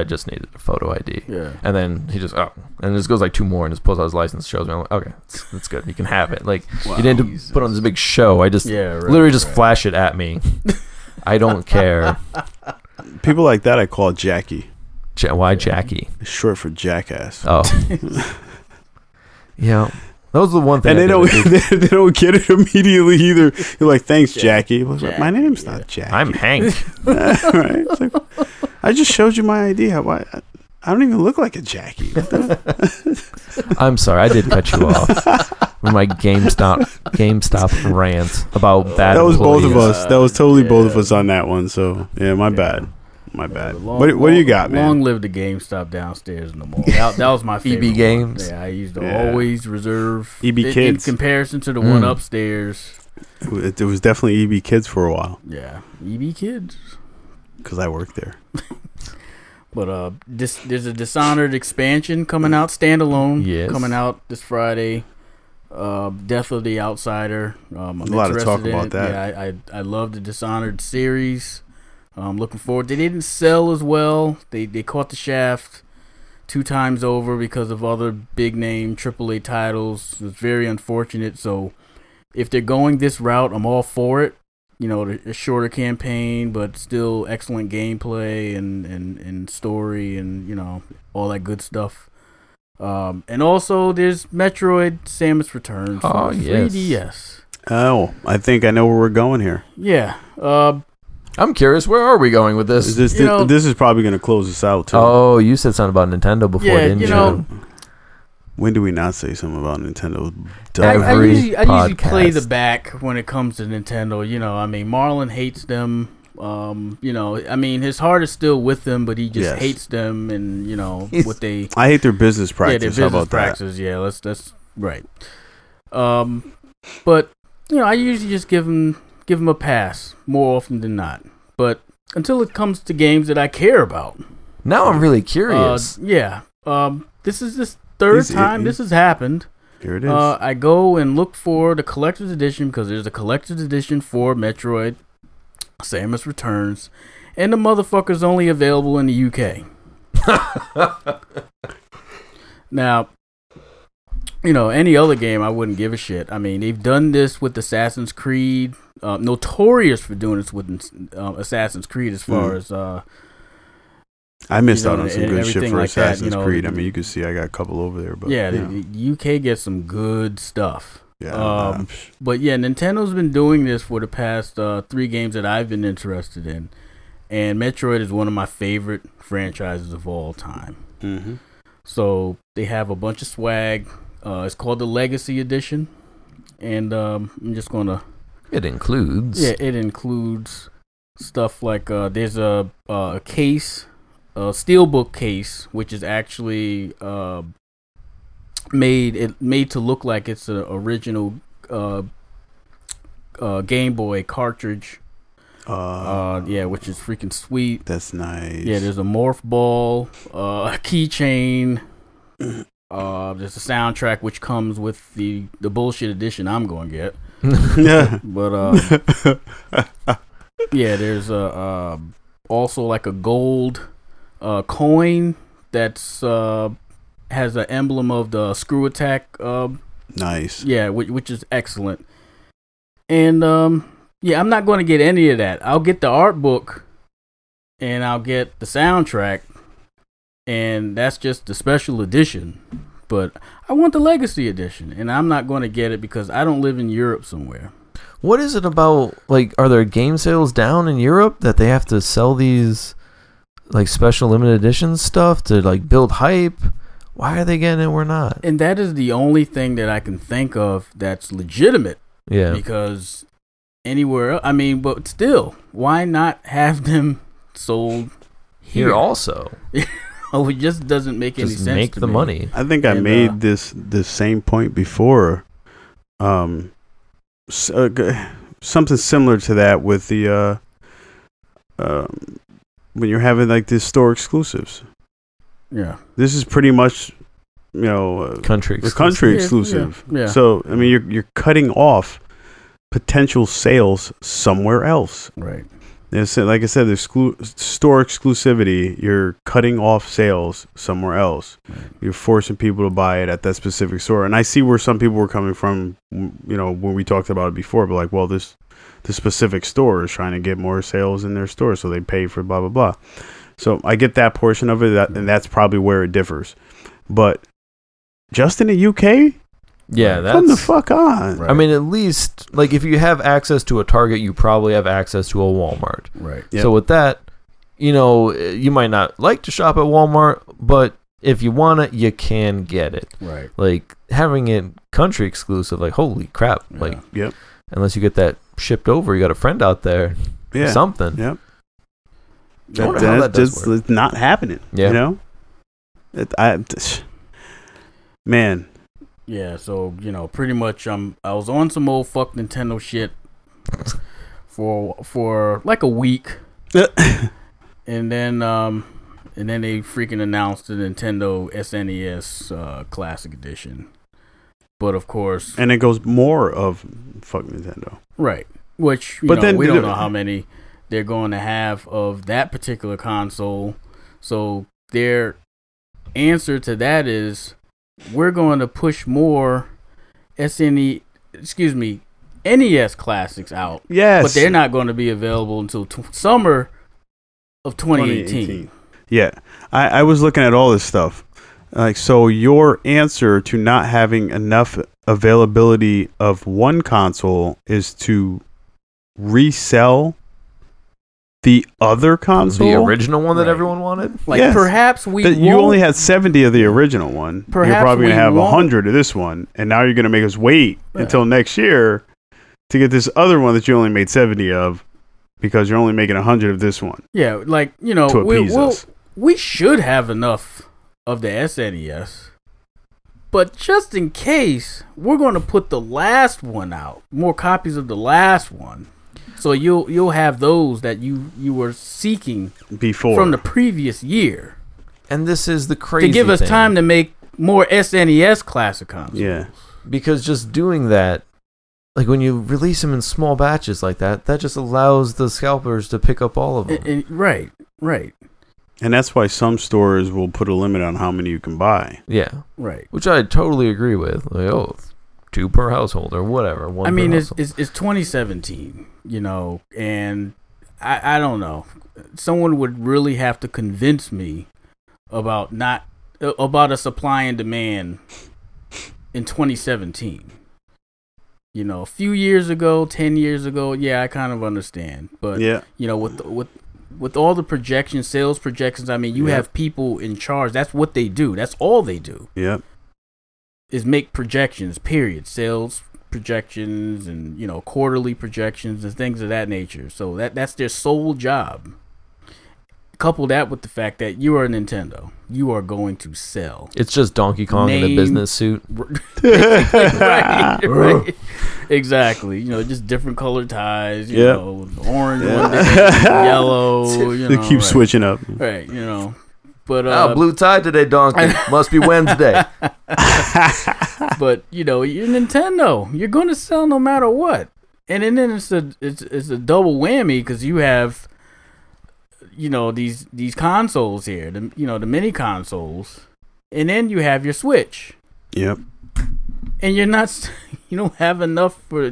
I just needed a photo ID. Yeah. And then he just, oh, and this goes like two more and just pulls out his license, shows me. I'm like, okay, that's, that's good. You can have it. Like, Wow. you didn't have to put on this big show. I just Yeah. Right, literally just right. flash it (laughs) at me. I don't care. People like that I call Jackie. Ja- why Jackie? It's short for jackass. Oh. (laughs) yeah. That was the one thing. and I they did. don't (laughs) they, don't get it (laughs) immediately either. You're like, thanks, Jackie. I was like, my Jackie, name's yeah. not (laughs) Jackie. I'm Hank. (laughs) right? It's like, I just showed you my ID. How I, I don't even look like a Jackie. What the- I'm sorry, I did cut you off. with my GameStop GameStop rant about bad. that was both of employees. us. That was totally both of Yeah. us on that one. So yeah, my Yeah. bad. My Yeah, bad. but long- what, do- what do you long- got, man? Long live the GameStop downstairs in the mall. That, that was (laughs) my EB favorite. one. E Games. Yeah, I used to Yeah. always reserve EB in- in Kids. comparison to the Mm. one upstairs. It, it was definitely EB Kids for a while Yeah, EB Kids. because I worked there. But uh, this, there's a Dishonored expansion coming out standalone. Yes. coming out this Friday. Uh, Death of the Outsider. Um, I'm A lot of interested talk in about it. that. Yeah, I, I I love the Dishonored series. I'm looking forward. They didn't sell as well. They they caught the shaft two times over because of other big name AAA titles. It's very unfortunate. So if they're going this route, I'm all for it. You know, a shorter campaign, but still excellent gameplay and, and, and story and, you know, all that good stuff. Um, and also, there's Metroid Samus Returns for Oh, yes. 3DS. Oh, I think I know where we're going here. Yeah. Uh, I'm curious, where are we going with Is this? this, you know- this, this is probably going to close us out too. Oh, you said something about Nintendo before, Yeah, didn't you you? know, When do we not say something about Nintendo? I, I Every usually, I usually play the podcast. back when it comes to Nintendo. You know, I mean, Marlon hates them. Um, you know, I mean, his heart is still with them, but he just Yes. hates them and you know He's- what they I hate their business practice. Yeah, their How business about practices. Yeah, that's that's right. Um, but you know, I usually just give them give them a pass more often than not. But until it comes to games that I care about, now I'm really uh, curious. (laughs) yeah. Um, this is this third He's- he- time he- this has happened. that? Here it is. Uh, I go and look for the collector's edition because there's a collector's edition for Metroid Samus Returns, and the motherfucker's only available in the UK. Now, you know, any other game, I wouldn't give a shit. I mean, they've done this with Assassin's Creed, uh, notorious for doing this with uh, Assassin's Creed as far Mhm. as. Uh, I missed you know, out on some and good shit everything for like that, you Assassin's know, Creed. I the- mean, you can see I got a couple over there, but yeah, yeah, the E UK gets some good stuff. yeah, um, uh, psh, But yeah, Nintendo's been doing this for the past uh, three games that I've been interested in, and Metroid is one of my favorite franchises of all time. mm-hmm. So they have a bunch of swag. Uh, it's called the Legacy Edition, and um, I'm just gonna it includes. yeah, it includes stuff like uh, there's a uh, a case, a steelbook case, which is actually uh, made it made to look like it's an original uh, uh, Game Boy cartridge. uh, Uh, yeah, which is freaking sweet. that's nice. (laughs) Yeah, there's a morph ball, uh, a keychain. Uh, there's a soundtrack which comes with the the bullshit edition I'm gonna get, (laughs) (laughs) yeah. but um, Uh, yeah, there's a um also like a gold uh, coin that's uh, has an emblem of the screw attack. Uh, nice. yeah, which, which is excellent. And um, yeah, I'm not going to get any of that. I'll get the art book, and I'll get the soundtrack, and that's just the special edition. But I want the legacy edition, and I'm not going to get it because I don't live in Europe somewhere. What is it about? Like, are there game sales down in Europe that they have to sell these like special limited edition stuff to like build hype? Why are they getting it? We're not. And that is the only thing that I can think of that's legitimate. Yeah. because anywhere el I mean, but still, why not have (laughs) them sold here? Here also, (laughs) oh, it just doesn't make any just sense. make to the me. money. I think I And, made uh, this this same point before. Um, s- uh, g- something similar to that with the uh, um, when you're having like the store exclusives. Yeah, This is pretty much, you know, uh, Country. the country Yeah, exclusive. yeah, yeah. So I mean, you're you're cutting off potential sales somewhere else. right. They said- like I said, the exclu- store exclusivity, you're cutting off sales somewhere else. You're forcing people to buy it at that specific store. And I see where some people were coming from, m- you know, when we talked about it before, but like, well, this the specific store is trying to get more sales in their store, so they pay for blah blah blah. So I get that portion of it, that, and that's probably where it differs. But just in the UK, Yeah, that's come the fuck on. Right. I mean, at least like if you have access to a Target, you probably have access to a Walmart. Right. Yep. So with that, you know, you might not like to shop at Walmart, but if you want it, you can get it. Right. Like having it country exclusive, like holy crap! Yeah. Like Yep. unless you get that shipped over, you got a friend out there, Yeah, something. Yep. I that, wonder how that that does just work. is not happening. Yeah. You know, it, I, (coughs) man, Yeah, so you know, pretty much, um, I was on some old fuck Nintendo shit (laughs) for for like a week, and then um, and then they freaking announced the Nintendo SNES uh, Classic Edition. But of course, and it goes more of fuck Nintendo. right? Which you But know, then we the- don't know how many they're going to have of that particular console. So their answer to that is, we're going to push more SNE, excuse me, NES classics out, Yes, but they're not going to be available until t- summer of 2018. Yeah, I, I was looking at all this stuff. Like, so your answer to not having enough availability of one console is to resell the other console. The original one that Right. everyone wanted. Like Yes. perhaps we That you won't- only had 70 of the original one. Perhaps you're probably going we to have won't- 100 of this one. And now you're going to make us wait Yeah. until next year to get this other one that you only made 70 of because you're only making 100 of this one yeah, like you know, to we, appease we'll, us. we should have enough of the SNES. But just in case, we're going to put the last one out, more copies of the last one. So you'll you'll have those that you you were seeking Before. from the previous year And this is the crazy to give us thing, time to make more SNES classic consoles. yeah. because just doing that, like when you release them in small batches like that, that just allows the scalpers to pick up all of them. And- and- right, right, And that's why some stores will put a limit on how many you can buy. yeah. right. which I totally agree with. Like, oh, two per household or whatever. One I per mean, it's, household. it's it's 2017, you know, and I I don't know. Someone would really have to convince me about not uh, about a supply and demand in 2017. You know, a few years ago, 10 years ago, yeah, I kind of understand, but yeah. you know, with the, with with all the projections, sales projections, I mean, you Yeah. have people in charge. That's what they do. That's all they do (laughs) (laughs) Yeah. is make projections period sales projections and you know quarterly projections and things of that nature so that that's their sole job couple that with the fact that you are nintendo you are going to (laughs) sell (laughs) It's just Donkey Kong in a Name- business suit. right, right. exactly you know just different colored ties you Yep. know orange one day, (laughs) yellow you they know keep right. switching up. right you know but uh, Ah, blue tie (laughs) today, Donkey. Must be Wednesday. but you know, you're Nintendo. You're going to sell no matter what. And then then it's a it's it's a double whammy because you have, you know, these these consoles here, the you know the mini consoles, and then you have your Switch, Yep. and you're not (laughs) s- you don't have enough for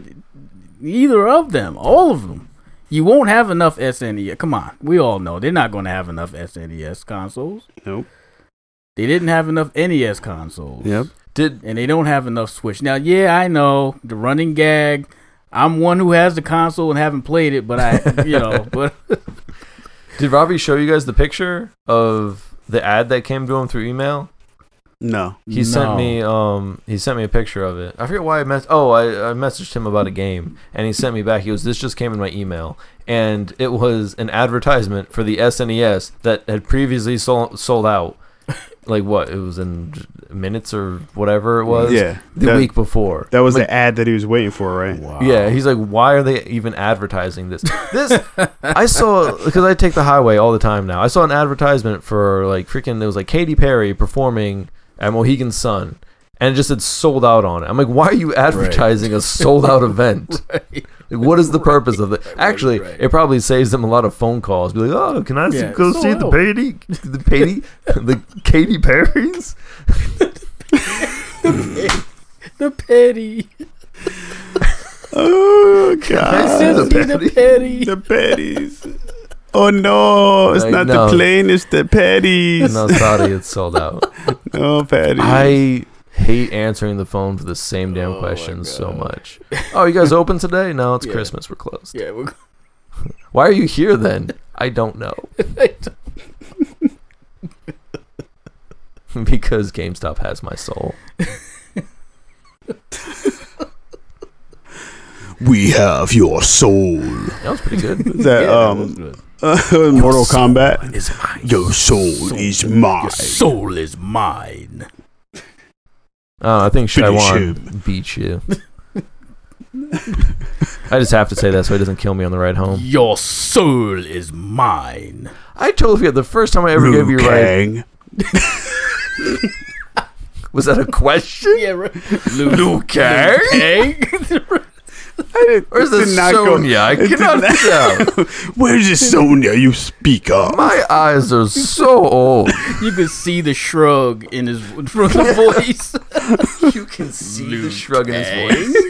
either of them, all of them. You won't have enough SNES. Come on, we all know they're not going to have enough SNES consoles. Nope. They didn't have enough NES consoles Yep. Did and they don't have enough Switch. Now, yeah, I know the running gag. I'm one who has the console and haven't played it, but I, (laughs) you (laughs) know, but did Robbie show you guys the picture of the ad that came to him through email? No. He sent No. me um he sent me a picture of it. I forget why I mess oh I, I messaged him about a game and he sent me back. He goes, This just came in my email and it was an advertisement for the SNES that had previously sold (laughs) sold out. Like what? It was in minutes or whatever it was. Yeah. The that, week before. that was Like, the ad that he was waiting for, right? wow. yeah, he's like, why are they even advertising this? This (laughs) I saw because I take the highway all the time now. I saw an advertisement for like freaking. It was like Katy Perry performing at Mohegan Sun, (laughs) and it just said sold out on it. I'm like, why are you advertising a sold out event? Like, what is the purpose of it? Right, right, Actually, right. it probably saves them a lot of phone calls. Be like, oh, can I see- Yeah, go so see the out. Patty, the (laughs) Patty, the Katy Perry's? The petty. (laughs) Oh I god, said Just be petty. the petty. the patties. (laughs) Oh no, it's Like, not no. the plane, it's the patties. (laughs) No, sorry, it's sold out. No patties. I hate answering the phone for the same damn Oh my questions so God. much. Oh, you guys open today? No, it's (laughs) Yeah. Christmas. We're closed. Yeah, we're Why are you here then? I (laughs) don't know. (laughs) because GameStop has my soul. we have your soul. That was (laughs) pretty good. Is that yeah, that was um good. (laughs) Mortal Kombat? It's mine. Your soul, is mine. Your soul is mine. Uh, I think Finish Shaiwan beat you. I just have to say that so he doesn't kill me on the ride home. Your soul is mine. I totally forget the first time I ever gave (laughs) Liu you a ride. Kang. Was that a question? (laughs) Yeah, right. Luke, Luke Kang? I did- Or is did this not go- Sonya? I it did cannot not- tell. (laughs) Where's this Sonya you speak of? My eyes are so old. you could see the shrug in his from the voice. (laughs) You can see Liu the shrug in Kang. his voice.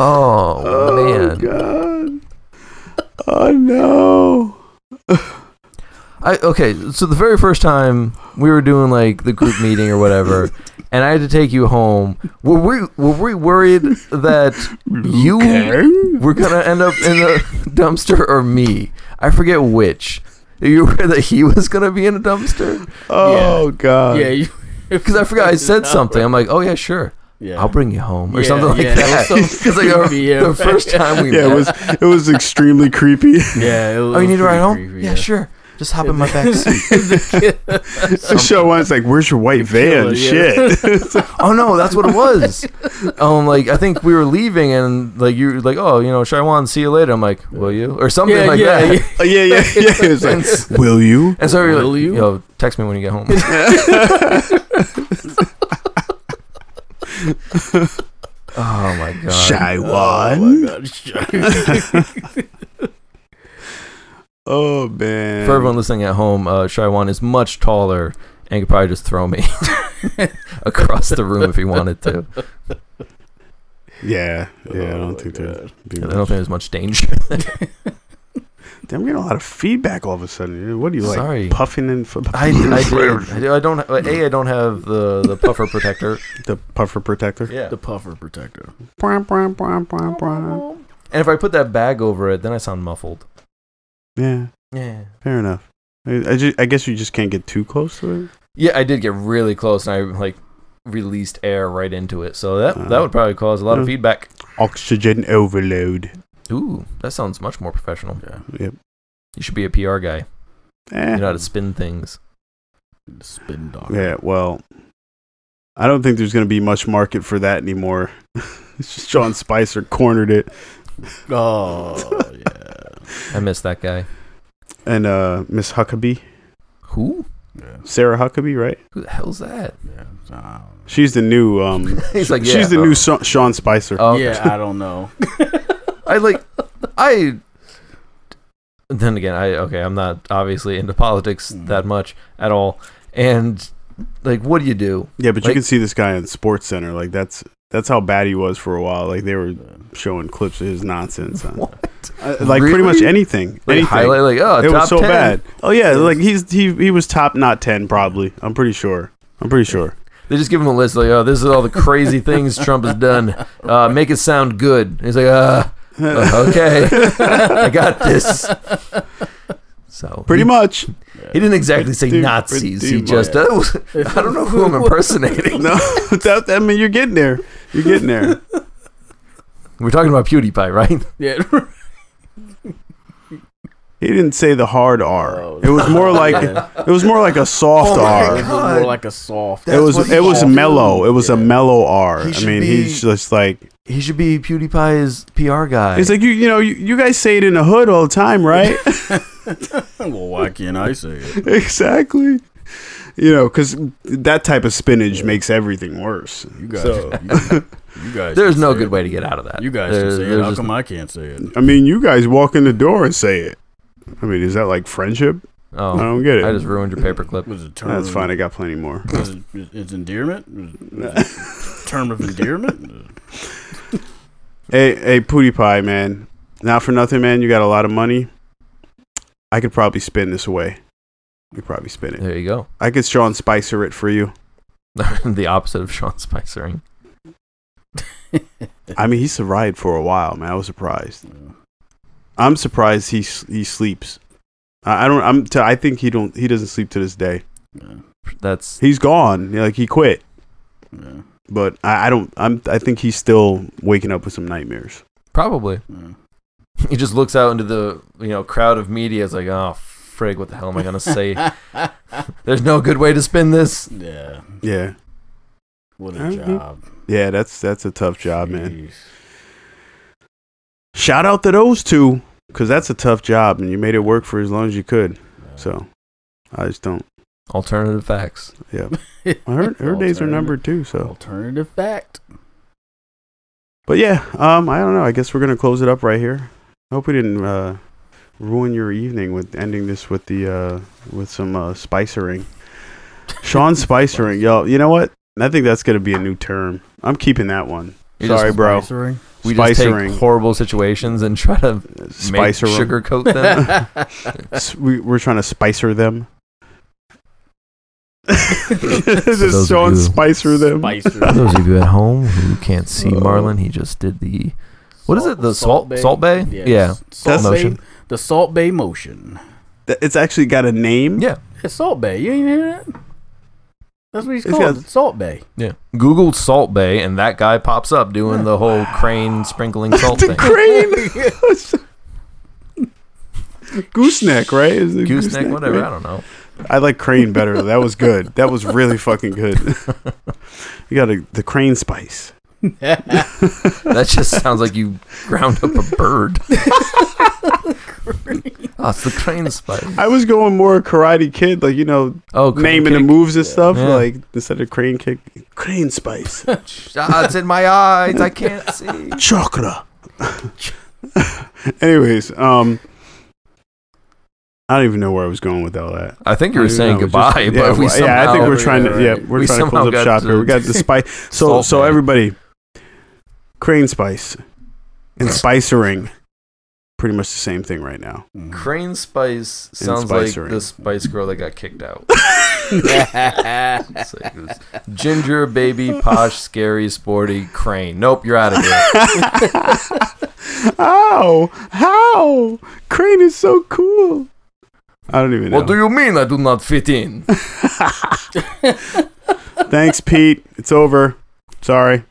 Oh, Oh man. god. Oh no. I okay, so the very first time we were doing like the group meeting or whatever, and I had to take you home. Were we were we worried that you Kang? were gonna end up in the dumpster or me? I forget which. You were that he was gonna be in a dumpster Oh god. yeah, you. because I forgot I said something. I'm like, oh yeah, sure, Yeah. I'll bring you home or Yeah, something like yeah, that. that (laughs) was so Because like our- creepy, yeah. the first time we Yeah, met, it was it was (laughs) extremely creepy. (laughs) yeah. It was oh you need to ride pretty home? creepy, yeah, sure. Just hop (laughs) in my back seat. So one's like, "Where's your white van?" killer, yeah. Shit. It's like, Oh no, that's what (laughs) it was. um, like I think we were leaving, and like you, were like oh, you know, Shywan, see you later. I'm like, will you or something Yeah, like yeah, that. yeah. (laughs) oh, (laughs) yeah, yeah, yeah. It's And, like, s- (laughs) "Will you?" and so we were Will like, you? you? Yo, text me when you get home. (laughs) oh my god. Shy Oh my one. God, (laughs) shrug. Oh man. For everyone listening at home, uh, Shywan is much taller and could probably just (laughs) throw me (laughs) across the room if he wanted to. Yeah, yeah. I Oh, don't my think there'd be I don't much. think there's much danger. Damn, we getting a lot of feedback all of a sudden. What are you like Sorry. puffing and f- (laughs) I, I did. I do- I don't. A. I don't have the the (laughs) puffer protector. (laughs) the puffer protector? Yeah. the puffer protector. Brum, brum, brum, brum, brum. And if I put that bag over it, then I sound muffled. Yeah, Yeah. fair enough. I, I, ju- I guess you just can't get too close to it. Yeah, I did get really close, and I like released air right into it. So that that Uh, would probably cause a lot of yeah. feedback. Oxygen overload. Ooh, that sounds much more professional. Yeah. Yep. You should be a PR guy. Eh. You know how to spin things. The spin dog. Yeah, well, I don't think there's going to be much market for that anymore. (laughs) it's just John Spicer cornered it, Oh yeah. I miss that guy. and uh, Miss Huckabee, Who? Yeah. Sarah Huckabee, right? Who the hell's that? Yeah. So, I don't know. She's the new. Um, He's like, (laughs) yeah, she's the oh. new Sa- Sean Spicer. Oh, okay. Yeah, I don't know. (laughs) I like. I. Then again, I okay. I'm not obviously into politics Mm. that much at all, and like, what do you do? yeah, but like- you can see this guy on Sports Center. Like that's that's how bad he was for a while. Like they were showing clips of his nonsense. On, (laughs) What? uh, like Really? pretty much anything. Like, anything. highlight like, oh, it top was so 10. bad. Oh yeah, like he's he he was top not ten probably. I'm pretty sure. I'm pretty sure. They just give him a list like, oh, this is all the crazy things (laughs) Trump has done. Uh, make it sound good. And he's like, uh, uh, (laughs) okay, I got this. So Pretty he, much. he didn't exactly say Pretty- Nazis. pretty he just uh, (laughs) I don't know (laughs) who (laughs) I'm impersonating. No, (laughs) that, I mean you're getting there. You're getting there. We're talking about PewDiePie, right? Yeah. He didn't say the hard R. Oh, it was more like yeah. it was more like a soft Oh my R. It was God. more like a soft. It was what he it was should mellow. It was a Yeah. mellow R. He I should mean, be- he's just like He should be PewDiePie's PR guy. he's like you. You know, you, you guys say it in the hood all the time, right? (laughs) (laughs) well, why can't I say it? exactly. You know, because that type of spinach makes everything worse. You got So- you, You guys. (laughs) There's can no say good it. way to get out of that. You guys There- can say it. there's How just- come I can't say it? I mean, you guys walk in the door and say it. I mean, is that like friendship? I Oh, don't get it. I just ruined your paperclip. Was it term? That's fine. I got plenty more. Was it, it's endearment. Was it- was it term of endearment. (laughs) Hey, hey, Pootie Pie, man. Not for nothing, man. You got a lot of money. I could probably spin this away. I could probably spin it. There you go. (laughs) I could Sean Spicer it for you. the opposite of Sean Spicering. I mean, he survived for a while, man. I was surprised. I'm surprised he s- he sleeps. I, I don't. I'm. T- I think he don't. He doesn't sleep to this day. Yeah, That's He's gone. Like he quit. yeah, But I, I don't. I'm. I think he's still waking up with some nightmares. probably. yeah. He just looks out into the you know crowd of media. It's like, oh frig, what the hell am I gonna say? There's no good way to spin this. (laughs) yeah. Yeah. What a Mhm. job. Yeah. That's that's a tough job, man. Jeez. shout out to those two because that's a tough job and you made it work for as long as you could Yeah. so i just don't Alternative facts. yeah her, her days are Alternative- numbered too so Alternative fact. but yeah um i don't know i guess we're gonna close it up right here i hope we didn't uh ruin your evening with ending this with the uh with some uh spicering sean spicering yo you know what i think that's gonna be a new term i'm keeping that one You're sorry just- bro (laughs) Spicering. We just spicering take horrible situations and try to make spicer 'em. sugarcoat (laughs) them. S- we, we're trying to spicer them. (laughs) this those of is Sean you- Spicer them. Spicer. For those of you at home who can't see Uh, Marlon, he just did the (laughs) What is it, the salt- salt bay? Yeah. Yeah. Salt That's- bay. The salt bay motion. Th- It's actually got a name. yeah It's salt bay. You ain't hear that? That's what he's It's called. got- it's salt bay. yeah. Google salt bay and that guy pops up doing the whole crane sprinkling salt (laughs) the thing. (laughs) (laughs) crane. gooseneck, right? Is it Gooseneck, whatever. I right? don't know. I like crane better. That was good. That was really (laughs) fucking good. you got a, the crane spice. That just sounds like you ground up a (laughs) bird. oh, it's the crane spice. I was going more Karate Kid, like you know, Oh, crane naming the kick. moves and stuff. Yeah. Like instead of crane kick, crane spice. Ah, it's in my eyes. I (laughs) can't see. chakra. (laughs) Anyways, um, I don't even know where I was going with all that. I think you were I don't saying know, it was goodbye, just- but yeah, we well, somehow. yeah, I think we're Yeah, trying to, yeah, right. we're We trying to somehow close got up shop to- here. We got (laughs) the spice. So, Salt so Bay. everybody, crane spice and spicering, pretty much the same thing right now. Mm. Crane Spice sounds like Spicery. the Spice Girl that got kicked (laughs) out. Crane. It's like this ginger, baby, posh, scary, sporty, crane. Nope, you're out of here. (laughs) oh, how crane is so cool. I don't even know. What do you mean I do not fit (laughs) in? Thanks, Pete. It's over. Sorry.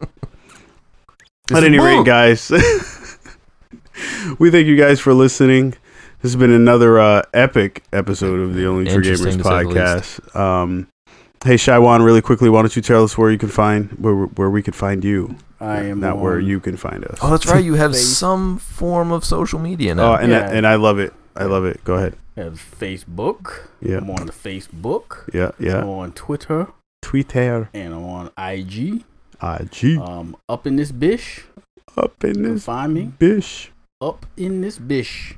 At any rate, guys, (laughs) we thank you guys for listening. This has been another uh, epic episode of the Only True Gamers Interesting, to say the podcast. Um, hey, Shaiwan, really quickly, why don't you tell us where you can find where where we could find you? I am not where on- you can find us. Oh, that's right. You have Face. some form of social media Oh, now. and Yeah. I, and I love it. I love it. Go ahead. have Facebook. Yeah, I'm on the Facebook. yeah, I'm yeah. on Twitter Twitter, and I'm on IG. IG, Um, up in this bish. up in You can this find me bish. up in this bish.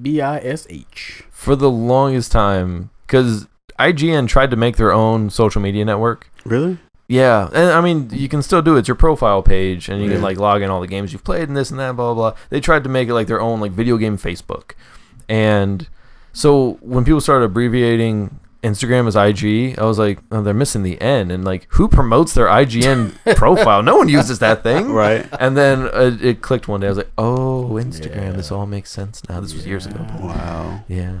B I S H. For the longest time, because IGN tried to make their own social media network. Really? Yeah, and I mean, you can still do it. It's your profile page, and you can Yeah. like log in all the games you've played and this and that, blah blah. blah. They tried to make it like their own like video game Facebook, and so when people started abbreviating Instagram as IG, I was like, oh, they're missing the N, and like who promotes their (laughs) IGN profile? No one uses that thing. (laughs) Right. And then uh, it clicked one day. I was like, "Oh, Instagram. This Yeah. all makes sense now." This was years ago. Yeah. Wow. Yeah.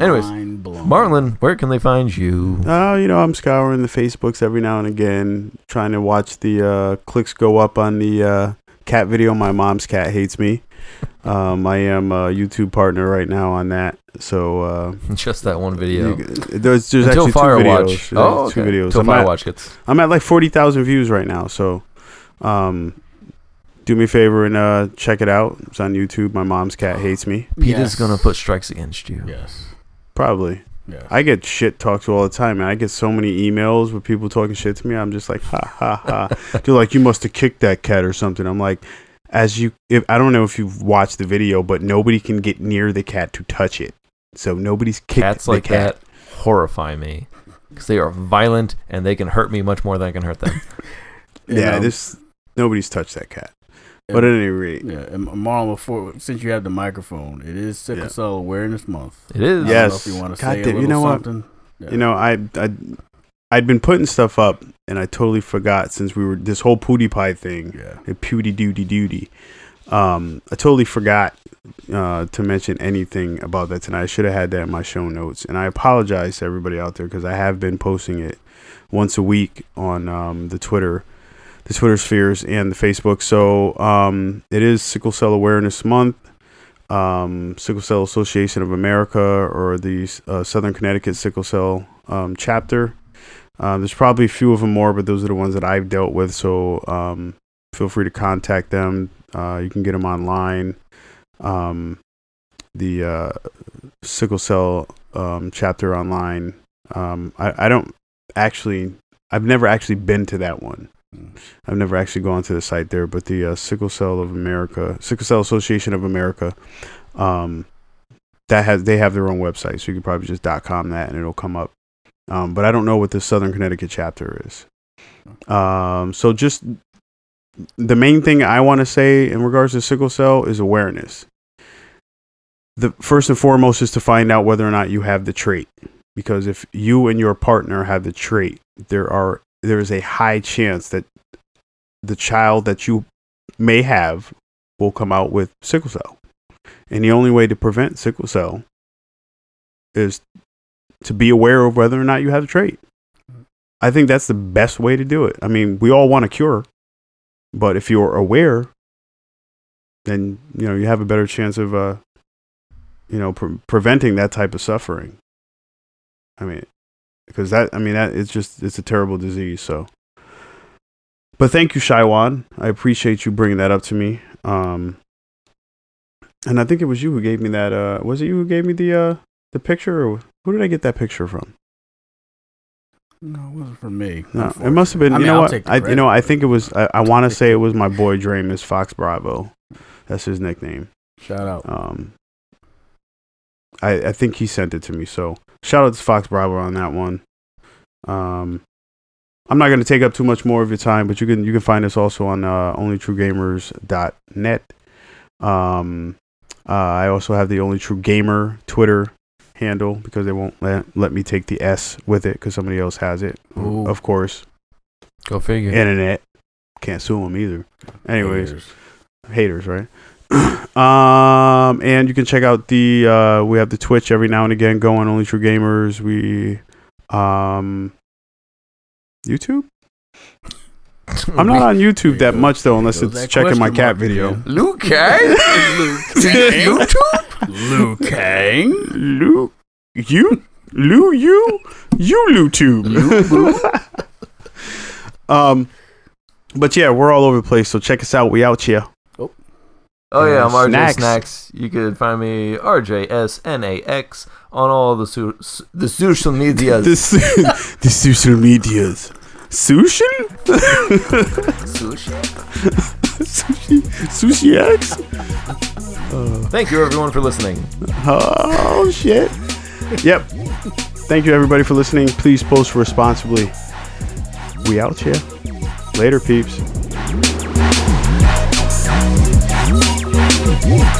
Anyways, Mind blown. Marlon, where can they find you? (laughs) Oh, you know, I'm scouring the Facebooks every now and again, trying to watch the uh, clicks go up on the uh, cat video. My mom's cat hates me. Um, I am a YouTube partner right now on that. So uh, Just that one video. you g- there's, there's Until actually two videos. Firewatch. There's Oh, two okay. videos. Until I'm, at, Firewatch gets. I'm at like 40,000 views right now. So um, do me a favor and uh, check it out. It's on YouTube. My mom's cat hates me. Peter's Yes. gonna put strikes against you. Yes. Probably. Yeah. I get shit talked to all the time, and I get so many emails with people talking shit to me. I'm just like, ha ha ha. (laughs) They're like, you must have kicked that cat or something. I'm like, as you, if I don't know if you've watched the video, but nobody can get near the cat to touch it, so nobody's kicked Cats the like cat. that horrify me because they are violent and they can hurt me much more than I can hurt them. You Yeah, know? this nobody's touched that cat. Yeah. But at any rate, Yeah, and Marlon, before since you have the microphone, it is sickle Yeah. cell awareness month. It is. I don't know Yes. if you want to God say a damn, you little know what? something. Yeah. you know, I I I'd been putting stuff up, and I totally forgot since we were this whole PewDiePie thing. Yeah. the Pewdie Duty Duty. Um, I totally forgot uh, to mention anything about that tonight. I should have had that in my show notes, and I apologize to everybody out there because I have been posting it once a week on um, the Twitter, the Twitter spheres, and the Facebook. So um, it is Sickle Cell Awareness Month. Um, Sickle Cell Association of America or the uh, Southern Connecticut Sickle Cell um, chapter. Uh, there's probably a few of them more, but those are the ones that I've dealt with. So um, feel free to contact them. Uh, you can get them online. Um, the uh, sickle cell um, chapter online. Um, I, I don't actually. I've never actually been to that one. Mm. I've never actually gone to the site there, but the uh, Sickle Cell of America, Sickle Cell Association of America, um, that has they have their own website, so you could probably just .com that and it'll come up. Um, but I don't know what the Southern Connecticut chapter is. Um, so just the main thing I want to say in regards to sickle cell is awareness. The first and foremost is to find out whether or not you have the trait, because if you and your partner have the trait, there are there is a high chance that the child that you may have will come out with sickle cell, and the only way to prevent sickle cell is to be aware of whether or not you have the trait. I think that's the best way to do it. I mean, we all want a cure, but if you're aware, then you know you have a better chance of, uh, you know, pre- preventing that type of suffering. I mean, because that I mean that it's just it's a terrible disease. So, but thank you, Shaiwan. I appreciate you bringing that up to me. Um, and I think it was you who gave me that. Uh, was it you who gave me the uh the picture? Or who did I get that picture from? No, it wasn't for me. No, it must have unfortunately. been. You I mean, know I'll what? take the I, you credit know, I for think it. it was. I, I want to say it was my boy Dramus Fox Bravo. That's his nickname. Shout out. Um, I I think he sent it to me. So shout out to Fox Bravo on that one. Um, I'm not going to take up too much more of your time, but you can you can find us also on uh, OnlyTrueGamers.net. Um, uh, I also have the Only True Gamer Twitter handle because they won't let, let me take the S with it because somebody else has it, Ooh. of course Go figure. (laughs) internet. Can't sue them either. Anyways, Haters. haters, right? (clears throat) um, and you can check out the uh, we have the Twitch every now and again going. Only True Gamers. We um, YouTube. I'm not on YouTube that much though, unless Oh, There it's goes that checking my question mark cat video. again. Luke, eh? Luke Liu Kang? Lou, you, Lou, you, you, Mm. LouTube. um, but yeah, we're all over the place. So check us out. We out here. (laughs) Oh yeah, I'm Uh, RJ Snacks. Snacks. You can find me RJ S N A X on all the su- s- the social medias. (laughs) the, so- the social medias. Sushi? Sushi? Sushi X? Thank you everyone for listening. Oh, shit. Yep. Thank you, everybody, for listening. Please post responsibly. We out here. Later, peeps. Yeah.